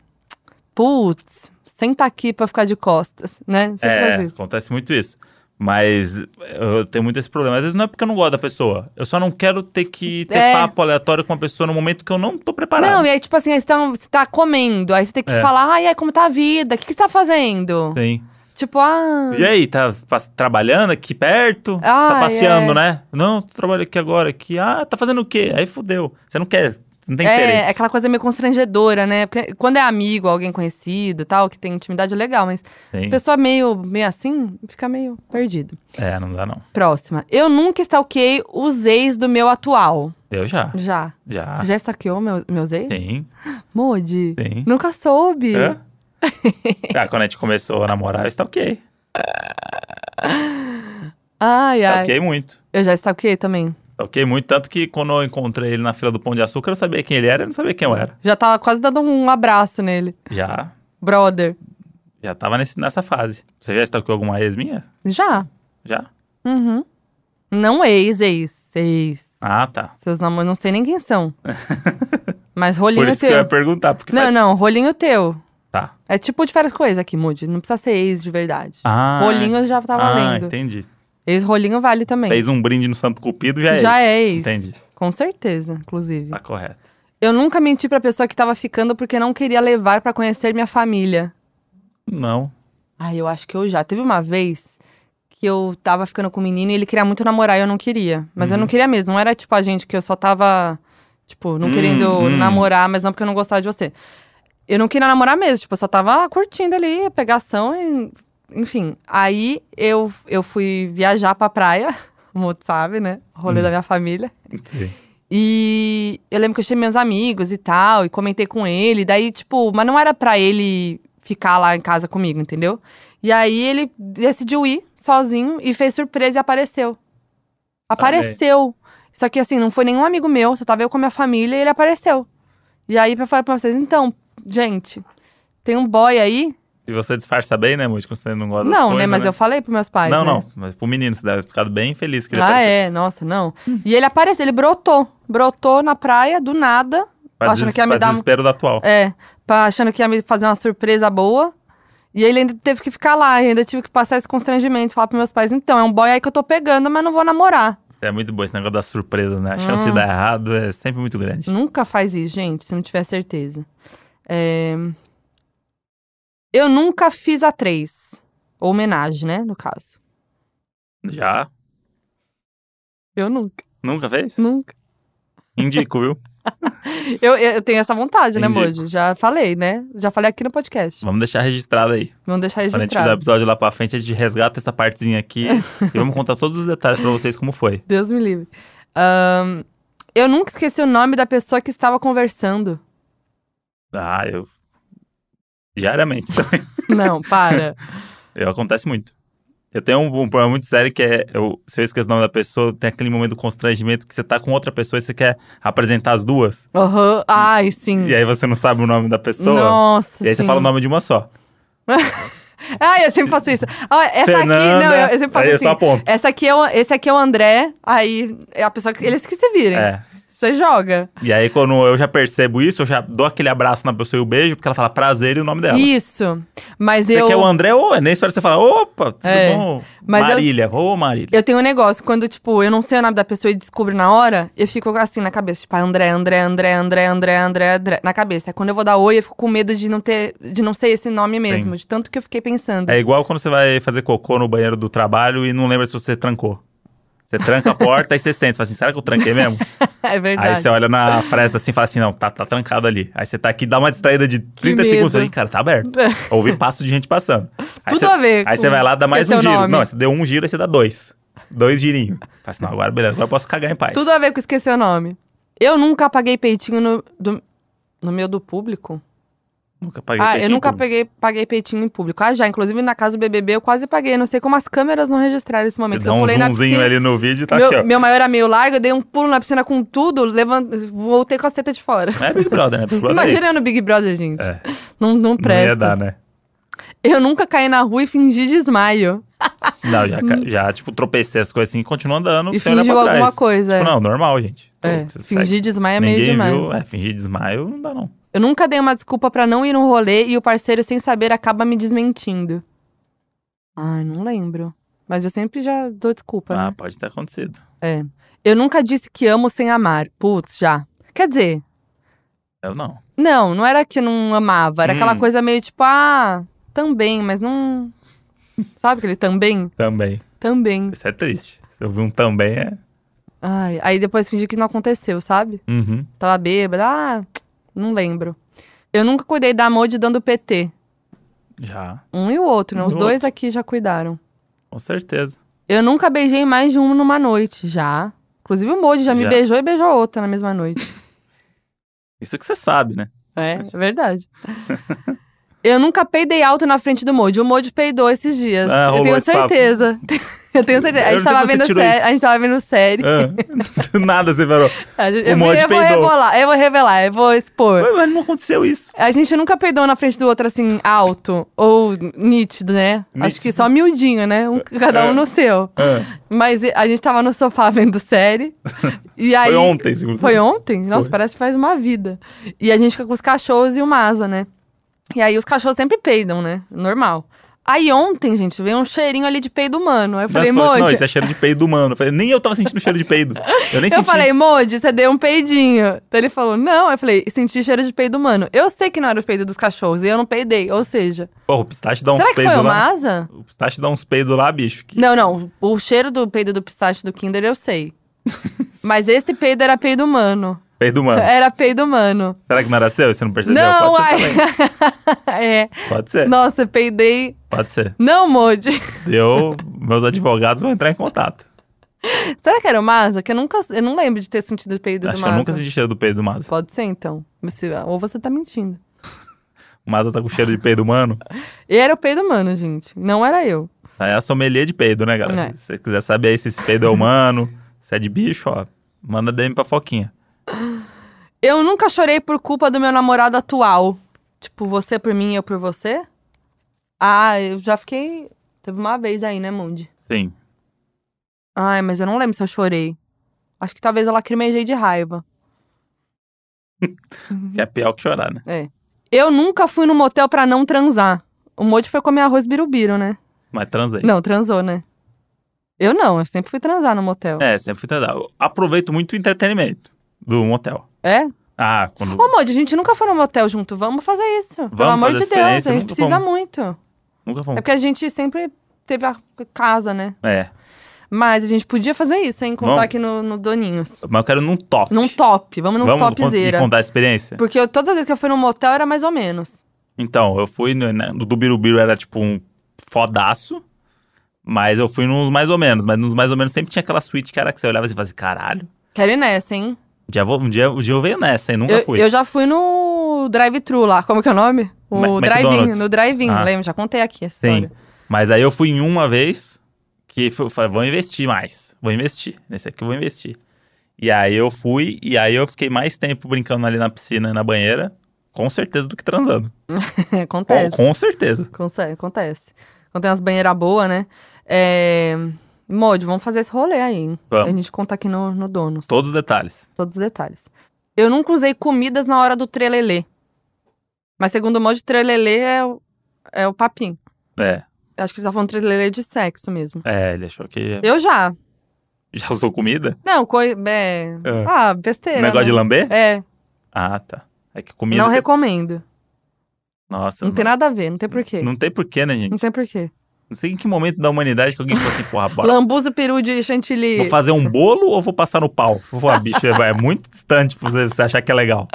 [SPEAKER 2] Putz, senta aqui pra ficar de costas, né? Você faz
[SPEAKER 1] É,
[SPEAKER 2] isso.
[SPEAKER 1] acontece muito isso. Mas eu tenho muito esse problema. Às vezes não é porque eu não gosto da pessoa. Eu só não quero ter que ter
[SPEAKER 2] É.
[SPEAKER 1] papo aleatório com uma pessoa no momento que eu não tô
[SPEAKER 2] Não,
[SPEAKER 1] preparado.
[SPEAKER 2] e aí, tipo assim, aí você tá, você tá comendo, aí você tem que
[SPEAKER 1] É.
[SPEAKER 2] falar, ai, ai, como tá a vida? O que, que você tá fazendo?
[SPEAKER 1] Sim.
[SPEAKER 2] Tipo, ah.
[SPEAKER 1] E aí, tá pas- trabalhando aqui perto?
[SPEAKER 2] Ah,
[SPEAKER 1] tá passeando,
[SPEAKER 2] é.
[SPEAKER 1] né? Não, tô trabalhando aqui agora. Aqui. Ah, tá fazendo o quê? Aí fudeu. Você não quer, não tem
[SPEAKER 2] É,
[SPEAKER 1] interesse.
[SPEAKER 2] é aquela coisa meio constrangedora, né? Porque quando é amigo, alguém conhecido e tal, que tem intimidade é legal, mas
[SPEAKER 1] Sim.
[SPEAKER 2] pessoa meio, meio assim, fica meio perdido.
[SPEAKER 1] É, não dá não.
[SPEAKER 2] Próxima. Eu nunca stalkeei os ex do meu atual.
[SPEAKER 1] Eu já.
[SPEAKER 2] Já.
[SPEAKER 1] Já.
[SPEAKER 2] Você já stalkeou meu, meus ex?
[SPEAKER 1] Ah. Sim,
[SPEAKER 2] Modi.
[SPEAKER 1] sim.
[SPEAKER 2] Nunca soube. [laughs]
[SPEAKER 1] Hã? ah, quando a gente começou a namorar, tá eu stalkeei.
[SPEAKER 2] Ai, ai.
[SPEAKER 1] Stalkeei Tá muito.
[SPEAKER 2] Eu já stalkeei também.
[SPEAKER 1] Stalkeei muito, tanto que quando eu encontrei ele na fila do Pão de Açúcar, eu sabia quem ele era e não sabia quem eu era.
[SPEAKER 2] Já tava quase dando um abraço nele.
[SPEAKER 1] Já,
[SPEAKER 2] Brother.
[SPEAKER 1] já tava nesse- nessa fase. Você já stalkeou alguma ex minha?
[SPEAKER 2] Já.
[SPEAKER 1] Já?
[SPEAKER 2] Uhum. Não ex, ex. Ex.
[SPEAKER 1] Ah, tá.
[SPEAKER 2] Seus namoros, não sei nem
[SPEAKER 1] [laughs]
[SPEAKER 2] quem são. Mas
[SPEAKER 1] Por
[SPEAKER 2] rolinho
[SPEAKER 1] isso que eu
[SPEAKER 2] teu.
[SPEAKER 1] ia perguntar, porque...
[SPEAKER 2] assim, Não, não, rolinho teu.
[SPEAKER 1] Tá.
[SPEAKER 2] É tipo de várias coisas aqui, Mude. Não precisa ser ex de verdade.
[SPEAKER 1] Ah,
[SPEAKER 2] rolinho eu já tava
[SPEAKER 1] ah,
[SPEAKER 2] lendo.
[SPEAKER 1] entendi.
[SPEAKER 2] Ex-rolinho vale também.
[SPEAKER 1] Fez um brinde no Santo Cupido, já é
[SPEAKER 2] Já é
[SPEAKER 1] ex.
[SPEAKER 2] ex.
[SPEAKER 1] Entendi.
[SPEAKER 2] Com certeza, inclusive.
[SPEAKER 1] Tá correto.
[SPEAKER 2] Eu nunca menti pra pessoa que tava ficando porque não queria levar pra conhecer minha família.
[SPEAKER 1] Não.
[SPEAKER 2] Ai, eu acho que eu já. Teve uma vez que eu tava ficando com um menino e ele queria muito namorar e eu não queria. Mas eu não queria mesmo. Não era tipo a gente que eu só tava, tipo, não
[SPEAKER 1] Hum,
[SPEAKER 2] querendo
[SPEAKER 1] hum.
[SPEAKER 2] namorar, mas não porque eu não gostava de você. Eu não queria namorar mesmo, tipo, eu só tava curtindo ali a pegação e. Enfim. Aí eu, eu fui viajar pra praia, [laughs] o outro sabe, né? Rolê da minha família.
[SPEAKER 1] Sim.
[SPEAKER 2] E eu lembro que eu chamei meus amigos e tal, e comentei com ele. Daí, tipo, mas não era pra ele ficar lá em casa comigo, entendeu? E aí ele decidiu ir sozinho e fez surpresa e apareceu. Apareceu. Só que assim, não foi nenhum amigo meu, só tava eu com a minha família e ele apareceu. E aí eu falei pra vocês, então, gente, tem um boy aí?
[SPEAKER 1] E você disfarça bem, né, Mude, quando você não gosta das
[SPEAKER 2] não, né?
[SPEAKER 1] coisas,
[SPEAKER 2] Mas eu falei pros meus pais.
[SPEAKER 1] Não,
[SPEAKER 2] né?
[SPEAKER 1] não. Mas pro menino, você deve ter ficado bem feliz que ele
[SPEAKER 2] Ah,
[SPEAKER 1] apareceu.
[SPEAKER 2] é, nossa, não. E ele apareceu, ele brotou. Brotou na praia, do nada.
[SPEAKER 1] Pra,
[SPEAKER 2] Achando
[SPEAKER 1] des-
[SPEAKER 2] que ia me
[SPEAKER 1] pra
[SPEAKER 2] dar um-
[SPEAKER 1] desespero da atual.
[SPEAKER 2] É, pra, achando que ia me fazer uma surpresa boa. E ele ainda teve que ficar lá, e ainda tive que passar esse constrangimento, falar pros meus pais, então, é um boy aí que eu tô pegando, mas não vou namorar.
[SPEAKER 1] Isso É muito bom esse negócio da surpresa, né? A chance de dar errado é sempre muito grande.
[SPEAKER 2] Nunca faz isso, gente, se não tiver certeza. É, Eu nunca fiz a três. Ou homenagem, né, no caso.
[SPEAKER 1] Já?
[SPEAKER 2] Eu nunca,
[SPEAKER 1] Nunca fez?
[SPEAKER 2] nunca.
[SPEAKER 1] Indico, viu?
[SPEAKER 2] Eu, eu eu tenho essa vontade, né,
[SPEAKER 1] Indico.
[SPEAKER 2] Moji? Já falei, né? Já falei aqui no podcast.
[SPEAKER 1] Vamos deixar registrado aí.
[SPEAKER 2] Vamos
[SPEAKER 1] Quando a
[SPEAKER 2] deixar
[SPEAKER 1] gente fizer o
[SPEAKER 2] registrado.
[SPEAKER 1] episódio lá pra frente, a gente resgata essa partezinha
[SPEAKER 2] [laughs]
[SPEAKER 1] aqui e vamos contar todos os detalhes pra vocês como foi.
[SPEAKER 2] Deus me livre. Ahn, eu nunca esqueci o nome da pessoa que estava conversando.
[SPEAKER 1] Ah, eu. Diariamente também.
[SPEAKER 2] Não, para.
[SPEAKER 1] Eu, acontece muito. Eu tenho um, um problema muito sério que é. eu- se eu esqueço o nome da pessoa, tem aquele momento do constrangimento que você tá com outra pessoa e você quer apresentar as duas.
[SPEAKER 2] Aham. Ai, sim.
[SPEAKER 1] E aí você não sabe o nome da pessoa.
[SPEAKER 2] Nossa.
[SPEAKER 1] E aí você
[SPEAKER 2] sim.
[SPEAKER 1] fala o nome de uma só.
[SPEAKER 2] Ai, eu sempre faço isso. Ah, essa
[SPEAKER 1] Fernanda,
[SPEAKER 2] aqui, não, eu, eu sempre faço
[SPEAKER 1] aí eu
[SPEAKER 2] assim.
[SPEAKER 1] só aponto.
[SPEAKER 2] Essa aqui é o, esse aqui é o André, aí é a pessoa que eles que se virem.
[SPEAKER 1] É.
[SPEAKER 2] Você joga.
[SPEAKER 1] E aí, quando eu já percebo isso, eu já dou aquele abraço na pessoa e o beijo, porque ela fala prazer e o nome dela.
[SPEAKER 2] Isso. Mas
[SPEAKER 1] Você
[SPEAKER 2] eu
[SPEAKER 1] quer é o André, ô, nem espera você falar, opa, tudo
[SPEAKER 2] É,
[SPEAKER 1] bom?
[SPEAKER 2] mas eu-
[SPEAKER 1] Marília, ô Marília.
[SPEAKER 2] eu tenho um negócio quando tipo, eu não sei o nome da pessoa e descubro na hora, eu fico assim na cabeça, tipo, ah, André, André, André, André, André, André, André, na cabeça. Aí quando eu vou dar oi, eu fico com medo de não ter, de não ser esse nome mesmo, de tanto que eu fiquei pensando.
[SPEAKER 1] É igual quando você vai fazer cocô no banheiro do trabalho e não lembra se você trancou. Você tranca a porta e você sente, você fala assim, será que eu tranquei mesmo?
[SPEAKER 2] [laughs] É [laughs] verdade.
[SPEAKER 1] aí você olha na fresta assim e fala assim, não, tá, tá trancado ali. Aí você tá aqui, dá uma distraída de 30
[SPEAKER 2] medo.
[SPEAKER 1] segundos, assim, cara, tá
[SPEAKER 2] [laughs]
[SPEAKER 1] aberto. Ouvi passo de gente passando. Aí
[SPEAKER 2] Tudo
[SPEAKER 1] você,
[SPEAKER 2] a ver
[SPEAKER 1] Aí
[SPEAKER 2] com-
[SPEAKER 1] você vai lá, dá mais um
[SPEAKER 2] esquecer o
[SPEAKER 1] giro.
[SPEAKER 2] nome.
[SPEAKER 1] Não, você deu um giro, aí você dá dois. Dois girinhos. Fala assim, não, agora beleza, agora eu posso cagar em paz.
[SPEAKER 2] Tudo a ver com esquecer o nome. Eu nunca apaguei peitinho no, do- no meu do público.
[SPEAKER 1] Nunca tipo. paguei
[SPEAKER 2] Ah, eu
[SPEAKER 1] peitinho
[SPEAKER 2] nunca
[SPEAKER 1] público.
[SPEAKER 2] peguei, paguei peitinho em público. Ah, já. Inclusive, na casa do BBB, eu quase paguei. Eu Não sei como as câmeras não registraram esse momento.
[SPEAKER 1] Você
[SPEAKER 2] que
[SPEAKER 1] dá
[SPEAKER 2] eu
[SPEAKER 1] um
[SPEAKER 2] pulei na
[SPEAKER 1] zoomzinho
[SPEAKER 2] piscina.
[SPEAKER 1] ali no vídeo e tá aqui, ó.
[SPEAKER 2] Meu, meu maior era meio largo, eu dei um pulo na piscina com tudo, levant... voltei com a seta de fora.
[SPEAKER 1] É Big [laughs] Brother, né? Big Brother é
[SPEAKER 2] Imagina
[SPEAKER 1] isso.
[SPEAKER 2] eu no Big Brother, gente.
[SPEAKER 1] É.
[SPEAKER 2] Não, não
[SPEAKER 1] Não
[SPEAKER 2] presta.
[SPEAKER 1] ia dar, né?
[SPEAKER 2] Eu nunca caí na rua e fingi desmaio.
[SPEAKER 1] Não, já, ca- já, tipo, tropecei as coisas assim e continuo andando.
[SPEAKER 2] Hum. E
[SPEAKER 1] sem olhar
[SPEAKER 2] fingiu
[SPEAKER 1] pra trás.
[SPEAKER 2] alguma coisa,
[SPEAKER 1] Tipo,
[SPEAKER 2] é.
[SPEAKER 1] não, normal, gente.
[SPEAKER 2] É,
[SPEAKER 1] Você
[SPEAKER 2] fingir
[SPEAKER 1] segue.
[SPEAKER 2] desmaio é meio
[SPEAKER 1] Ninguém
[SPEAKER 2] demais.
[SPEAKER 1] viu. É, fingir desmaio não dá, não.
[SPEAKER 2] Eu nunca dei uma desculpa pra não ir num rolê e o parceiro, sem saber, acaba me desmentindo. Ai, não lembro. Mas eu sempre já dou desculpa,
[SPEAKER 1] Ah,
[SPEAKER 2] né?
[SPEAKER 1] pode ter acontecido.
[SPEAKER 2] É. Eu nunca disse que amo sem amar. Putz, já. Quer dizer,
[SPEAKER 1] Eu não.
[SPEAKER 2] não, não era que não amava. Era
[SPEAKER 1] Hum.
[SPEAKER 2] aquela coisa meio tipo, ah, também, mas não. Sabe aquele também?
[SPEAKER 1] Também.
[SPEAKER 2] Também.
[SPEAKER 1] Isso é triste. Se eu vi um também, é.
[SPEAKER 2] Ai, aí depois fingi que não aconteceu, sabe?
[SPEAKER 1] Uhum.
[SPEAKER 2] Tava bêbada, ah, não lembro. Eu nunca cuidei da Modi dando PT.
[SPEAKER 1] Já.
[SPEAKER 2] Um e o outro, né?
[SPEAKER 1] Um
[SPEAKER 2] Os
[SPEAKER 1] e o
[SPEAKER 2] dois
[SPEAKER 1] outro.
[SPEAKER 2] aqui já cuidaram.
[SPEAKER 1] Com certeza.
[SPEAKER 2] Eu nunca beijei mais de um numa noite, já. Inclusive o Modi já, me
[SPEAKER 1] Já.
[SPEAKER 2] beijou e beijou outra na mesma
[SPEAKER 1] [laughs]
[SPEAKER 2] noite.
[SPEAKER 1] Isso que você sabe,
[SPEAKER 2] [laughs]
[SPEAKER 1] né?
[SPEAKER 2] É, é verdade. Eu nunca peidei alto na frente do Modi. O Modi peidou esses dias.
[SPEAKER 1] Ah,
[SPEAKER 2] eu
[SPEAKER 1] rolou
[SPEAKER 2] tenho
[SPEAKER 1] esse papo. [laughs]
[SPEAKER 2] certeza. Eu tenho certeza. A
[SPEAKER 1] Eu não sei
[SPEAKER 2] gente, tava
[SPEAKER 1] como você
[SPEAKER 2] vendo
[SPEAKER 1] tirou
[SPEAKER 2] série,
[SPEAKER 1] isso.
[SPEAKER 2] a gente tava vendo
[SPEAKER 1] [laughs]
[SPEAKER 2] série.
[SPEAKER 1] Ah, do nada você falou.
[SPEAKER 2] A gente-
[SPEAKER 1] O
[SPEAKER 2] eu, vou-
[SPEAKER 1] Modi
[SPEAKER 2] eu vou
[SPEAKER 1] peidou.
[SPEAKER 2] revelar, eu vou revelar, eu vou expor.
[SPEAKER 1] Ué, Mas não aconteceu isso.
[SPEAKER 2] A gente nunca peidou na frente do outro assim, alto ou nítido, né? Acho
[SPEAKER 1] Nítido. É,
[SPEAKER 2] que só miudinho, né? Um- cada um no seu.
[SPEAKER 1] Ah,
[SPEAKER 2] Mas e- a gente tava no sofá [laughs] vendo série. E aí,
[SPEAKER 1] foi ontem, segundo
[SPEAKER 2] Foi
[SPEAKER 1] você.
[SPEAKER 2] ontem? Nossa,
[SPEAKER 1] Foi.
[SPEAKER 2] parece que faz uma vida. E a gente fica com os cachorros e o Masa, né? E aí os cachorros sempre peidam, né? Normal. Aí ontem, gente, veio um cheirinho ali de peido humano. Aí eu
[SPEAKER 1] Daí
[SPEAKER 2] falei,
[SPEAKER 1] você falou assim, não,
[SPEAKER 2] Moji.
[SPEAKER 1] isso é cheiro de peido humano. Eu falei, nem eu tava sentindo cheiro de peido. Eu nem
[SPEAKER 2] Eu
[SPEAKER 1] senti.
[SPEAKER 2] falei, Moji, você deu um peidinho. Então ele falou, não. Eu falei, senti cheiro de peido humano. Eu sei que não era o peido dos cachorros e eu não peidei. Ou seja,
[SPEAKER 1] Porra, o pistache dá uns
[SPEAKER 2] será que
[SPEAKER 1] Então, peidos
[SPEAKER 2] foi o
[SPEAKER 1] lá.
[SPEAKER 2] Masa?
[SPEAKER 1] O pistache dá uns peidos lá, bicho. que-
[SPEAKER 2] Não, não. O cheiro do peido do pistache do Kinder eu
[SPEAKER 1] [laughs]
[SPEAKER 2] sei. Mas esse peido era peido humano.
[SPEAKER 1] Peido humano.
[SPEAKER 2] Era peido humano.
[SPEAKER 1] Será que não era seu? e Você não percebeu?
[SPEAKER 2] Não,
[SPEAKER 1] Pode ser
[SPEAKER 2] ai.
[SPEAKER 1] também.
[SPEAKER 2] [laughs] é.
[SPEAKER 1] Pode ser.
[SPEAKER 2] Nossa, peidei.
[SPEAKER 1] Pode ser.
[SPEAKER 2] Não, Modi.
[SPEAKER 1] Eu, meus advogados vão entrar em contato.
[SPEAKER 2] [laughs] Será que era o Masa? Que eu nunca. Eu não lembro de ter sentido o peido
[SPEAKER 1] Acho
[SPEAKER 2] do
[SPEAKER 1] que
[SPEAKER 2] Masa.
[SPEAKER 1] eu nunca senti cheiro do peido do Maza.
[SPEAKER 2] Pode ser, então. Você- ou você tá mentindo.
[SPEAKER 1] O Maza tá com cheiro de peido humano.
[SPEAKER 2] E era o peido humano, gente. Não era eu.
[SPEAKER 1] Aí é a sommelier de peido, né, galera?
[SPEAKER 2] É.
[SPEAKER 1] Se você quiser saber aí se esse peido é humano, se é de bicho, ó, manda DM pra Foquinha.
[SPEAKER 2] Eu nunca chorei por culpa do meu namorado atual. Tipo, você por mim, eu por você? Ah, eu já fiquei. Teve uma vez aí, né, Mundi?
[SPEAKER 1] Sim.
[SPEAKER 2] Ai, mas eu não lembro se eu chorei. Acho que talvez eu lacrimejei de raiva.
[SPEAKER 1] Que é pior que chorar, né?
[SPEAKER 2] É. Eu nunca fui no motel pra não transar. O Moji foi comer arroz birubiru, né?
[SPEAKER 1] Mas transei.
[SPEAKER 2] Não, transou, né? Eu não, eu sempre fui transar no motel.
[SPEAKER 1] É, sempre fui transar. Eu aproveito muito o entretenimento do motel.
[SPEAKER 2] É?
[SPEAKER 1] Ah, quando.
[SPEAKER 2] Ô, Moji, a gente nunca foi no motel junto. Vamos fazer isso. Pelo
[SPEAKER 1] Vamos
[SPEAKER 2] amor
[SPEAKER 1] fazer
[SPEAKER 2] de
[SPEAKER 1] essa
[SPEAKER 2] Deus,
[SPEAKER 1] experiência,
[SPEAKER 2] a gente
[SPEAKER 1] nunca
[SPEAKER 2] precisa
[SPEAKER 1] fomos.
[SPEAKER 2] muito.
[SPEAKER 1] Nunca
[SPEAKER 2] É
[SPEAKER 1] fomos.
[SPEAKER 2] porque a gente sempre teve a casa, né?
[SPEAKER 1] É.
[SPEAKER 2] Mas a gente podia fazer isso, hein? Contar
[SPEAKER 1] Vamos.
[SPEAKER 2] aqui no, no Doninhos.
[SPEAKER 1] Mas eu quero num top.
[SPEAKER 2] Num top. Vamos num
[SPEAKER 1] Vamos con-
[SPEAKER 2] topzera.
[SPEAKER 1] e contar a experiência?
[SPEAKER 2] Porque eu- todas as vezes que eu fui no motel era mais ou menos.
[SPEAKER 1] Então, eu fui no, na- no do Birubiru, era tipo um fodaço. Mas eu fui nos mais ou menos. Mas nos mais ou menos sempre tinha aquela suíte que era que você olhava e fazia, caralho.
[SPEAKER 2] Quero ir nessa, hein?
[SPEAKER 1] Um dia, eu vou- um, dia, um dia eu venho nessa, hein? Nunca
[SPEAKER 2] Eu,
[SPEAKER 1] fui.
[SPEAKER 2] eu já fui no drive-thru lá. Como que é o nome? O
[SPEAKER 1] Ma-
[SPEAKER 2] drive-in.
[SPEAKER 1] McDonald's.
[SPEAKER 2] No drive-in,
[SPEAKER 1] Ah.
[SPEAKER 2] lembra? Já contei aqui essa
[SPEAKER 1] Sim.
[SPEAKER 2] história. [laughs]
[SPEAKER 1] Mas aí eu fui em uma vez que fui- eu falei, vou investir mais. Vou investir. Nesse aqui eu vou investir. E aí eu fui, e aí eu fiquei mais tempo brincando ali na piscina e na banheira, com certeza, do que transando. Com,
[SPEAKER 2] Acontece.
[SPEAKER 1] com certeza.
[SPEAKER 2] Conse- Acontece. Quando tem umas banheiras boas, né? É... Mod, vamos fazer esse rolê aí, hein?
[SPEAKER 1] Vamos.
[SPEAKER 2] A gente conta aqui no, no Donos.
[SPEAKER 1] Todos os detalhes.
[SPEAKER 2] Todos os detalhes. Eu nunca usei comidas na hora do trelelê. Mas segundo o Mod, trelelê é o, é o papinho.
[SPEAKER 1] É,
[SPEAKER 2] Acho que ele tá falando trelelê de sexo mesmo.
[SPEAKER 1] é, ele achou que
[SPEAKER 2] Eu já.
[SPEAKER 1] já [laughs] usou comida?
[SPEAKER 2] Não, coi... é...
[SPEAKER 1] É.
[SPEAKER 2] Ah, besteira,
[SPEAKER 1] Negócio de
[SPEAKER 2] né?
[SPEAKER 1] lamber?
[SPEAKER 2] É,
[SPEAKER 1] Ah, tá. É que comida.
[SPEAKER 2] não
[SPEAKER 1] você-
[SPEAKER 2] recomendo.
[SPEAKER 1] Nossa,
[SPEAKER 2] Não tem nada a ver, não tem porquê. Não,
[SPEAKER 1] Não tem porquê, né, gente?
[SPEAKER 2] tem porquê.
[SPEAKER 1] Não sei em que momento da humanidade que alguém falou assim, porra,
[SPEAKER 2] [laughs]
[SPEAKER 1] bora.
[SPEAKER 2] Lambuza, peru de chantilly.
[SPEAKER 1] Vou fazer um bolo ou vou passar no pau? Pô, bicho, vai, é muito distante pra você, você achar que é
[SPEAKER 2] [laughs]
[SPEAKER 1] legal.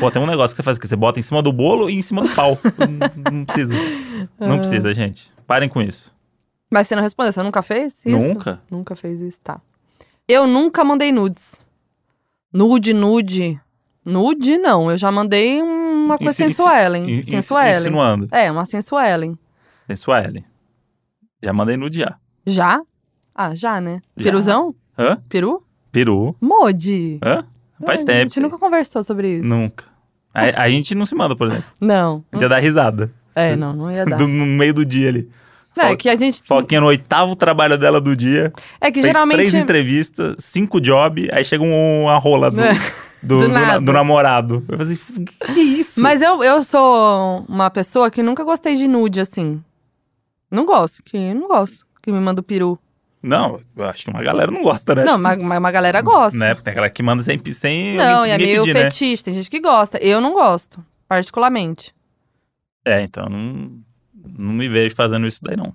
[SPEAKER 1] Pô, tem um negócio que você faz que você bota em cima do bolo e em cima do pau. não, não precisa.
[SPEAKER 2] Ah.
[SPEAKER 1] Não precisa, gente. Parem com isso.
[SPEAKER 2] Mas você não respondeu, você nunca fez isso?
[SPEAKER 1] Nunca.
[SPEAKER 2] Nunca fez isso, tá. Eu nunca mandei nudes. Nude, nude. Nude, não. Eu já mandei um, uma coisa
[SPEAKER 1] Insi- insi-
[SPEAKER 2] sensuellen.
[SPEAKER 1] In- ins-
[SPEAKER 2] Sensuellen.
[SPEAKER 1] Insinuando.
[SPEAKER 2] É, uma sensuellen.
[SPEAKER 1] Sensuellen. Já mandei nudear.
[SPEAKER 2] Já? Ah, já, né?
[SPEAKER 1] Já.
[SPEAKER 2] Piruzão?
[SPEAKER 1] Hã?
[SPEAKER 2] Peru?
[SPEAKER 1] Peru.
[SPEAKER 2] Mode.
[SPEAKER 1] Hã? Faz
[SPEAKER 2] Não, A
[SPEAKER 1] tempo.
[SPEAKER 2] gente nunca conversou sobre isso.
[SPEAKER 1] Nunca. A, a gente não se manda, por exemplo.
[SPEAKER 2] Não.
[SPEAKER 1] A gente já dá risada.
[SPEAKER 2] É, não, não
[SPEAKER 1] [laughs]
[SPEAKER 2] ia dar.
[SPEAKER 1] Do- no meio do dia ali.
[SPEAKER 2] Não, é
[SPEAKER 1] Fo-
[SPEAKER 2] que a gente.
[SPEAKER 1] Foquinha no oitavo trabalho dela do dia.
[SPEAKER 2] É
[SPEAKER 1] fez três
[SPEAKER 2] que geralmente.
[SPEAKER 1] entrevistas, cinco job, aí chega um- uma rola do,
[SPEAKER 2] [laughs] É,
[SPEAKER 1] do,
[SPEAKER 2] do
[SPEAKER 1] do na-
[SPEAKER 2] nada.
[SPEAKER 1] do namorado. Eu falei assim, que que é isso?
[SPEAKER 2] Mas eu, eu sou uma pessoa que nunca gostei de nude, assim. Não gosto, que não gosto. Que me manda o peru.
[SPEAKER 1] Não, eu acho que uma galera não gosta, né?
[SPEAKER 2] Não,
[SPEAKER 1] Acho que-
[SPEAKER 2] mas mas uma galera gosta.
[SPEAKER 1] Né? Porque tem aquela que manda sem, sem
[SPEAKER 2] Não, e
[SPEAKER 1] ninguém
[SPEAKER 2] é meio
[SPEAKER 1] pedir, né?
[SPEAKER 2] fetiche, tem gente que gosta. Eu não gosto, particularmente.
[SPEAKER 1] É, então não, não me vejo fazendo isso daí, não.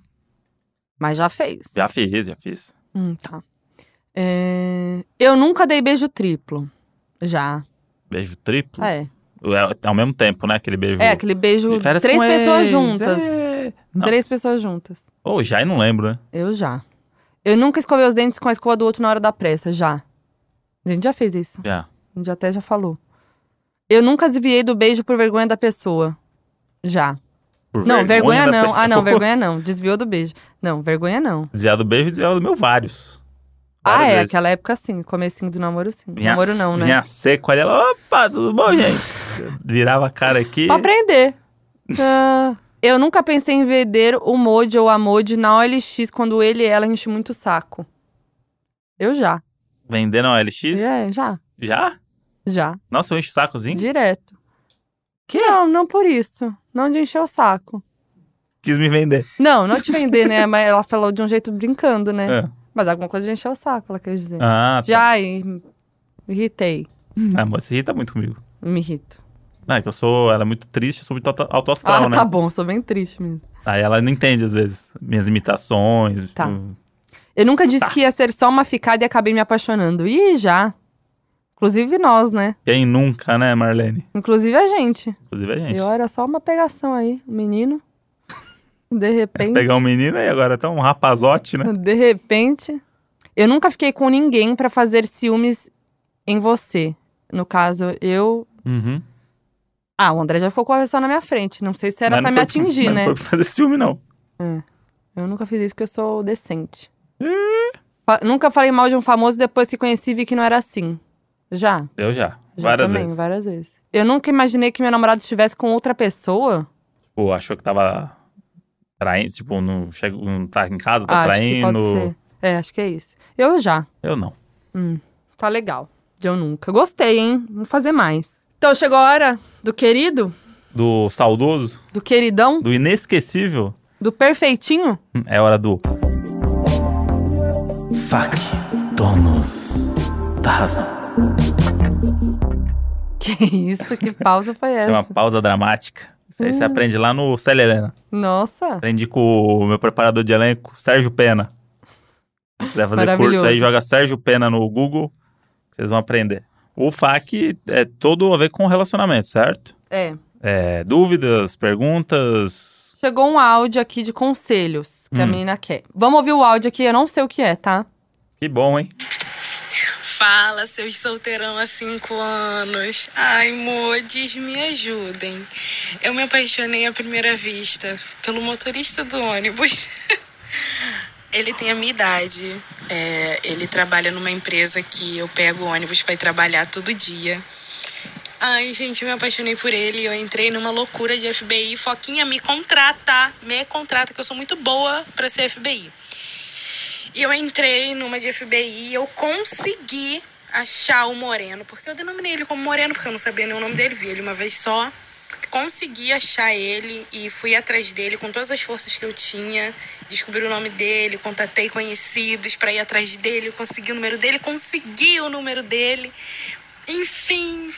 [SPEAKER 2] Mas já fez.
[SPEAKER 1] Já fiz, já fiz.
[SPEAKER 2] Hum, tá. É, Eu nunca dei beijo triplo. Já.
[SPEAKER 1] Beijo triplo.
[SPEAKER 2] É.
[SPEAKER 1] É, ao mesmo tempo, né? Aquele beijo.
[SPEAKER 2] É, aquele beijo.
[SPEAKER 1] de férias
[SPEAKER 2] Três
[SPEAKER 1] com
[SPEAKER 2] pessoas
[SPEAKER 1] ex,
[SPEAKER 2] juntas.
[SPEAKER 1] é. Não.
[SPEAKER 2] Três pessoas juntas.
[SPEAKER 1] Ou já e não lembro, né?
[SPEAKER 2] Eu já. Eu nunca escovei os dentes com a escova do outro na hora da pressa, já. A gente já fez isso.
[SPEAKER 1] Já.
[SPEAKER 2] A gente até já falou. Eu nunca desviei do beijo por vergonha da pessoa. Já.
[SPEAKER 1] Por
[SPEAKER 2] não, vergonha
[SPEAKER 1] da
[SPEAKER 2] não. Ah,
[SPEAKER 1] pessoa.
[SPEAKER 2] não, vergonha não. Desviou do beijo. Não, vergonha não.
[SPEAKER 1] Desviar do beijo, desviar do meu vários.
[SPEAKER 2] ah,
[SPEAKER 1] Várias
[SPEAKER 2] é,
[SPEAKER 1] vezes.
[SPEAKER 2] aquela época sim, comecinho do namoro sim.
[SPEAKER 1] Vinha,
[SPEAKER 2] namoro não, né?
[SPEAKER 1] Vinha seco ali, ela, opa, tudo bom, gente? [laughs] Virava a cara aqui.
[SPEAKER 2] Pra aprender. Ah, eu nunca pensei em vender o mod ou a mod na OLX quando ele e ela enchem muito o saco. Eu já.
[SPEAKER 1] Vendendo a OLX?
[SPEAKER 2] É, já.
[SPEAKER 1] Já?
[SPEAKER 2] Já.
[SPEAKER 1] Nossa, eu encho o sacozinho.
[SPEAKER 2] Direto.
[SPEAKER 1] Que?
[SPEAKER 2] Não, não por isso. Não de encher o saco.
[SPEAKER 1] Quis me vender.
[SPEAKER 2] Não, não
[SPEAKER 1] [laughs]
[SPEAKER 2] te vender, né? Mas ela falou de um jeito brincando, né?
[SPEAKER 1] É.
[SPEAKER 2] Mas alguma coisa de encher o saco, ela quer dizer.
[SPEAKER 1] Ah, tá.
[SPEAKER 2] Já e- irritei.
[SPEAKER 1] Ah, mas você irrita muito comigo.
[SPEAKER 2] Me irrito.
[SPEAKER 1] Não, é que eu sou. Ela é muito triste, eu sou muito auto- autoastral,
[SPEAKER 2] ah,
[SPEAKER 1] né?
[SPEAKER 2] tá bom, sou bem triste mesmo.
[SPEAKER 1] Aí ela não entende, às vezes, minhas imitações.
[SPEAKER 2] Tá.
[SPEAKER 1] tipo,
[SPEAKER 2] Eu nunca disse
[SPEAKER 1] Tá.
[SPEAKER 2] que ia ser só uma ficada e acabei me apaixonando. Ih, já. Inclusive nós, né?
[SPEAKER 1] Quem nunca, né, Marlene?
[SPEAKER 2] Inclusive a gente.
[SPEAKER 1] Inclusive a gente.
[SPEAKER 2] Eu era só uma pegação aí, um menino. De repente.
[SPEAKER 1] Pegar um menino e agora tá um rapazote, né?
[SPEAKER 2] [laughs] De repente. Eu nunca fiquei com ninguém pra fazer ciúmes em você. No caso, eu.
[SPEAKER 1] Uhum.
[SPEAKER 2] Ah, o André já ficou com a pessoa na minha frente. Não sei se era
[SPEAKER 1] Mas
[SPEAKER 2] pra
[SPEAKER 1] não
[SPEAKER 2] me
[SPEAKER 1] foi-
[SPEAKER 2] atingir,
[SPEAKER 1] [laughs] mas
[SPEAKER 2] né?
[SPEAKER 1] Não foi pra fazer ciúme, não.
[SPEAKER 2] Eu nunca fiz isso porque eu sou decente. Fa- Nunca falei mal de um famoso depois que conheci e vi que não era assim. Já?
[SPEAKER 1] Eu já.
[SPEAKER 2] Já
[SPEAKER 1] várias
[SPEAKER 2] também,
[SPEAKER 1] vezes.
[SPEAKER 2] várias vezes. Eu nunca imaginei que meu namorado estivesse com outra pessoa.
[SPEAKER 1] Tipo, achou que tava traindo, tipo, não, chega, não tá em casa, tá
[SPEAKER 2] Ah, acho que
[SPEAKER 1] traindo.
[SPEAKER 2] pode ser. É, acho que é isso. Eu já.
[SPEAKER 1] Eu não.
[SPEAKER 2] Tá legal. De eu nunca. Gostei, hein? Vou fazer mais. Então chegou a hora do querido,
[SPEAKER 1] Do saudoso,
[SPEAKER 2] do queridão,
[SPEAKER 1] do inesquecível,
[SPEAKER 2] do perfeitinho. [laughs]
[SPEAKER 1] é hora do. Fuck donos da razão.
[SPEAKER 2] Que isso, que pausa foi
[SPEAKER 1] Isso é uma
[SPEAKER 2] essa? Hum.
[SPEAKER 1] pausa dramática. Isso aí você aprende lá no Célia Helena.
[SPEAKER 2] Nossa.
[SPEAKER 1] Aprendi com o meu preparador de elenco, Sérgio Pena. Se quiser fazer
[SPEAKER 2] Maravilhoso.
[SPEAKER 1] curso aí, joga Sérgio Pena no Google, que vocês vão aprender. O FAQ é todo a ver com relacionamento, certo?
[SPEAKER 2] É.
[SPEAKER 1] É, dúvidas, perguntas.
[SPEAKER 2] Chegou um áudio aqui de conselhos que a
[SPEAKER 1] Hum.
[SPEAKER 2] menina quer. Vamos ouvir o áudio aqui, eu não sei o que é, tá?
[SPEAKER 1] Que bom, hein?
[SPEAKER 4] Fala, seus solteirão há cinco anos. Ai, modes, me ajudem. Eu me apaixonei à primeira vista pelo motorista do ônibus. [laughs] Ele tem a minha idade. É, ele trabalha numa empresa que eu pego ônibus para ir trabalhar todo dia. Ai, gente, eu me apaixonei por ele. Eu entrei numa loucura de FBI. Foquinha, me contrata. Me contrata, que eu sou muito boa para ser FBI. E eu entrei numa de FBI e eu consegui achar o Moreno, porque eu denominei ele como Moreno, porque eu não sabia nem o nome dele, vi ele uma vez só. Consegui achar ele e fui atrás dele com todas as forças que eu tinha. Descobri o nome dele, contatei conhecidos pra ir atrás dele, consegui o número dele, consegui o número dele. Enfim,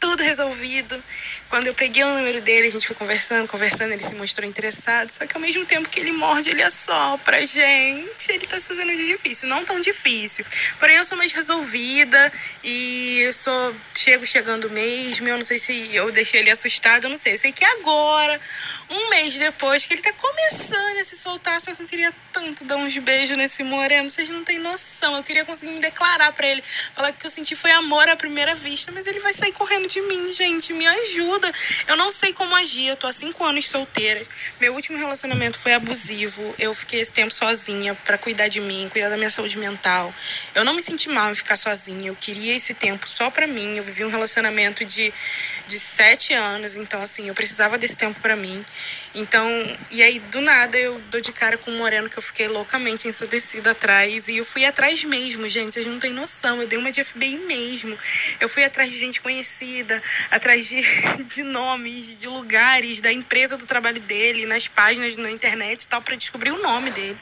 [SPEAKER 4] tudo resolvido. Quando eu peguei o número dele, a gente foi conversando, conversando, ele se mostrou interessado. Só que ao mesmo tempo que ele morde, ele assopra, gente. Ele tá se fazendo de difícil, não tão difícil. Porém, eu sou mais resolvida e eu sou. Chego chegando mesmo. Eu não sei se eu deixei ele assustado, eu não sei. Eu sei que agora, um mês depois, que ele tá começando a se soltar, só que eu queria tanto dar uns beijos nesse moreno. Vocês não têm noção. Eu queria conseguir me declarar pra ele. Falar que o que eu senti foi amor à primeira vista, mas ele vai sair correndo de mim, gente. Me ajuda. Eu não sei como agir. Eu tô há cinco anos solteira. Meu último relacionamento foi abusivo. Eu fiquei esse tempo sozinha pra cuidar de mim, cuidar da minha saúde mental. Eu não me senti mal em ficar sozinha. Eu queria esse tempo só pra mim. Eu vivi um relacionamento de, de sete anos. Então, assim, eu precisava desse tempo pra mim. Então, e aí do nada eu dou de cara com um moreno que eu fiquei loucamente ensudecida atrás. E eu fui atrás mesmo, gente. Vocês não têm noção. Eu dei uma de FBI mesmo. Eu fui atrás de gente conhecida, atrás de, de [laughs] nomes, de lugares, da empresa do trabalho dele, nas páginas na internet e tal, pra descobrir o nome dele.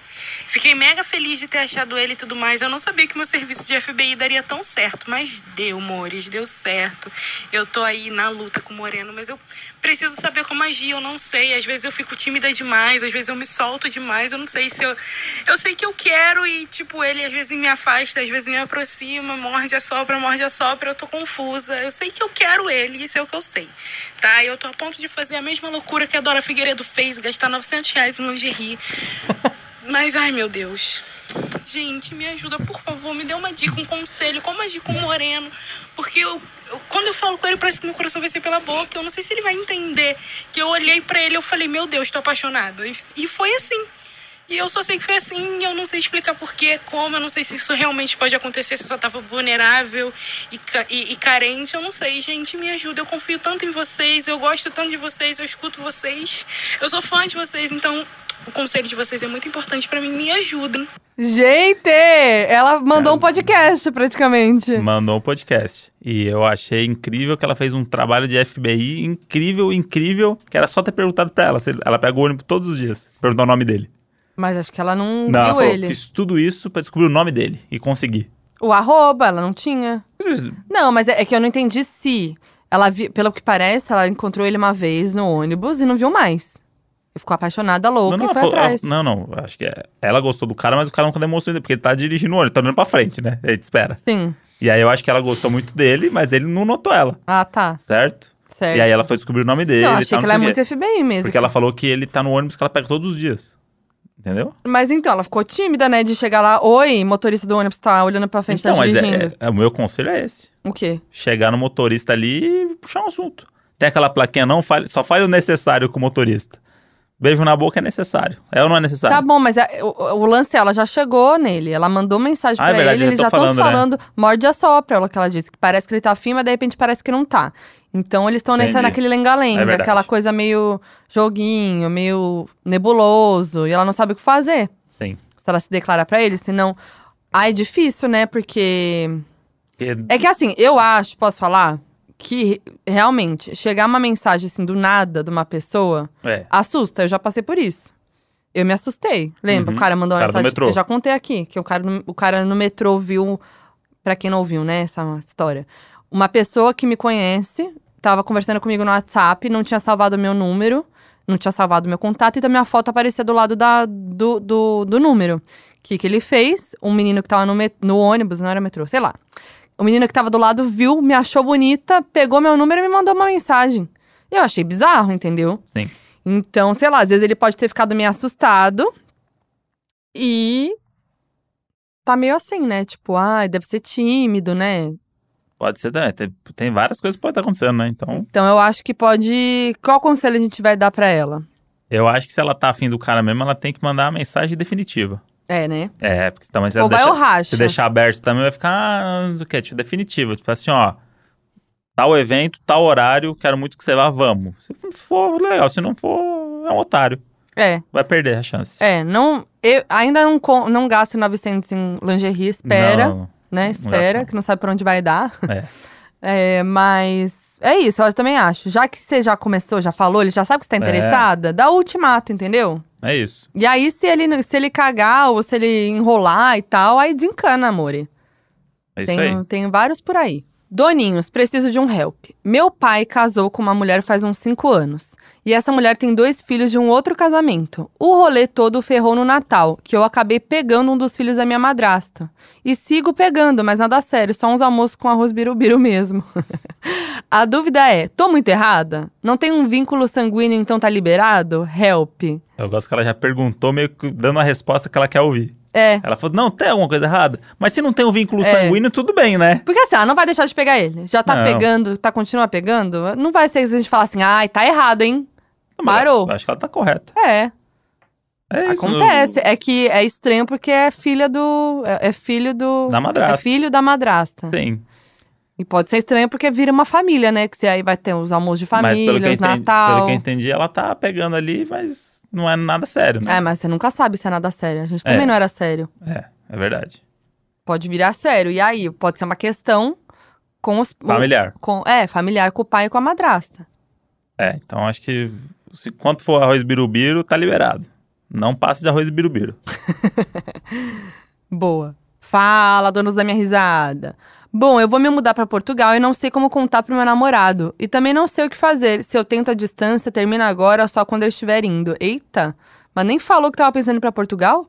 [SPEAKER 4] Fiquei mega feliz de ter achado ele e tudo mais. Eu não sabia que meu serviço de FBI daria tão certo, mas deu, Mores, deu certo. Eu tô aí na luta com o Moreno, mas eu preciso saber como agir, eu não sei. Às vezes eu fico tímida demais, às vezes eu me solto demais, eu não sei se eu. Eu sei que eu quero e, tipo, ele às vezes me afasta, às vezes me aproxima, morde, assopra, morde, assopra, eu tô confusa. Eu sei que eu quero ele, isso é o que eu sei, tá? E eu tô a ponto de fazer a mesma loucura que a Dora Figueiredo fez, gastar 900 reais em lingerie. Mas, ai meu Deus. Gente, me ajuda, por favor, me dê uma dica, um conselho, como agir com o Moreno. Porque eu, eu- quando eu falo com ele, parece que meu coração vai ser pela boca. Eu não sei se ele vai entender que eu olhei pra ele e eu falei, meu Deus, tô apaixonada. E, e foi assim. E eu só sei que foi assim, e eu não sei explicar porquê, como, eu não sei se isso realmente pode acontecer, se eu só tava vulnerável e, ca- e- e carente, eu não sei, gente, me ajuda, eu confio tanto em vocês, eu gosto tanto de vocês, eu escuto vocês, eu sou fã de vocês, então o conselho de vocês é muito importante pra mim, me ajudem.
[SPEAKER 2] Gente, ela mandou um podcast praticamente.
[SPEAKER 1] Mandou um podcast. E eu achei incrível que ela fez um trabalho de FBI incrível, incrível, que era só ter perguntado pra ela. se ele- Ela pega o ônibus todos os dias, perguntar o nome dele.
[SPEAKER 2] Mas acho que ela não,
[SPEAKER 1] Não, ela
[SPEAKER 2] viu
[SPEAKER 1] falou,
[SPEAKER 2] ele.
[SPEAKER 1] fiz tudo isso pra descobrir o nome dele e consegui.
[SPEAKER 2] O arroba, ela não tinha. Não, mas é, é que eu não entendi se. Ela vi, pelo que parece, ela encontrou ele uma vez no ônibus e não viu mais. E ficou apaixonada, louca, e foi
[SPEAKER 1] ela- "Ah,
[SPEAKER 2] atrás.
[SPEAKER 1] não, não, acho que é- ela gostou do cara, mas o cara nunca demonstrou ainda, porque ele tá dirigindo o ônibus, tá olhando pra frente, né? Ele te espera.
[SPEAKER 2] Sim.
[SPEAKER 1] E aí eu acho que ela gostou muito dele, mas ele não notou ela,
[SPEAKER 2] Ah, tá.
[SPEAKER 1] certo?
[SPEAKER 2] Certo.
[SPEAKER 1] E aí ela foi descobrir o nome dele. e
[SPEAKER 2] não, achei
[SPEAKER 1] tal,
[SPEAKER 2] que
[SPEAKER 1] não
[SPEAKER 2] ela é
[SPEAKER 1] sei o quê.
[SPEAKER 2] muito FBI mesmo.
[SPEAKER 1] tá Porque ela falou que ele tá no ônibus que ela pega todos os dias. Entendeu?
[SPEAKER 2] Mas então, ela ficou tímida, né? De chegar lá, oi, motorista do ônibus tá olhando pra frente,
[SPEAKER 1] então,
[SPEAKER 2] tá
[SPEAKER 1] mas é-
[SPEAKER 2] dirigindo.
[SPEAKER 1] é- o meu conselho é esse.
[SPEAKER 2] O quê?
[SPEAKER 1] Chegar no motorista ali e puxar um assunto. Tem aquela plaquinha, não fale, só fale o necessário com o motorista. Beijo na boca é necessário. É ou não é necessário?
[SPEAKER 2] Tá bom, mas é- o, o lance, ela já chegou nele. Ela mandou mensagem
[SPEAKER 1] Ah, é
[SPEAKER 2] pra
[SPEAKER 1] verdade,
[SPEAKER 2] ele,
[SPEAKER 1] eu
[SPEAKER 2] eles
[SPEAKER 1] tô
[SPEAKER 2] já estão se
[SPEAKER 1] falando,
[SPEAKER 2] falando, morde a sopra, é o que ela disse. Que parece que ele tá afim, mas de repente parece que não tá. Então eles estão nessa
[SPEAKER 1] Entendi.
[SPEAKER 2] naquele
[SPEAKER 1] É
[SPEAKER 2] lenga-lenga,
[SPEAKER 1] verdade.
[SPEAKER 2] aquela coisa meio joguinho, meio nebuloso, e ela não sabe o que fazer.
[SPEAKER 1] Sim.
[SPEAKER 2] Se ela se declara pra ele, senão. Ah, é difícil, né? Porque.
[SPEAKER 1] Porque-
[SPEAKER 2] É que assim, eu acho, posso falar, que realmente chegar uma mensagem assim do nada de uma pessoa
[SPEAKER 1] é.
[SPEAKER 2] assusta. Eu já passei por isso. Eu me assustei. Lembra?
[SPEAKER 1] Uhum.
[SPEAKER 2] O cara mandou uma
[SPEAKER 1] Cara do
[SPEAKER 2] mensagem.
[SPEAKER 1] metrô.
[SPEAKER 2] Eu já contei aqui que o cara, no- o cara no metrô viu. Pra quem não ouviu, né? Essa história. Uma pessoa que me conhece tava conversando comigo no WhatsApp, não tinha salvado o meu número, não tinha salvado o meu contato, então minha foto aparecia do lado da, do, do, do número. O que, que ele fez? Um menino que tava no, met- no ônibus, não era metrô, sei lá. O menino que tava do lado viu, me achou bonita, pegou meu número e me mandou uma mensagem. E eu achei bizarro, entendeu?
[SPEAKER 1] Sim.
[SPEAKER 2] Então, sei lá, às vezes ele pode ter ficado meio assustado e tá meio assim, né? Tipo, ai, deve ser tímido, né?
[SPEAKER 1] Pode ser também. Tem, tem várias coisas que podem estar acontecendo, né? Então,
[SPEAKER 2] Então eu acho que pode. Qual conselho a gente vai dar pra ela?
[SPEAKER 1] eu acho que se ela tá afim do cara mesmo, ela tem que mandar a mensagem definitiva.
[SPEAKER 2] É, né?
[SPEAKER 1] É, porque também se ela
[SPEAKER 2] Ou vai
[SPEAKER 1] deixa-
[SPEAKER 2] ou racha.
[SPEAKER 1] Se deixar aberto também vai ficar ah, não sei o que, tipo, definitivo. Tipo assim, ó, tal evento, tal horário, quero muito que você vá, vamos. Se for, legal. Se não for, é um otário.
[SPEAKER 2] É,
[SPEAKER 1] Vai perder a chance.
[SPEAKER 2] é. Não, eu ainda não, con- não gasto 900 em lingerie, espera,
[SPEAKER 1] Não,
[SPEAKER 2] né?
[SPEAKER 1] gasta
[SPEAKER 2] Espera,
[SPEAKER 1] não.
[SPEAKER 2] que não sabe pra onde vai dar. [laughs]
[SPEAKER 1] É.
[SPEAKER 2] É, mas é isso, eu também acho. Já que você já começou, já falou, ele já sabe que você tá interessada, dá o ultimato, entendeu?
[SPEAKER 1] é isso.
[SPEAKER 2] E aí, se ele, não- se ele cagar ou se ele enrolar e tal, aí desencana, amore.
[SPEAKER 1] É isso aí.
[SPEAKER 2] Tem, um tem vários por aí. Doninhos, preciso de um help. Meu pai casou com uma mulher faz uns 5 anos. E essa mulher tem dois filhos de um outro casamento. O rolê todo ferrou no Natal, que eu acabei pegando um dos filhos da minha madrasta. E sigo pegando, mas nada sério, só uns almoços com arroz birubiru mesmo. [laughs] A dúvida é, tô muito errada? Não tem um vínculo sanguíneo, então tá liberado? Help.
[SPEAKER 1] Eu gosto que ela já perguntou, meio que dando a resposta que ela quer ouvir.
[SPEAKER 2] É.
[SPEAKER 1] Ela falou, não, tem alguma coisa errada. Mas se não tem um vínculo
[SPEAKER 2] É.
[SPEAKER 1] sanguíneo, tudo bem, né?
[SPEAKER 2] Porque assim, ela não vai deixar de pegar ele. Já tá
[SPEAKER 1] Não.
[SPEAKER 2] pegando, tá continua pegando. Não vai ser que a gente falar assim, ai, tá errado, hein?
[SPEAKER 1] Mas
[SPEAKER 2] Parou.
[SPEAKER 1] eu Acho que ela tá correta.
[SPEAKER 2] É,
[SPEAKER 1] É isso.
[SPEAKER 2] acontece. É que é estranho porque é filha do. É, é filho do.
[SPEAKER 1] Da madrasta.
[SPEAKER 2] É filho da madrasta.
[SPEAKER 1] Sim.
[SPEAKER 2] E pode ser estranho porque vira uma família, né? Que você aí vai ter os almoços de
[SPEAKER 1] mas
[SPEAKER 2] família,
[SPEAKER 1] pelo que, eu
[SPEAKER 2] os
[SPEAKER 1] entendi, pelo
[SPEAKER 2] Natal.
[SPEAKER 1] que eu entendi, ela tá pegando ali, mas não é nada sério, né?
[SPEAKER 2] É, mas você nunca sabe se é nada sério. A gente
[SPEAKER 1] É.
[SPEAKER 2] também não era sério.
[SPEAKER 1] É, é verdade.
[SPEAKER 2] Pode virar sério. E aí, pode ser uma questão com os. o-
[SPEAKER 1] Familiar.
[SPEAKER 2] com- é, familiar com o pai e com a madrasta.
[SPEAKER 1] É, então acho que se, quanto for arroz birubiru, tá liberado. Não passa de arroz birubiru.
[SPEAKER 2] Boa. Fala, donos da minha risada. Bom, eu vou me mudar pra Portugal e não sei como contar pro meu namorado. E também não sei o que fazer. Se eu tento a distância, termina agora ou só quando eu estiver indo. Eita, mas nem falou que tava pensando em ir pra Portugal?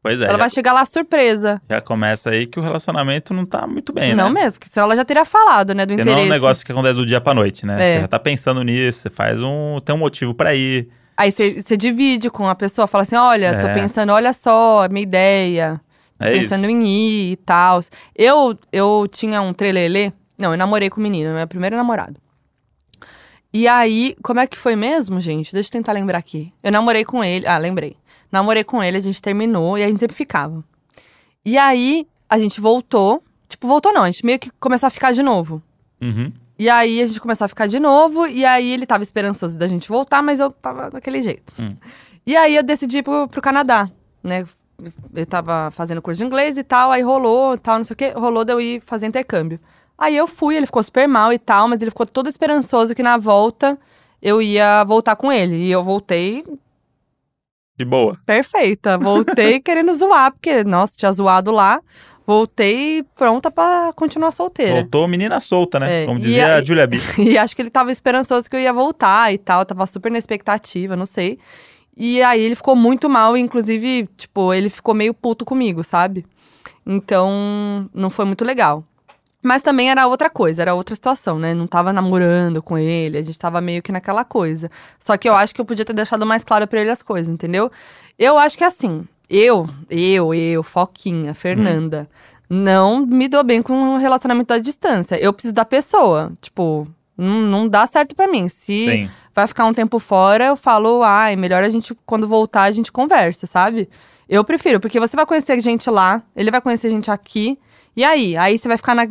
[SPEAKER 1] Pois é,
[SPEAKER 2] Ela
[SPEAKER 1] já,
[SPEAKER 2] vai chegar lá surpresa.
[SPEAKER 1] já começa aí que o relacionamento não tá muito bem,
[SPEAKER 2] não
[SPEAKER 1] né?
[SPEAKER 2] mesmo, que senão ela já teria falado, né, do
[SPEAKER 1] Porque não é
[SPEAKER 2] interesse.
[SPEAKER 1] um negócio que acontece do dia pra noite, né?
[SPEAKER 2] É.
[SPEAKER 1] Você já tá pensando nisso, você faz um. tem um motivo pra ir.
[SPEAKER 2] Aí você você divide com a pessoa, fala assim: olha, tô
[SPEAKER 1] É.
[SPEAKER 2] pensando, olha só, é minha ideia. Tô
[SPEAKER 1] É
[SPEAKER 2] pensando
[SPEAKER 1] isso.
[SPEAKER 2] em ir e tal. Eu, eu tinha um trelelê. Não, eu namorei com um menino, meu primeiro namorado. E aí, como é que foi mesmo, gente? Deixa eu tentar lembrar aqui. Eu namorei com ele. Ah, lembrei. Namorei com ele, a gente terminou e a gente sempre ficava. E aí, a gente voltou. Tipo, voltou não, a gente meio que começou a ficar de novo.
[SPEAKER 1] Uhum.
[SPEAKER 2] E aí a gente começou a ficar de novo, e aí ele tava esperançoso da gente voltar, mas eu tava daquele jeito.
[SPEAKER 1] Hum.
[SPEAKER 2] E aí eu decidi ir pro, pro Canadá, né? Eu tava fazendo curso de inglês e tal, aí rolou, tal, não sei o quê, rolou de eu ir fazer intercâmbio. Aí eu fui, ele ficou super mal e tal, mas ele ficou todo esperançoso que na volta eu ia voltar com ele. E eu voltei
[SPEAKER 1] De boa.
[SPEAKER 2] perfeita, voltei querendo zoar, porque, nossa, tinha zoado lá. Voltei pronta pra continuar solteira.
[SPEAKER 1] Voltou menina solta, né?
[SPEAKER 2] É,
[SPEAKER 1] Como
[SPEAKER 2] e
[SPEAKER 1] dizia
[SPEAKER 2] aí-
[SPEAKER 1] a Julia B.
[SPEAKER 2] [laughs] E acho que ele tava esperançoso que eu ia voltar e tal, tava super na expectativa, não sei. E aí ele ficou muito mal, e inclusive, tipo, ele ficou meio puto comigo, sabe? Então, não foi muito legal. Mas também era outra coisa, era outra situação, né? Não tava namorando com ele, a gente tava meio que naquela coisa. Só que eu acho que eu podia ter deixado mais claro pra ele as coisas, entendeu? Eu acho que assim, eu, eu, eu, Foquinha, Fernanda, não me dou bem com o relacionamento à distância. Eu preciso da pessoa. Tipo, não, não dá certo pra mim. Se
[SPEAKER 1] Sim.
[SPEAKER 2] vai ficar um tempo fora, eu falo, ai, melhor a gente, quando voltar, a gente conversa, sabe? Eu prefiro, porque você vai conhecer gente lá, ele vai conhecer gente aqui, e aí? Aí você vai ficar na.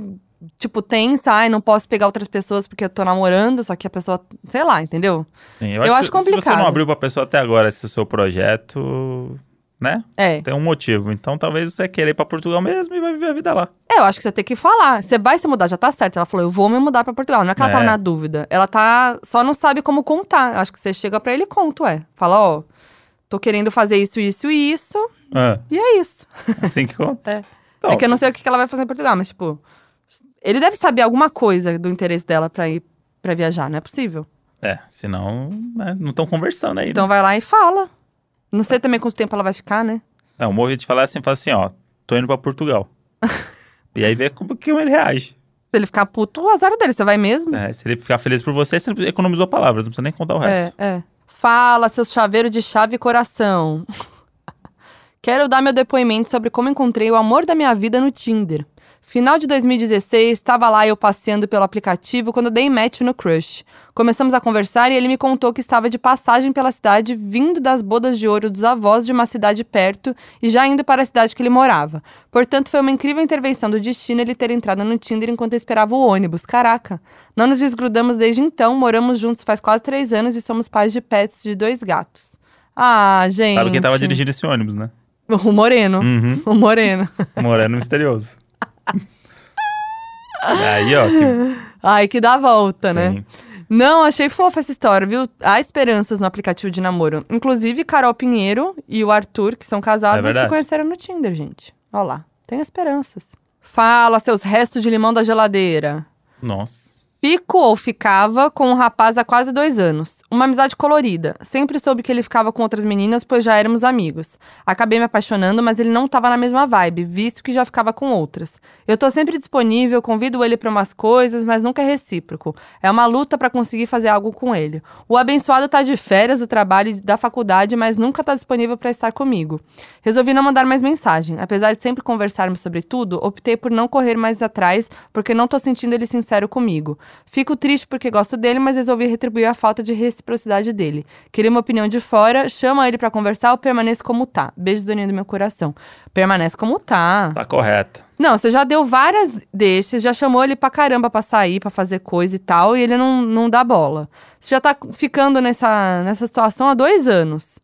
[SPEAKER 2] Tipo, tensa, ai, não posso pegar outras pessoas porque eu tô namorando, só que a pessoa, sei lá, entendeu?
[SPEAKER 1] Sim,
[SPEAKER 2] Eu
[SPEAKER 1] que
[SPEAKER 2] acho
[SPEAKER 1] Se você
[SPEAKER 2] complicado.
[SPEAKER 1] não abriu pra pessoa até agora esse seu projeto, né?
[SPEAKER 2] É.
[SPEAKER 1] Tem um motivo. Então talvez você queira ir pra Portugal mesmo e vai viver a vida lá.
[SPEAKER 2] É, eu acho que você tem que falar. Você vai se mudar, já tá certo. Ela falou, eu vou me mudar pra Portugal. Não é que ela
[SPEAKER 1] É.
[SPEAKER 2] tava na dúvida. Ela tá. Só não sabe como contar. Acho que você chega pra ele e conta, ué. Fala, ó, tô querendo fazer isso, isso e isso.
[SPEAKER 1] Ah,
[SPEAKER 2] E é isso.
[SPEAKER 1] assim que acontece. Então,
[SPEAKER 2] é que eu não sei o que que ela vai fazer em Portugal, mas, tipo. Ele deve saber alguma coisa do interesse dela pra ir pra viajar, não é possível.
[SPEAKER 1] É, senão, né, não estão conversando aí. né?
[SPEAKER 2] Então vai lá e fala. Não sei também quanto tempo ela vai ficar, né?
[SPEAKER 1] Não, o Morro de falar assim, fala assim, ó, tô indo pra
[SPEAKER 2] [laughs]
[SPEAKER 1] Portugal. e aí vê como que ele reage.
[SPEAKER 2] Se ele ficar puto, o azar dele, você vai mesmo?
[SPEAKER 1] né? Se ele ficar feliz por você, você economizou palavras, não precisa nem contar o
[SPEAKER 2] É,
[SPEAKER 1] resto.
[SPEAKER 2] é. Fala, seus chaveiros de chave e coração. Quero dar meu depoimento sobre como encontrei o amor da minha vida no Tinder. Final de 2016, estava lá eu passeando pelo aplicativo quando dei match no crush. Começamos a conversar e ele me contou que estava de passagem pela cidade, vindo das bodas de ouro dos avós de uma cidade perto e já indo para a cidade que ele morava. Portanto, foi uma incrível intervenção do destino ele ter entrado no Tinder enquanto eu esperava o ônibus. Caraca! Não nos desgrudamos desde então, moramos juntos faz quase três anos e somos pais de pets de dois gatos. Ah, gente.
[SPEAKER 1] Sabe quem tava dirigindo esse ônibus, né?
[SPEAKER 2] [laughs] O Moreno.
[SPEAKER 1] Uhum.
[SPEAKER 2] [laughs] O Moreno.
[SPEAKER 1] Moreno
[SPEAKER 2] [laughs]
[SPEAKER 1] misterioso. aí, ó, que...
[SPEAKER 2] Ai, que dá a volta, né?
[SPEAKER 1] Sim.
[SPEAKER 2] Não, achei fofa essa história, viu? Há esperanças no aplicativo de namoro. Inclusive, Carol Pinheiro e o Arthur, que são
[SPEAKER 1] É
[SPEAKER 2] casados, se
[SPEAKER 1] verdade.
[SPEAKER 2] conheceram no Tinder, gente. Olha lá, tem esperanças. Fala, seus restos de limão da geladeira.
[SPEAKER 1] Nossa.
[SPEAKER 2] Fico ou ficava com um rapaz há quase dois anos. Uma amizade colorida. Sempre soube que ele ficava com outras meninas, pois já éramos amigos. Acabei me apaixonando, mas ele não estava na mesma vibe, visto que já ficava com outras. Eu tô sempre disponível, convido ele para umas coisas, mas nunca é recíproco. É uma luta para conseguir fazer algo com ele. O abençoado tá de férias do trabalho e da faculdade, mas nunca tá disponível para estar comigo. Resolvi não mandar mais mensagem. Apesar de sempre conversarmos sobre tudo, optei por não correr mais atrás, porque não tô sentindo ele sincero comigo. Fico triste porque gosto dele, mas resolvi retribuir a falta de reciprocidade dele. Queria uma opinião de fora, chama ele para conversar ou permaneço como tá. Beijo, doninho do meu coração. Permanece como tá.
[SPEAKER 1] Tá correto.
[SPEAKER 2] Não, você já deu várias deixas, já chamou ele pra caramba pra sair, pra fazer coisa e tal, e ele não, não dá bola. Você já tá ficando nessa, nessa situação há dois anos.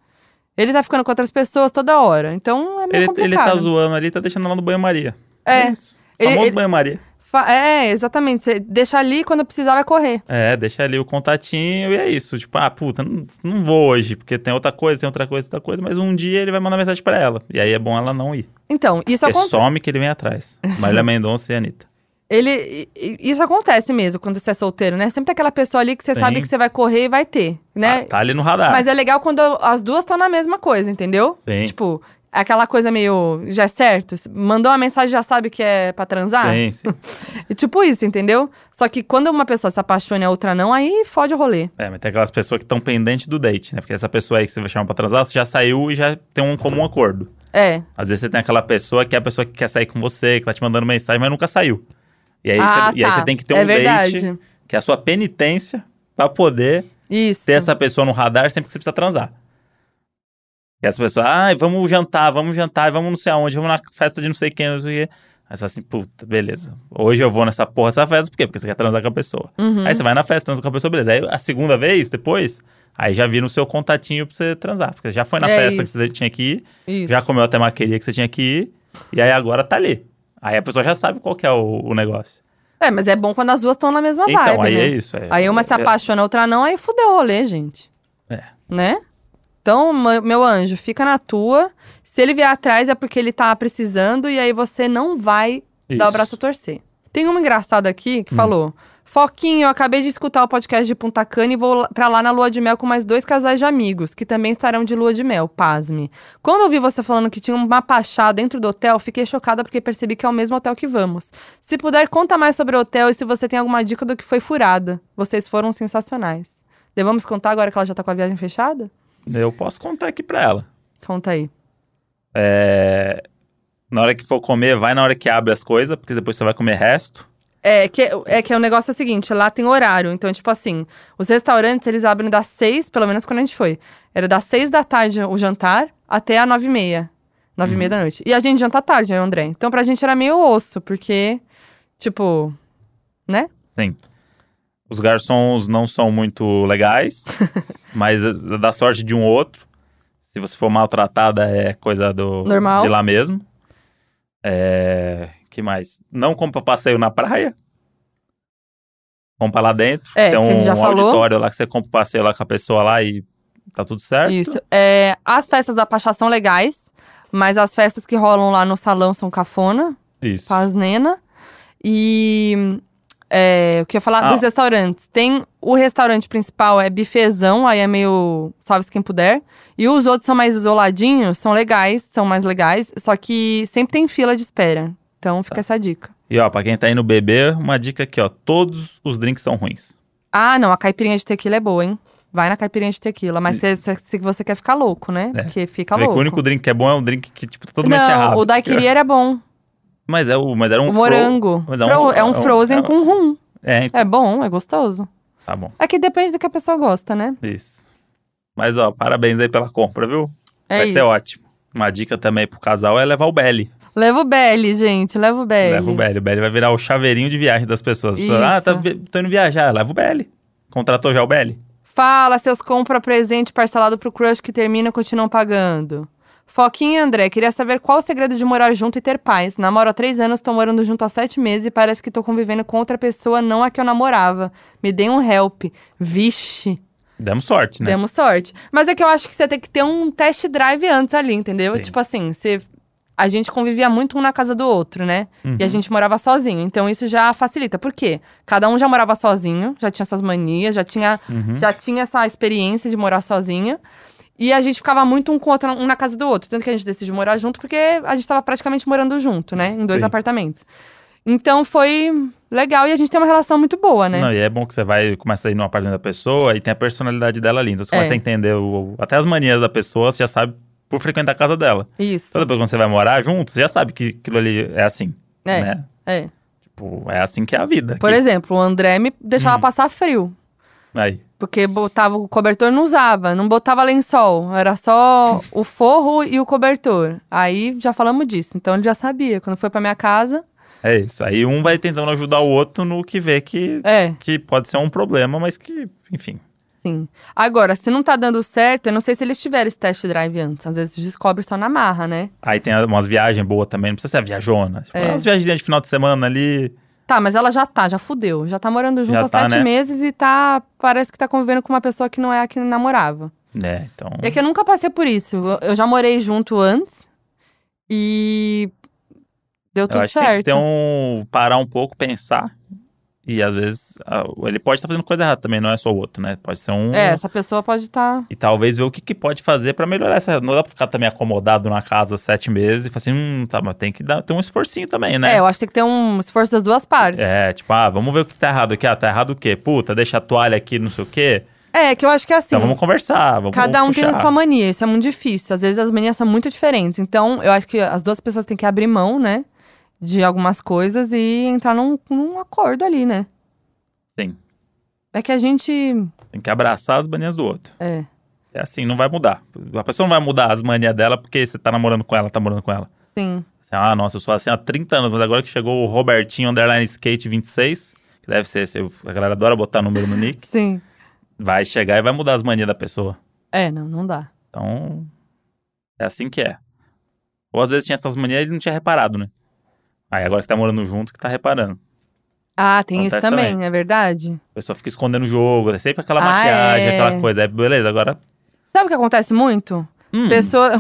[SPEAKER 2] Ele tá ficando com outras pessoas toda hora, então é meio
[SPEAKER 1] Ele,
[SPEAKER 2] complicado.
[SPEAKER 1] ele tá zoando ali, tá deixando lá no banho-maria.
[SPEAKER 2] É.
[SPEAKER 1] isso.
[SPEAKER 2] Ele-
[SPEAKER 1] Famoso
[SPEAKER 2] ele-
[SPEAKER 1] banho-maria.
[SPEAKER 2] Fa- É, exatamente. Você deixa ali, quando precisar vai correr.
[SPEAKER 1] É, deixa ali o contatinho e é isso. Tipo, ah, puta, não, não vou hoje, porque tem outra coisa, tem outra coisa, outra coisa, mas um dia ele vai mandar mensagem pra ela. E aí é bom ela não ir.
[SPEAKER 2] Então, isso
[SPEAKER 1] Porque
[SPEAKER 2] acontece.
[SPEAKER 1] some que ele vem
[SPEAKER 2] [laughs]
[SPEAKER 1] atrás. Marília Mendonça e Anitta.
[SPEAKER 2] Ele, i- i- isso acontece mesmo quando você é solteiro, né? Sempre tem aquela pessoa ali que você
[SPEAKER 1] Sim.
[SPEAKER 2] sabe que você vai correr e vai ter, né?
[SPEAKER 1] Ah, tá ali no radar.
[SPEAKER 2] Mas é legal quando as duas estão na mesma coisa, entendeu?
[SPEAKER 1] Sim.
[SPEAKER 2] Tipo, aquela coisa meio. Já é certo? Mandou uma mensagem já sabe que é pra transar?
[SPEAKER 1] Sim, sim.
[SPEAKER 2] E tipo isso, entendeu? Só que quando uma pessoa se apaixona e a outra não, aí fode o rolê.
[SPEAKER 1] É, mas tem aquelas pessoas que estão pendentes do date, né? Porque essa pessoa aí que você vai chamar pra transar, você já saiu e já tem um comum acordo.
[SPEAKER 2] É.
[SPEAKER 1] Às vezes você tem aquela pessoa que é a pessoa que quer sair com você, que tá te mandando mensagem, mas nunca saiu. E aí,
[SPEAKER 2] Ah,
[SPEAKER 1] você, e aí
[SPEAKER 2] tá.
[SPEAKER 1] você tem que ter
[SPEAKER 2] É
[SPEAKER 1] um
[SPEAKER 2] verdade.
[SPEAKER 1] date, que é a sua penitência, pra poder
[SPEAKER 2] Isso.
[SPEAKER 1] ter essa pessoa no radar sempre que você precisa transar. E essa pessoa, ah, vamos jantar, vamos jantar, vamos não sei aonde, vamos na festa de não sei quem, não sei o quê. Aí você fala assim, puta, beleza. Hoje eu vou nessa porra, essa festa, por quê? Porque você quer transar com a pessoa.
[SPEAKER 2] Uhum.
[SPEAKER 1] Aí você vai na festa, transa com a pessoa, beleza. Aí a segunda vez, depois, aí já vira o seu contatinho pra você transar. Porque já foi na
[SPEAKER 2] É
[SPEAKER 1] festa
[SPEAKER 2] isso.
[SPEAKER 1] que você tinha que ir,
[SPEAKER 2] isso.
[SPEAKER 1] já comeu até maqueria que você tinha que ir, e aí agora tá ali. Aí a pessoa já sabe qual que é o, o negócio.
[SPEAKER 2] É, mas é bom quando as duas estão na mesma
[SPEAKER 1] então,
[SPEAKER 2] vibe,
[SPEAKER 1] aí
[SPEAKER 2] né?
[SPEAKER 1] é isso. É,
[SPEAKER 2] Aí uma se
[SPEAKER 1] é-
[SPEAKER 2] apaixona, a outra não, aí fudeu o rolê, gente.
[SPEAKER 1] É.
[SPEAKER 2] Né? Então, ma- meu anjo, fica na tua. Se ele vier atrás é porque ele tá precisando e aí você não vai dar o
[SPEAKER 1] Isso.
[SPEAKER 2] braço a torcer. Tem uma engraçada aqui que falou: Foquinho, eu acabei de escutar o podcast de Punta Cana e vou lá- pra lá na lua de mel com mais dois casais de amigos, que também estarão de lua de mel, pasme. Quando eu vi você falando que tinha uma pachá dentro do hotel, fiquei chocada porque percebi que é o mesmo hotel que vamos. Se puder, conta mais sobre o hotel e se você tem alguma dica do que foi furada. Vocês foram sensacionais. Devemos contar agora que ela já tá com a viagem fechada?
[SPEAKER 1] Eu posso contar aqui pra ela.
[SPEAKER 2] Conta aí.
[SPEAKER 1] Na hora que for comer, vai na hora que abre as coisas, porque depois você vai comer resto.
[SPEAKER 2] É que, é que o negócio é o seguinte, lá tem horário. Então, tipo assim, os restaurantes, eles abrem das seis, pelo menos quando a gente foi. Era das seis da tarde o jantar até a nove e meia. Nove e
[SPEAKER 1] Uhum.
[SPEAKER 2] meia da noite. E a gente janta tarde, né, André? Então, pra gente era meio osso, porque, tipo, né?
[SPEAKER 1] Sim. Os garçons não são muito
[SPEAKER 2] [laughs]
[SPEAKER 1] legais, mas eh, dá sorte de um ou outro. Se você for maltratada, é coisa do
[SPEAKER 2] Normal.
[SPEAKER 1] de lá mesmo. É, que mais? Não compra passeio na praia. Compra lá dentro.
[SPEAKER 2] É,
[SPEAKER 1] Tem
[SPEAKER 2] que a gente
[SPEAKER 1] um
[SPEAKER 2] já falou.
[SPEAKER 1] auditório lá que você compra o passeio lá com a pessoa lá e tá tudo certo.
[SPEAKER 2] Isso. É, as festas da Pachá são legais, mas as festas que rolam lá no salão são cafona,
[SPEAKER 1] Isso.
[SPEAKER 2] faz nena. E é, o que eu ia falar
[SPEAKER 1] Ah.
[SPEAKER 2] dos restaurantes. Tem o restaurante principal, é bifezão, aí é meio salve-se quem puder. E os outros são mais isoladinhos, são legais, são mais legais. Só que sempre tem fila de espera. Então
[SPEAKER 1] Tá.
[SPEAKER 2] fica essa dica.
[SPEAKER 1] E ó, pra quem tá indo beber, uma dica aqui, ó. Todos os drinks são ruins.
[SPEAKER 2] Ah, não, a caipirinha de tequila é boa, hein? Vai na caipirinha de tequila, mas se, se- se você quer ficar louco, né?
[SPEAKER 1] Hum. É.
[SPEAKER 2] Porque fica
[SPEAKER 1] Você vê que
[SPEAKER 2] louco.
[SPEAKER 1] o único drink que é bom é um drink que, tipo, tá totalmente
[SPEAKER 2] não,
[SPEAKER 1] errado.
[SPEAKER 2] o daiquiri era bom.
[SPEAKER 1] Mas, é o, mas era um
[SPEAKER 2] o
[SPEAKER 1] fro-
[SPEAKER 2] morango.
[SPEAKER 1] mas é um-
[SPEAKER 2] Fro- é, um,
[SPEAKER 1] é um-
[SPEAKER 2] frozen
[SPEAKER 1] é um-
[SPEAKER 2] com rum.
[SPEAKER 1] É, então,
[SPEAKER 2] É bom, é gostoso.
[SPEAKER 1] tá bom.
[SPEAKER 2] É que depende do que a pessoa gosta, né?
[SPEAKER 1] Isso. Mas, ó, parabéns aí pela compra, viu?
[SPEAKER 2] É
[SPEAKER 1] Vai
[SPEAKER 2] isso.
[SPEAKER 1] ser ótimo. Uma dica também pro casal é levar o Belly.
[SPEAKER 2] Leva o Belly, gente. Leva o Belly.
[SPEAKER 1] Leva o Belly. O Belly vai virar o chaveirinho de viagem das pessoas. As pessoas,
[SPEAKER 2] Isso.
[SPEAKER 1] ah, tá vi- tô indo viajar. Leva o Belly. Contratou já o Belly?
[SPEAKER 2] Fala seus compra presente parcelado pro crush que termina e continuam pagando. Foquinha e André, queria saber qual o segredo de morar junto e ter paz. Namoro há três anos, tô morando junto há sete meses e parece que tô convivendo com outra pessoa, não a que eu namorava. Me dê um help. Vixe.
[SPEAKER 1] Demos sorte, né?
[SPEAKER 2] Demos sorte. Mas é que eu acho que você tem que ter um test drive antes ali, entendeu?
[SPEAKER 1] Sim.
[SPEAKER 2] Tipo assim, você a gente convivia muito um na casa do outro, né?
[SPEAKER 1] Uhum.
[SPEAKER 2] E a gente morava sozinho. Então isso já facilita. Por quê? Cada um já morava sozinho, já tinha suas manias, já tinha,
[SPEAKER 1] Uhum.
[SPEAKER 2] já tinha essa experiência de morar sozinha. E a gente ficava muito um com o outro, um na casa do outro. Tanto que a gente decidiu morar junto, porque a gente tava praticamente morando junto, né? Em dois
[SPEAKER 1] Sim.
[SPEAKER 2] apartamentos. Então foi legal e a gente tem uma relação muito boa, né?
[SPEAKER 1] Não, e é bom que você vai, começa a ir no apartamento da pessoa e tem a personalidade dela ali. Então você começa
[SPEAKER 2] É.
[SPEAKER 1] a entender o- até as manias da pessoa, você já sabe por frequentar a casa dela.
[SPEAKER 2] Isso.
[SPEAKER 1] Então depois quando você vai morar junto, você já sabe que aquilo ali é assim,
[SPEAKER 2] É.
[SPEAKER 1] né?
[SPEAKER 2] É.
[SPEAKER 1] Tipo, é assim que é a vida.
[SPEAKER 2] Por
[SPEAKER 1] aqui. Hum.
[SPEAKER 2] exemplo, o André me deixava passar frio.
[SPEAKER 1] Aí.
[SPEAKER 2] Porque botava o cobertor, não usava, não botava lençol. Era só o forro e o cobertor. Aí já falamos disso. Então ele já sabia. Quando foi pra minha casa.
[SPEAKER 1] É isso. Aí um vai tentando ajudar o outro no que vê que,
[SPEAKER 2] É,
[SPEAKER 1] que pode ser um problema, mas que, enfim.
[SPEAKER 2] sim. Agora, se não tá dando certo, eu não sei se eles tiveram esse test drive antes. Às vezes descobre só na marra, né?
[SPEAKER 1] Aí tem umas viagens boas também, não precisa ser viajona. Tipo,
[SPEAKER 2] É.
[SPEAKER 1] umas viagens de final de semana ali.
[SPEAKER 2] Tá, mas ela já tá, já fudeu. Já tá morando junto
[SPEAKER 1] Já
[SPEAKER 2] há
[SPEAKER 1] tá,
[SPEAKER 2] sete
[SPEAKER 1] né?
[SPEAKER 2] meses e tá. Parece que tá convivendo com uma pessoa que não é a que namorava.
[SPEAKER 1] Né, então.
[SPEAKER 2] É que eu nunca passei por isso. Eu- Eu já morei junto antes e deu
[SPEAKER 1] Eu
[SPEAKER 2] tá tudo
[SPEAKER 1] acho que tem que
[SPEAKER 2] certo.
[SPEAKER 1] ter um. parar um pouco, pensar. E às vezes ah, ele pode estar fazendo coisa errada também, não é só o outro, né? Pode ser um.
[SPEAKER 2] É, essa pessoa pode tá, estar.
[SPEAKER 1] E talvez ver o que, que pode fazer pra melhorar essa. Não dá pra ficar também acomodado na casa sete meses e falar assim, hum, tá, mas tem que dar tem um esforcinho também, né?
[SPEAKER 2] É, eu acho que tem que ter um esforço das duas partes.
[SPEAKER 1] É, tipo, ah, vamos ver o que tá errado aqui. Ah, tá errado o quê? Puta, deixa a toalha aqui, não sei o quê.
[SPEAKER 2] É, que eu acho que é assim.
[SPEAKER 1] Então vamos conversar, vamos
[SPEAKER 2] Cada um tem a
[SPEAKER 1] puxar.
[SPEAKER 2] sua mania, isso é muito difícil. Às vezes as manias são muito diferentes. Então, eu acho que as duas pessoas têm que abrir mão, né? De algumas coisas e entrar num, num acordo ali, né?
[SPEAKER 1] Sim.
[SPEAKER 2] É que a gente.
[SPEAKER 1] Tem que abraçar as manias do outro.
[SPEAKER 2] É,
[SPEAKER 1] É assim, não vai mudar. A pessoa não vai mudar as manias dela porque você tá namorando com ela, tá morando com ela.
[SPEAKER 2] sim.
[SPEAKER 1] Assim, ah, nossa, eu sou assim há 30 anos, mas agora que chegou o Robertinho Underline Skate 26, que deve ser, esse, a galera adora botar número no nick,
[SPEAKER 2] Sim.
[SPEAKER 1] vai chegar e vai mudar as manias da pessoa.
[SPEAKER 2] É, não, não dá.
[SPEAKER 1] Então, é assim que é. Ou às vezes tinha essas manias e ele não tinha reparado, né? Aí agora que tá morando junto que tá reparando.
[SPEAKER 2] Ah, tem isso
[SPEAKER 1] Acontece
[SPEAKER 2] também,
[SPEAKER 1] também.
[SPEAKER 2] é verdade?
[SPEAKER 1] A pessoa fica escondendo o jogo, é sempre aquela
[SPEAKER 2] Ah,
[SPEAKER 1] maquiagem,
[SPEAKER 2] é.
[SPEAKER 1] aquela coisa. Aí, beleza, agora.
[SPEAKER 2] Sabe o que acontece muito?
[SPEAKER 1] Hum,
[SPEAKER 2] Pessoa.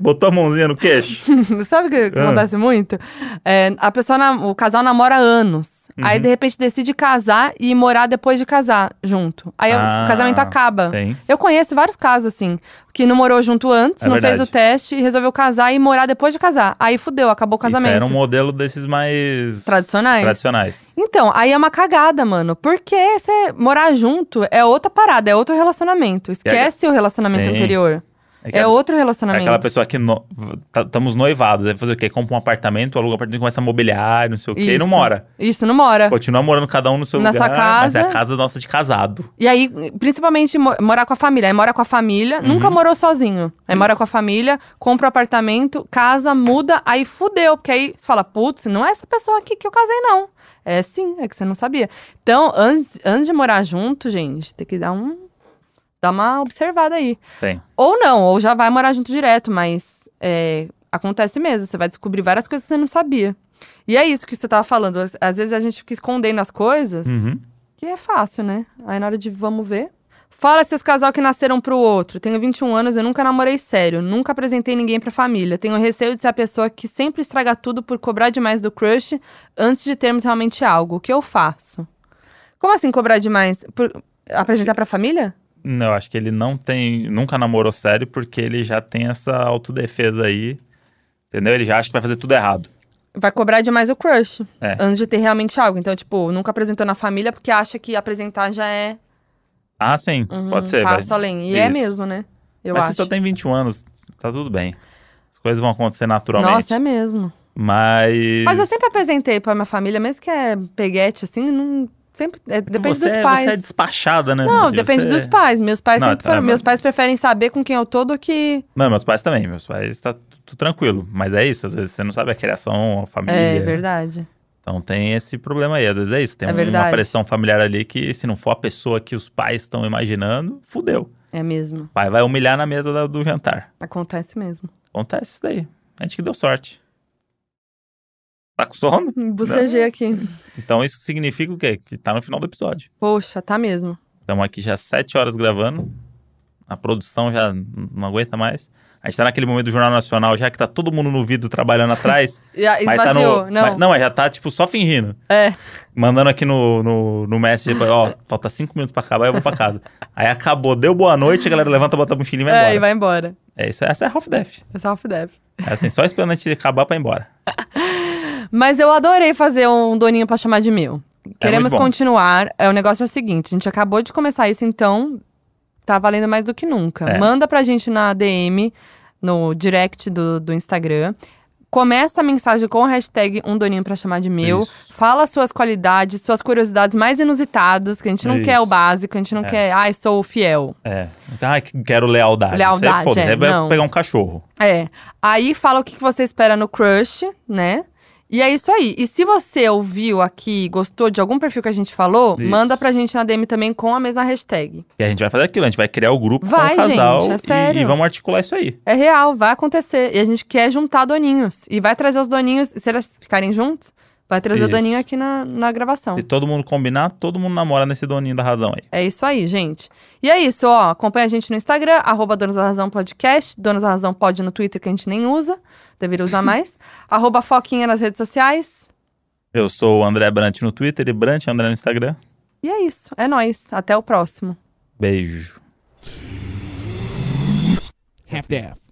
[SPEAKER 1] botou a mãozinha no
[SPEAKER 2] [laughs]
[SPEAKER 1] queixo.
[SPEAKER 2] Sabe o que
[SPEAKER 1] Ah.
[SPEAKER 2] acontece muito? É, a pessoa, nam- o casal namora há anos. Aí,
[SPEAKER 1] Uhum.
[SPEAKER 2] de repente, decide casar e morar depois de casar junto. Aí
[SPEAKER 1] Ah,
[SPEAKER 2] o casamento acaba.
[SPEAKER 1] Sim.
[SPEAKER 2] Eu conheço vários casos, assim, que não morou junto antes,
[SPEAKER 1] É
[SPEAKER 2] não
[SPEAKER 1] verdade.
[SPEAKER 2] fez o teste, e resolveu casar e morar depois de casar. Aí fudeu, acabou o casamento.
[SPEAKER 1] Isso era um modelo desses mais.
[SPEAKER 2] Tradicionais.
[SPEAKER 1] Tradicionais.
[SPEAKER 2] Então, aí é uma cagada, mano. Porque você morar junto é outra parada, é outro relacionamento. Esquece o relacionamento
[SPEAKER 1] Sim.
[SPEAKER 2] anterior.
[SPEAKER 1] que-
[SPEAKER 2] É outro
[SPEAKER 1] É
[SPEAKER 2] relacionamento.
[SPEAKER 1] aquela pessoa que no- tá- estamos noivados, aí fazer o quê? Compra um apartamento, aluga um apartamento, começa a mobiliar, não sei o quê, e não
[SPEAKER 2] Isso.
[SPEAKER 1] mora.
[SPEAKER 2] Isso, não mora.
[SPEAKER 1] Continua morando cada um no seu
[SPEAKER 2] Na
[SPEAKER 1] lugar,
[SPEAKER 2] sua
[SPEAKER 1] mas é a
[SPEAKER 2] casa.
[SPEAKER 1] casa nossa de casado.
[SPEAKER 2] E aí, principalmente mo- morar com a família. Aí mora com a família, nunca morou sozinho. Aí mora com a família, compra o apartamento, casa, muda, aí fudeu. Porque aí você fala, putz, não é essa pessoa aqui que eu casei, não. É sim, é que você não sabia. Então, antes, antes de morar junto, gente, tem que dar um. dar uma observada aí.
[SPEAKER 1] Tem.
[SPEAKER 2] Ou não, ou já vai morar junto direto, mas é, acontece mesmo. Você vai descobrir várias coisas que você não sabia. E é isso que você tava falando. às- Às vezes a gente fica escondendo as coisas.
[SPEAKER 1] Uhum.
[SPEAKER 2] Que é fácil, né? Aí na hora de vamos ver. Fala seus casal que nasceram pro outro. Tenho 21 anos, eu nunca namorei sério, nunca apresentei ninguém pra família. Tenho receio de ser a pessoa que sempre estraga tudo por cobrar demais do crush antes de termos realmente algo. O que eu faço? Como assim cobrar demais? Por- Apresentar pra família?
[SPEAKER 1] Não, eu acho que ele não tem. Nunca namorou sério porque ele já tem essa autodefesa aí. Entendeu? Ele já acha que vai fazer tudo errado.
[SPEAKER 2] Vai cobrar demais o crush
[SPEAKER 1] É.
[SPEAKER 2] antes de ter realmente algo. Então, tipo, nunca apresentou na família porque acha que apresentar já é
[SPEAKER 1] Ah, sim,
[SPEAKER 2] um
[SPEAKER 1] pode ser. vai.
[SPEAKER 2] passo além. E é
[SPEAKER 1] Isso.
[SPEAKER 2] mesmo, né? Eu
[SPEAKER 1] Mas se
[SPEAKER 2] acho.
[SPEAKER 1] só tem 21 anos, tá tudo bem. As coisas vão acontecer naturalmente.
[SPEAKER 2] Nossa, é mesmo.
[SPEAKER 1] Mas.
[SPEAKER 2] Mas eu sempre apresentei pra minha família, mesmo que é peguete, assim, não. Sempre. é, depende
[SPEAKER 1] você,
[SPEAKER 2] dos pais.
[SPEAKER 1] Você é despachada, né?
[SPEAKER 2] Não,
[SPEAKER 1] Você-
[SPEAKER 2] depende dos pais. Meus pais
[SPEAKER 1] Não,
[SPEAKER 2] sempre
[SPEAKER 1] tá,
[SPEAKER 2] foram.
[SPEAKER 1] mas-
[SPEAKER 2] Meus pais preferem saber com quem eu tô do que.
[SPEAKER 1] Não, meus pais também. Meus pais tá tudo tranquilo. Mas é isso, às vezes você não sabe a criação, a família.
[SPEAKER 2] É, verdade.
[SPEAKER 1] Então tem esse problema aí. Às vezes é isso. Tem
[SPEAKER 2] É
[SPEAKER 1] uma
[SPEAKER 2] verdade.
[SPEAKER 1] pressão familiar ali que, se não for a pessoa que os pais estão imaginando, fudeu.
[SPEAKER 2] É mesmo.
[SPEAKER 1] O pai vai humilhar na mesa da- do jantar.
[SPEAKER 2] Acontece mesmo.
[SPEAKER 1] Acontece isso daí. A gente que deu sorte. Tá com
[SPEAKER 2] [laughs]
[SPEAKER 1] sono?
[SPEAKER 2] Bocejei aqui.
[SPEAKER 1] Então isso significa o quê? Que tá no final do episódio.
[SPEAKER 2] Poxa, tá mesmo.
[SPEAKER 1] Estamos aqui já sete horas gravando. A produção já n- não aguenta mais. A gente tá naquele momento do Jornal Nacional, já que tá todo mundo no vidro trabalhando atrás.
[SPEAKER 2] E a-
[SPEAKER 1] mas tá
[SPEAKER 2] [laughs] Esvaziou.
[SPEAKER 1] no.
[SPEAKER 2] não.
[SPEAKER 1] Mas, não, mas já tá, tipo, só fingindo.
[SPEAKER 2] É.
[SPEAKER 1] Mandando aqui no, no, no Messenger, ó,
[SPEAKER 2] [laughs]
[SPEAKER 1] falta cinco minutos pra acabar, eu vou pra casa. Aí acabou, deu boa noite, a galera levanta, bota a mochilinha e vai
[SPEAKER 2] é,
[SPEAKER 1] embora.
[SPEAKER 2] e vai embora.
[SPEAKER 1] É isso, essa é a half death.
[SPEAKER 2] Essa half deve.
[SPEAKER 1] É assim, só esperando a gente acabar pra ir embora.
[SPEAKER 2] Mas eu adorei fazer um doninho pra chamar de meu. Queremos
[SPEAKER 1] É muito bom.
[SPEAKER 2] continuar. É, o negócio é o seguinte: a gente acabou de começar isso, então tá valendo mais do que nunca.
[SPEAKER 1] É.
[SPEAKER 2] Manda pra gente na DM, no direct do, do Instagram. Começa a mensagem com a hashtag um doninho pra chamar de meu.
[SPEAKER 1] Isso.
[SPEAKER 2] Fala suas qualidades, suas curiosidades mais inusitadas, que a gente não quer o
[SPEAKER 1] Isso.
[SPEAKER 2] básico, a gente não quer, ai, sou fiel.
[SPEAKER 1] É. Ah, que- quero lealdade.
[SPEAKER 2] Lealdade,
[SPEAKER 1] Você,
[SPEAKER 2] é,
[SPEAKER 1] foda, vai
[SPEAKER 2] não.
[SPEAKER 1] pegar um cachorro.
[SPEAKER 2] É. Aí fala o que que você espera no crush, né? E é isso aí. E se você ouviu aqui, gostou de algum perfil que a gente falou,
[SPEAKER 1] Isso.
[SPEAKER 2] manda pra gente na DM também com a mesma hashtag.
[SPEAKER 1] E a gente vai fazer aquilo, a gente vai criar o grupo
[SPEAKER 2] Vai,
[SPEAKER 1] com o casal
[SPEAKER 2] gente, é
[SPEAKER 1] e-
[SPEAKER 2] sério.
[SPEAKER 1] E, vamos articular isso aí.
[SPEAKER 2] É real, vai acontecer. E a gente quer juntar doninhos. E vai trazer os doninhos, se elas ficarem juntos, vai trazer o
[SPEAKER 1] Isso.
[SPEAKER 2] doninho aqui na, na gravação.
[SPEAKER 1] Se todo mundo combinar, todo mundo namora nesse doninho da razão aí.
[SPEAKER 2] É isso aí, gente. E é isso, ó. Acompanha a gente no Instagram, arroba Donos da Razão Podcast, Donos da Razão Pod no Twitter, que a gente nem usa, deveria usar [laughs] mais. arroba Foquinha nas redes sociais.
[SPEAKER 1] Eu sou o André Brant no Twitter e Brant André no Instagram.
[SPEAKER 2] E é isso. É nóis. Até o próximo.
[SPEAKER 1] Beijo.
[SPEAKER 5] half-daff.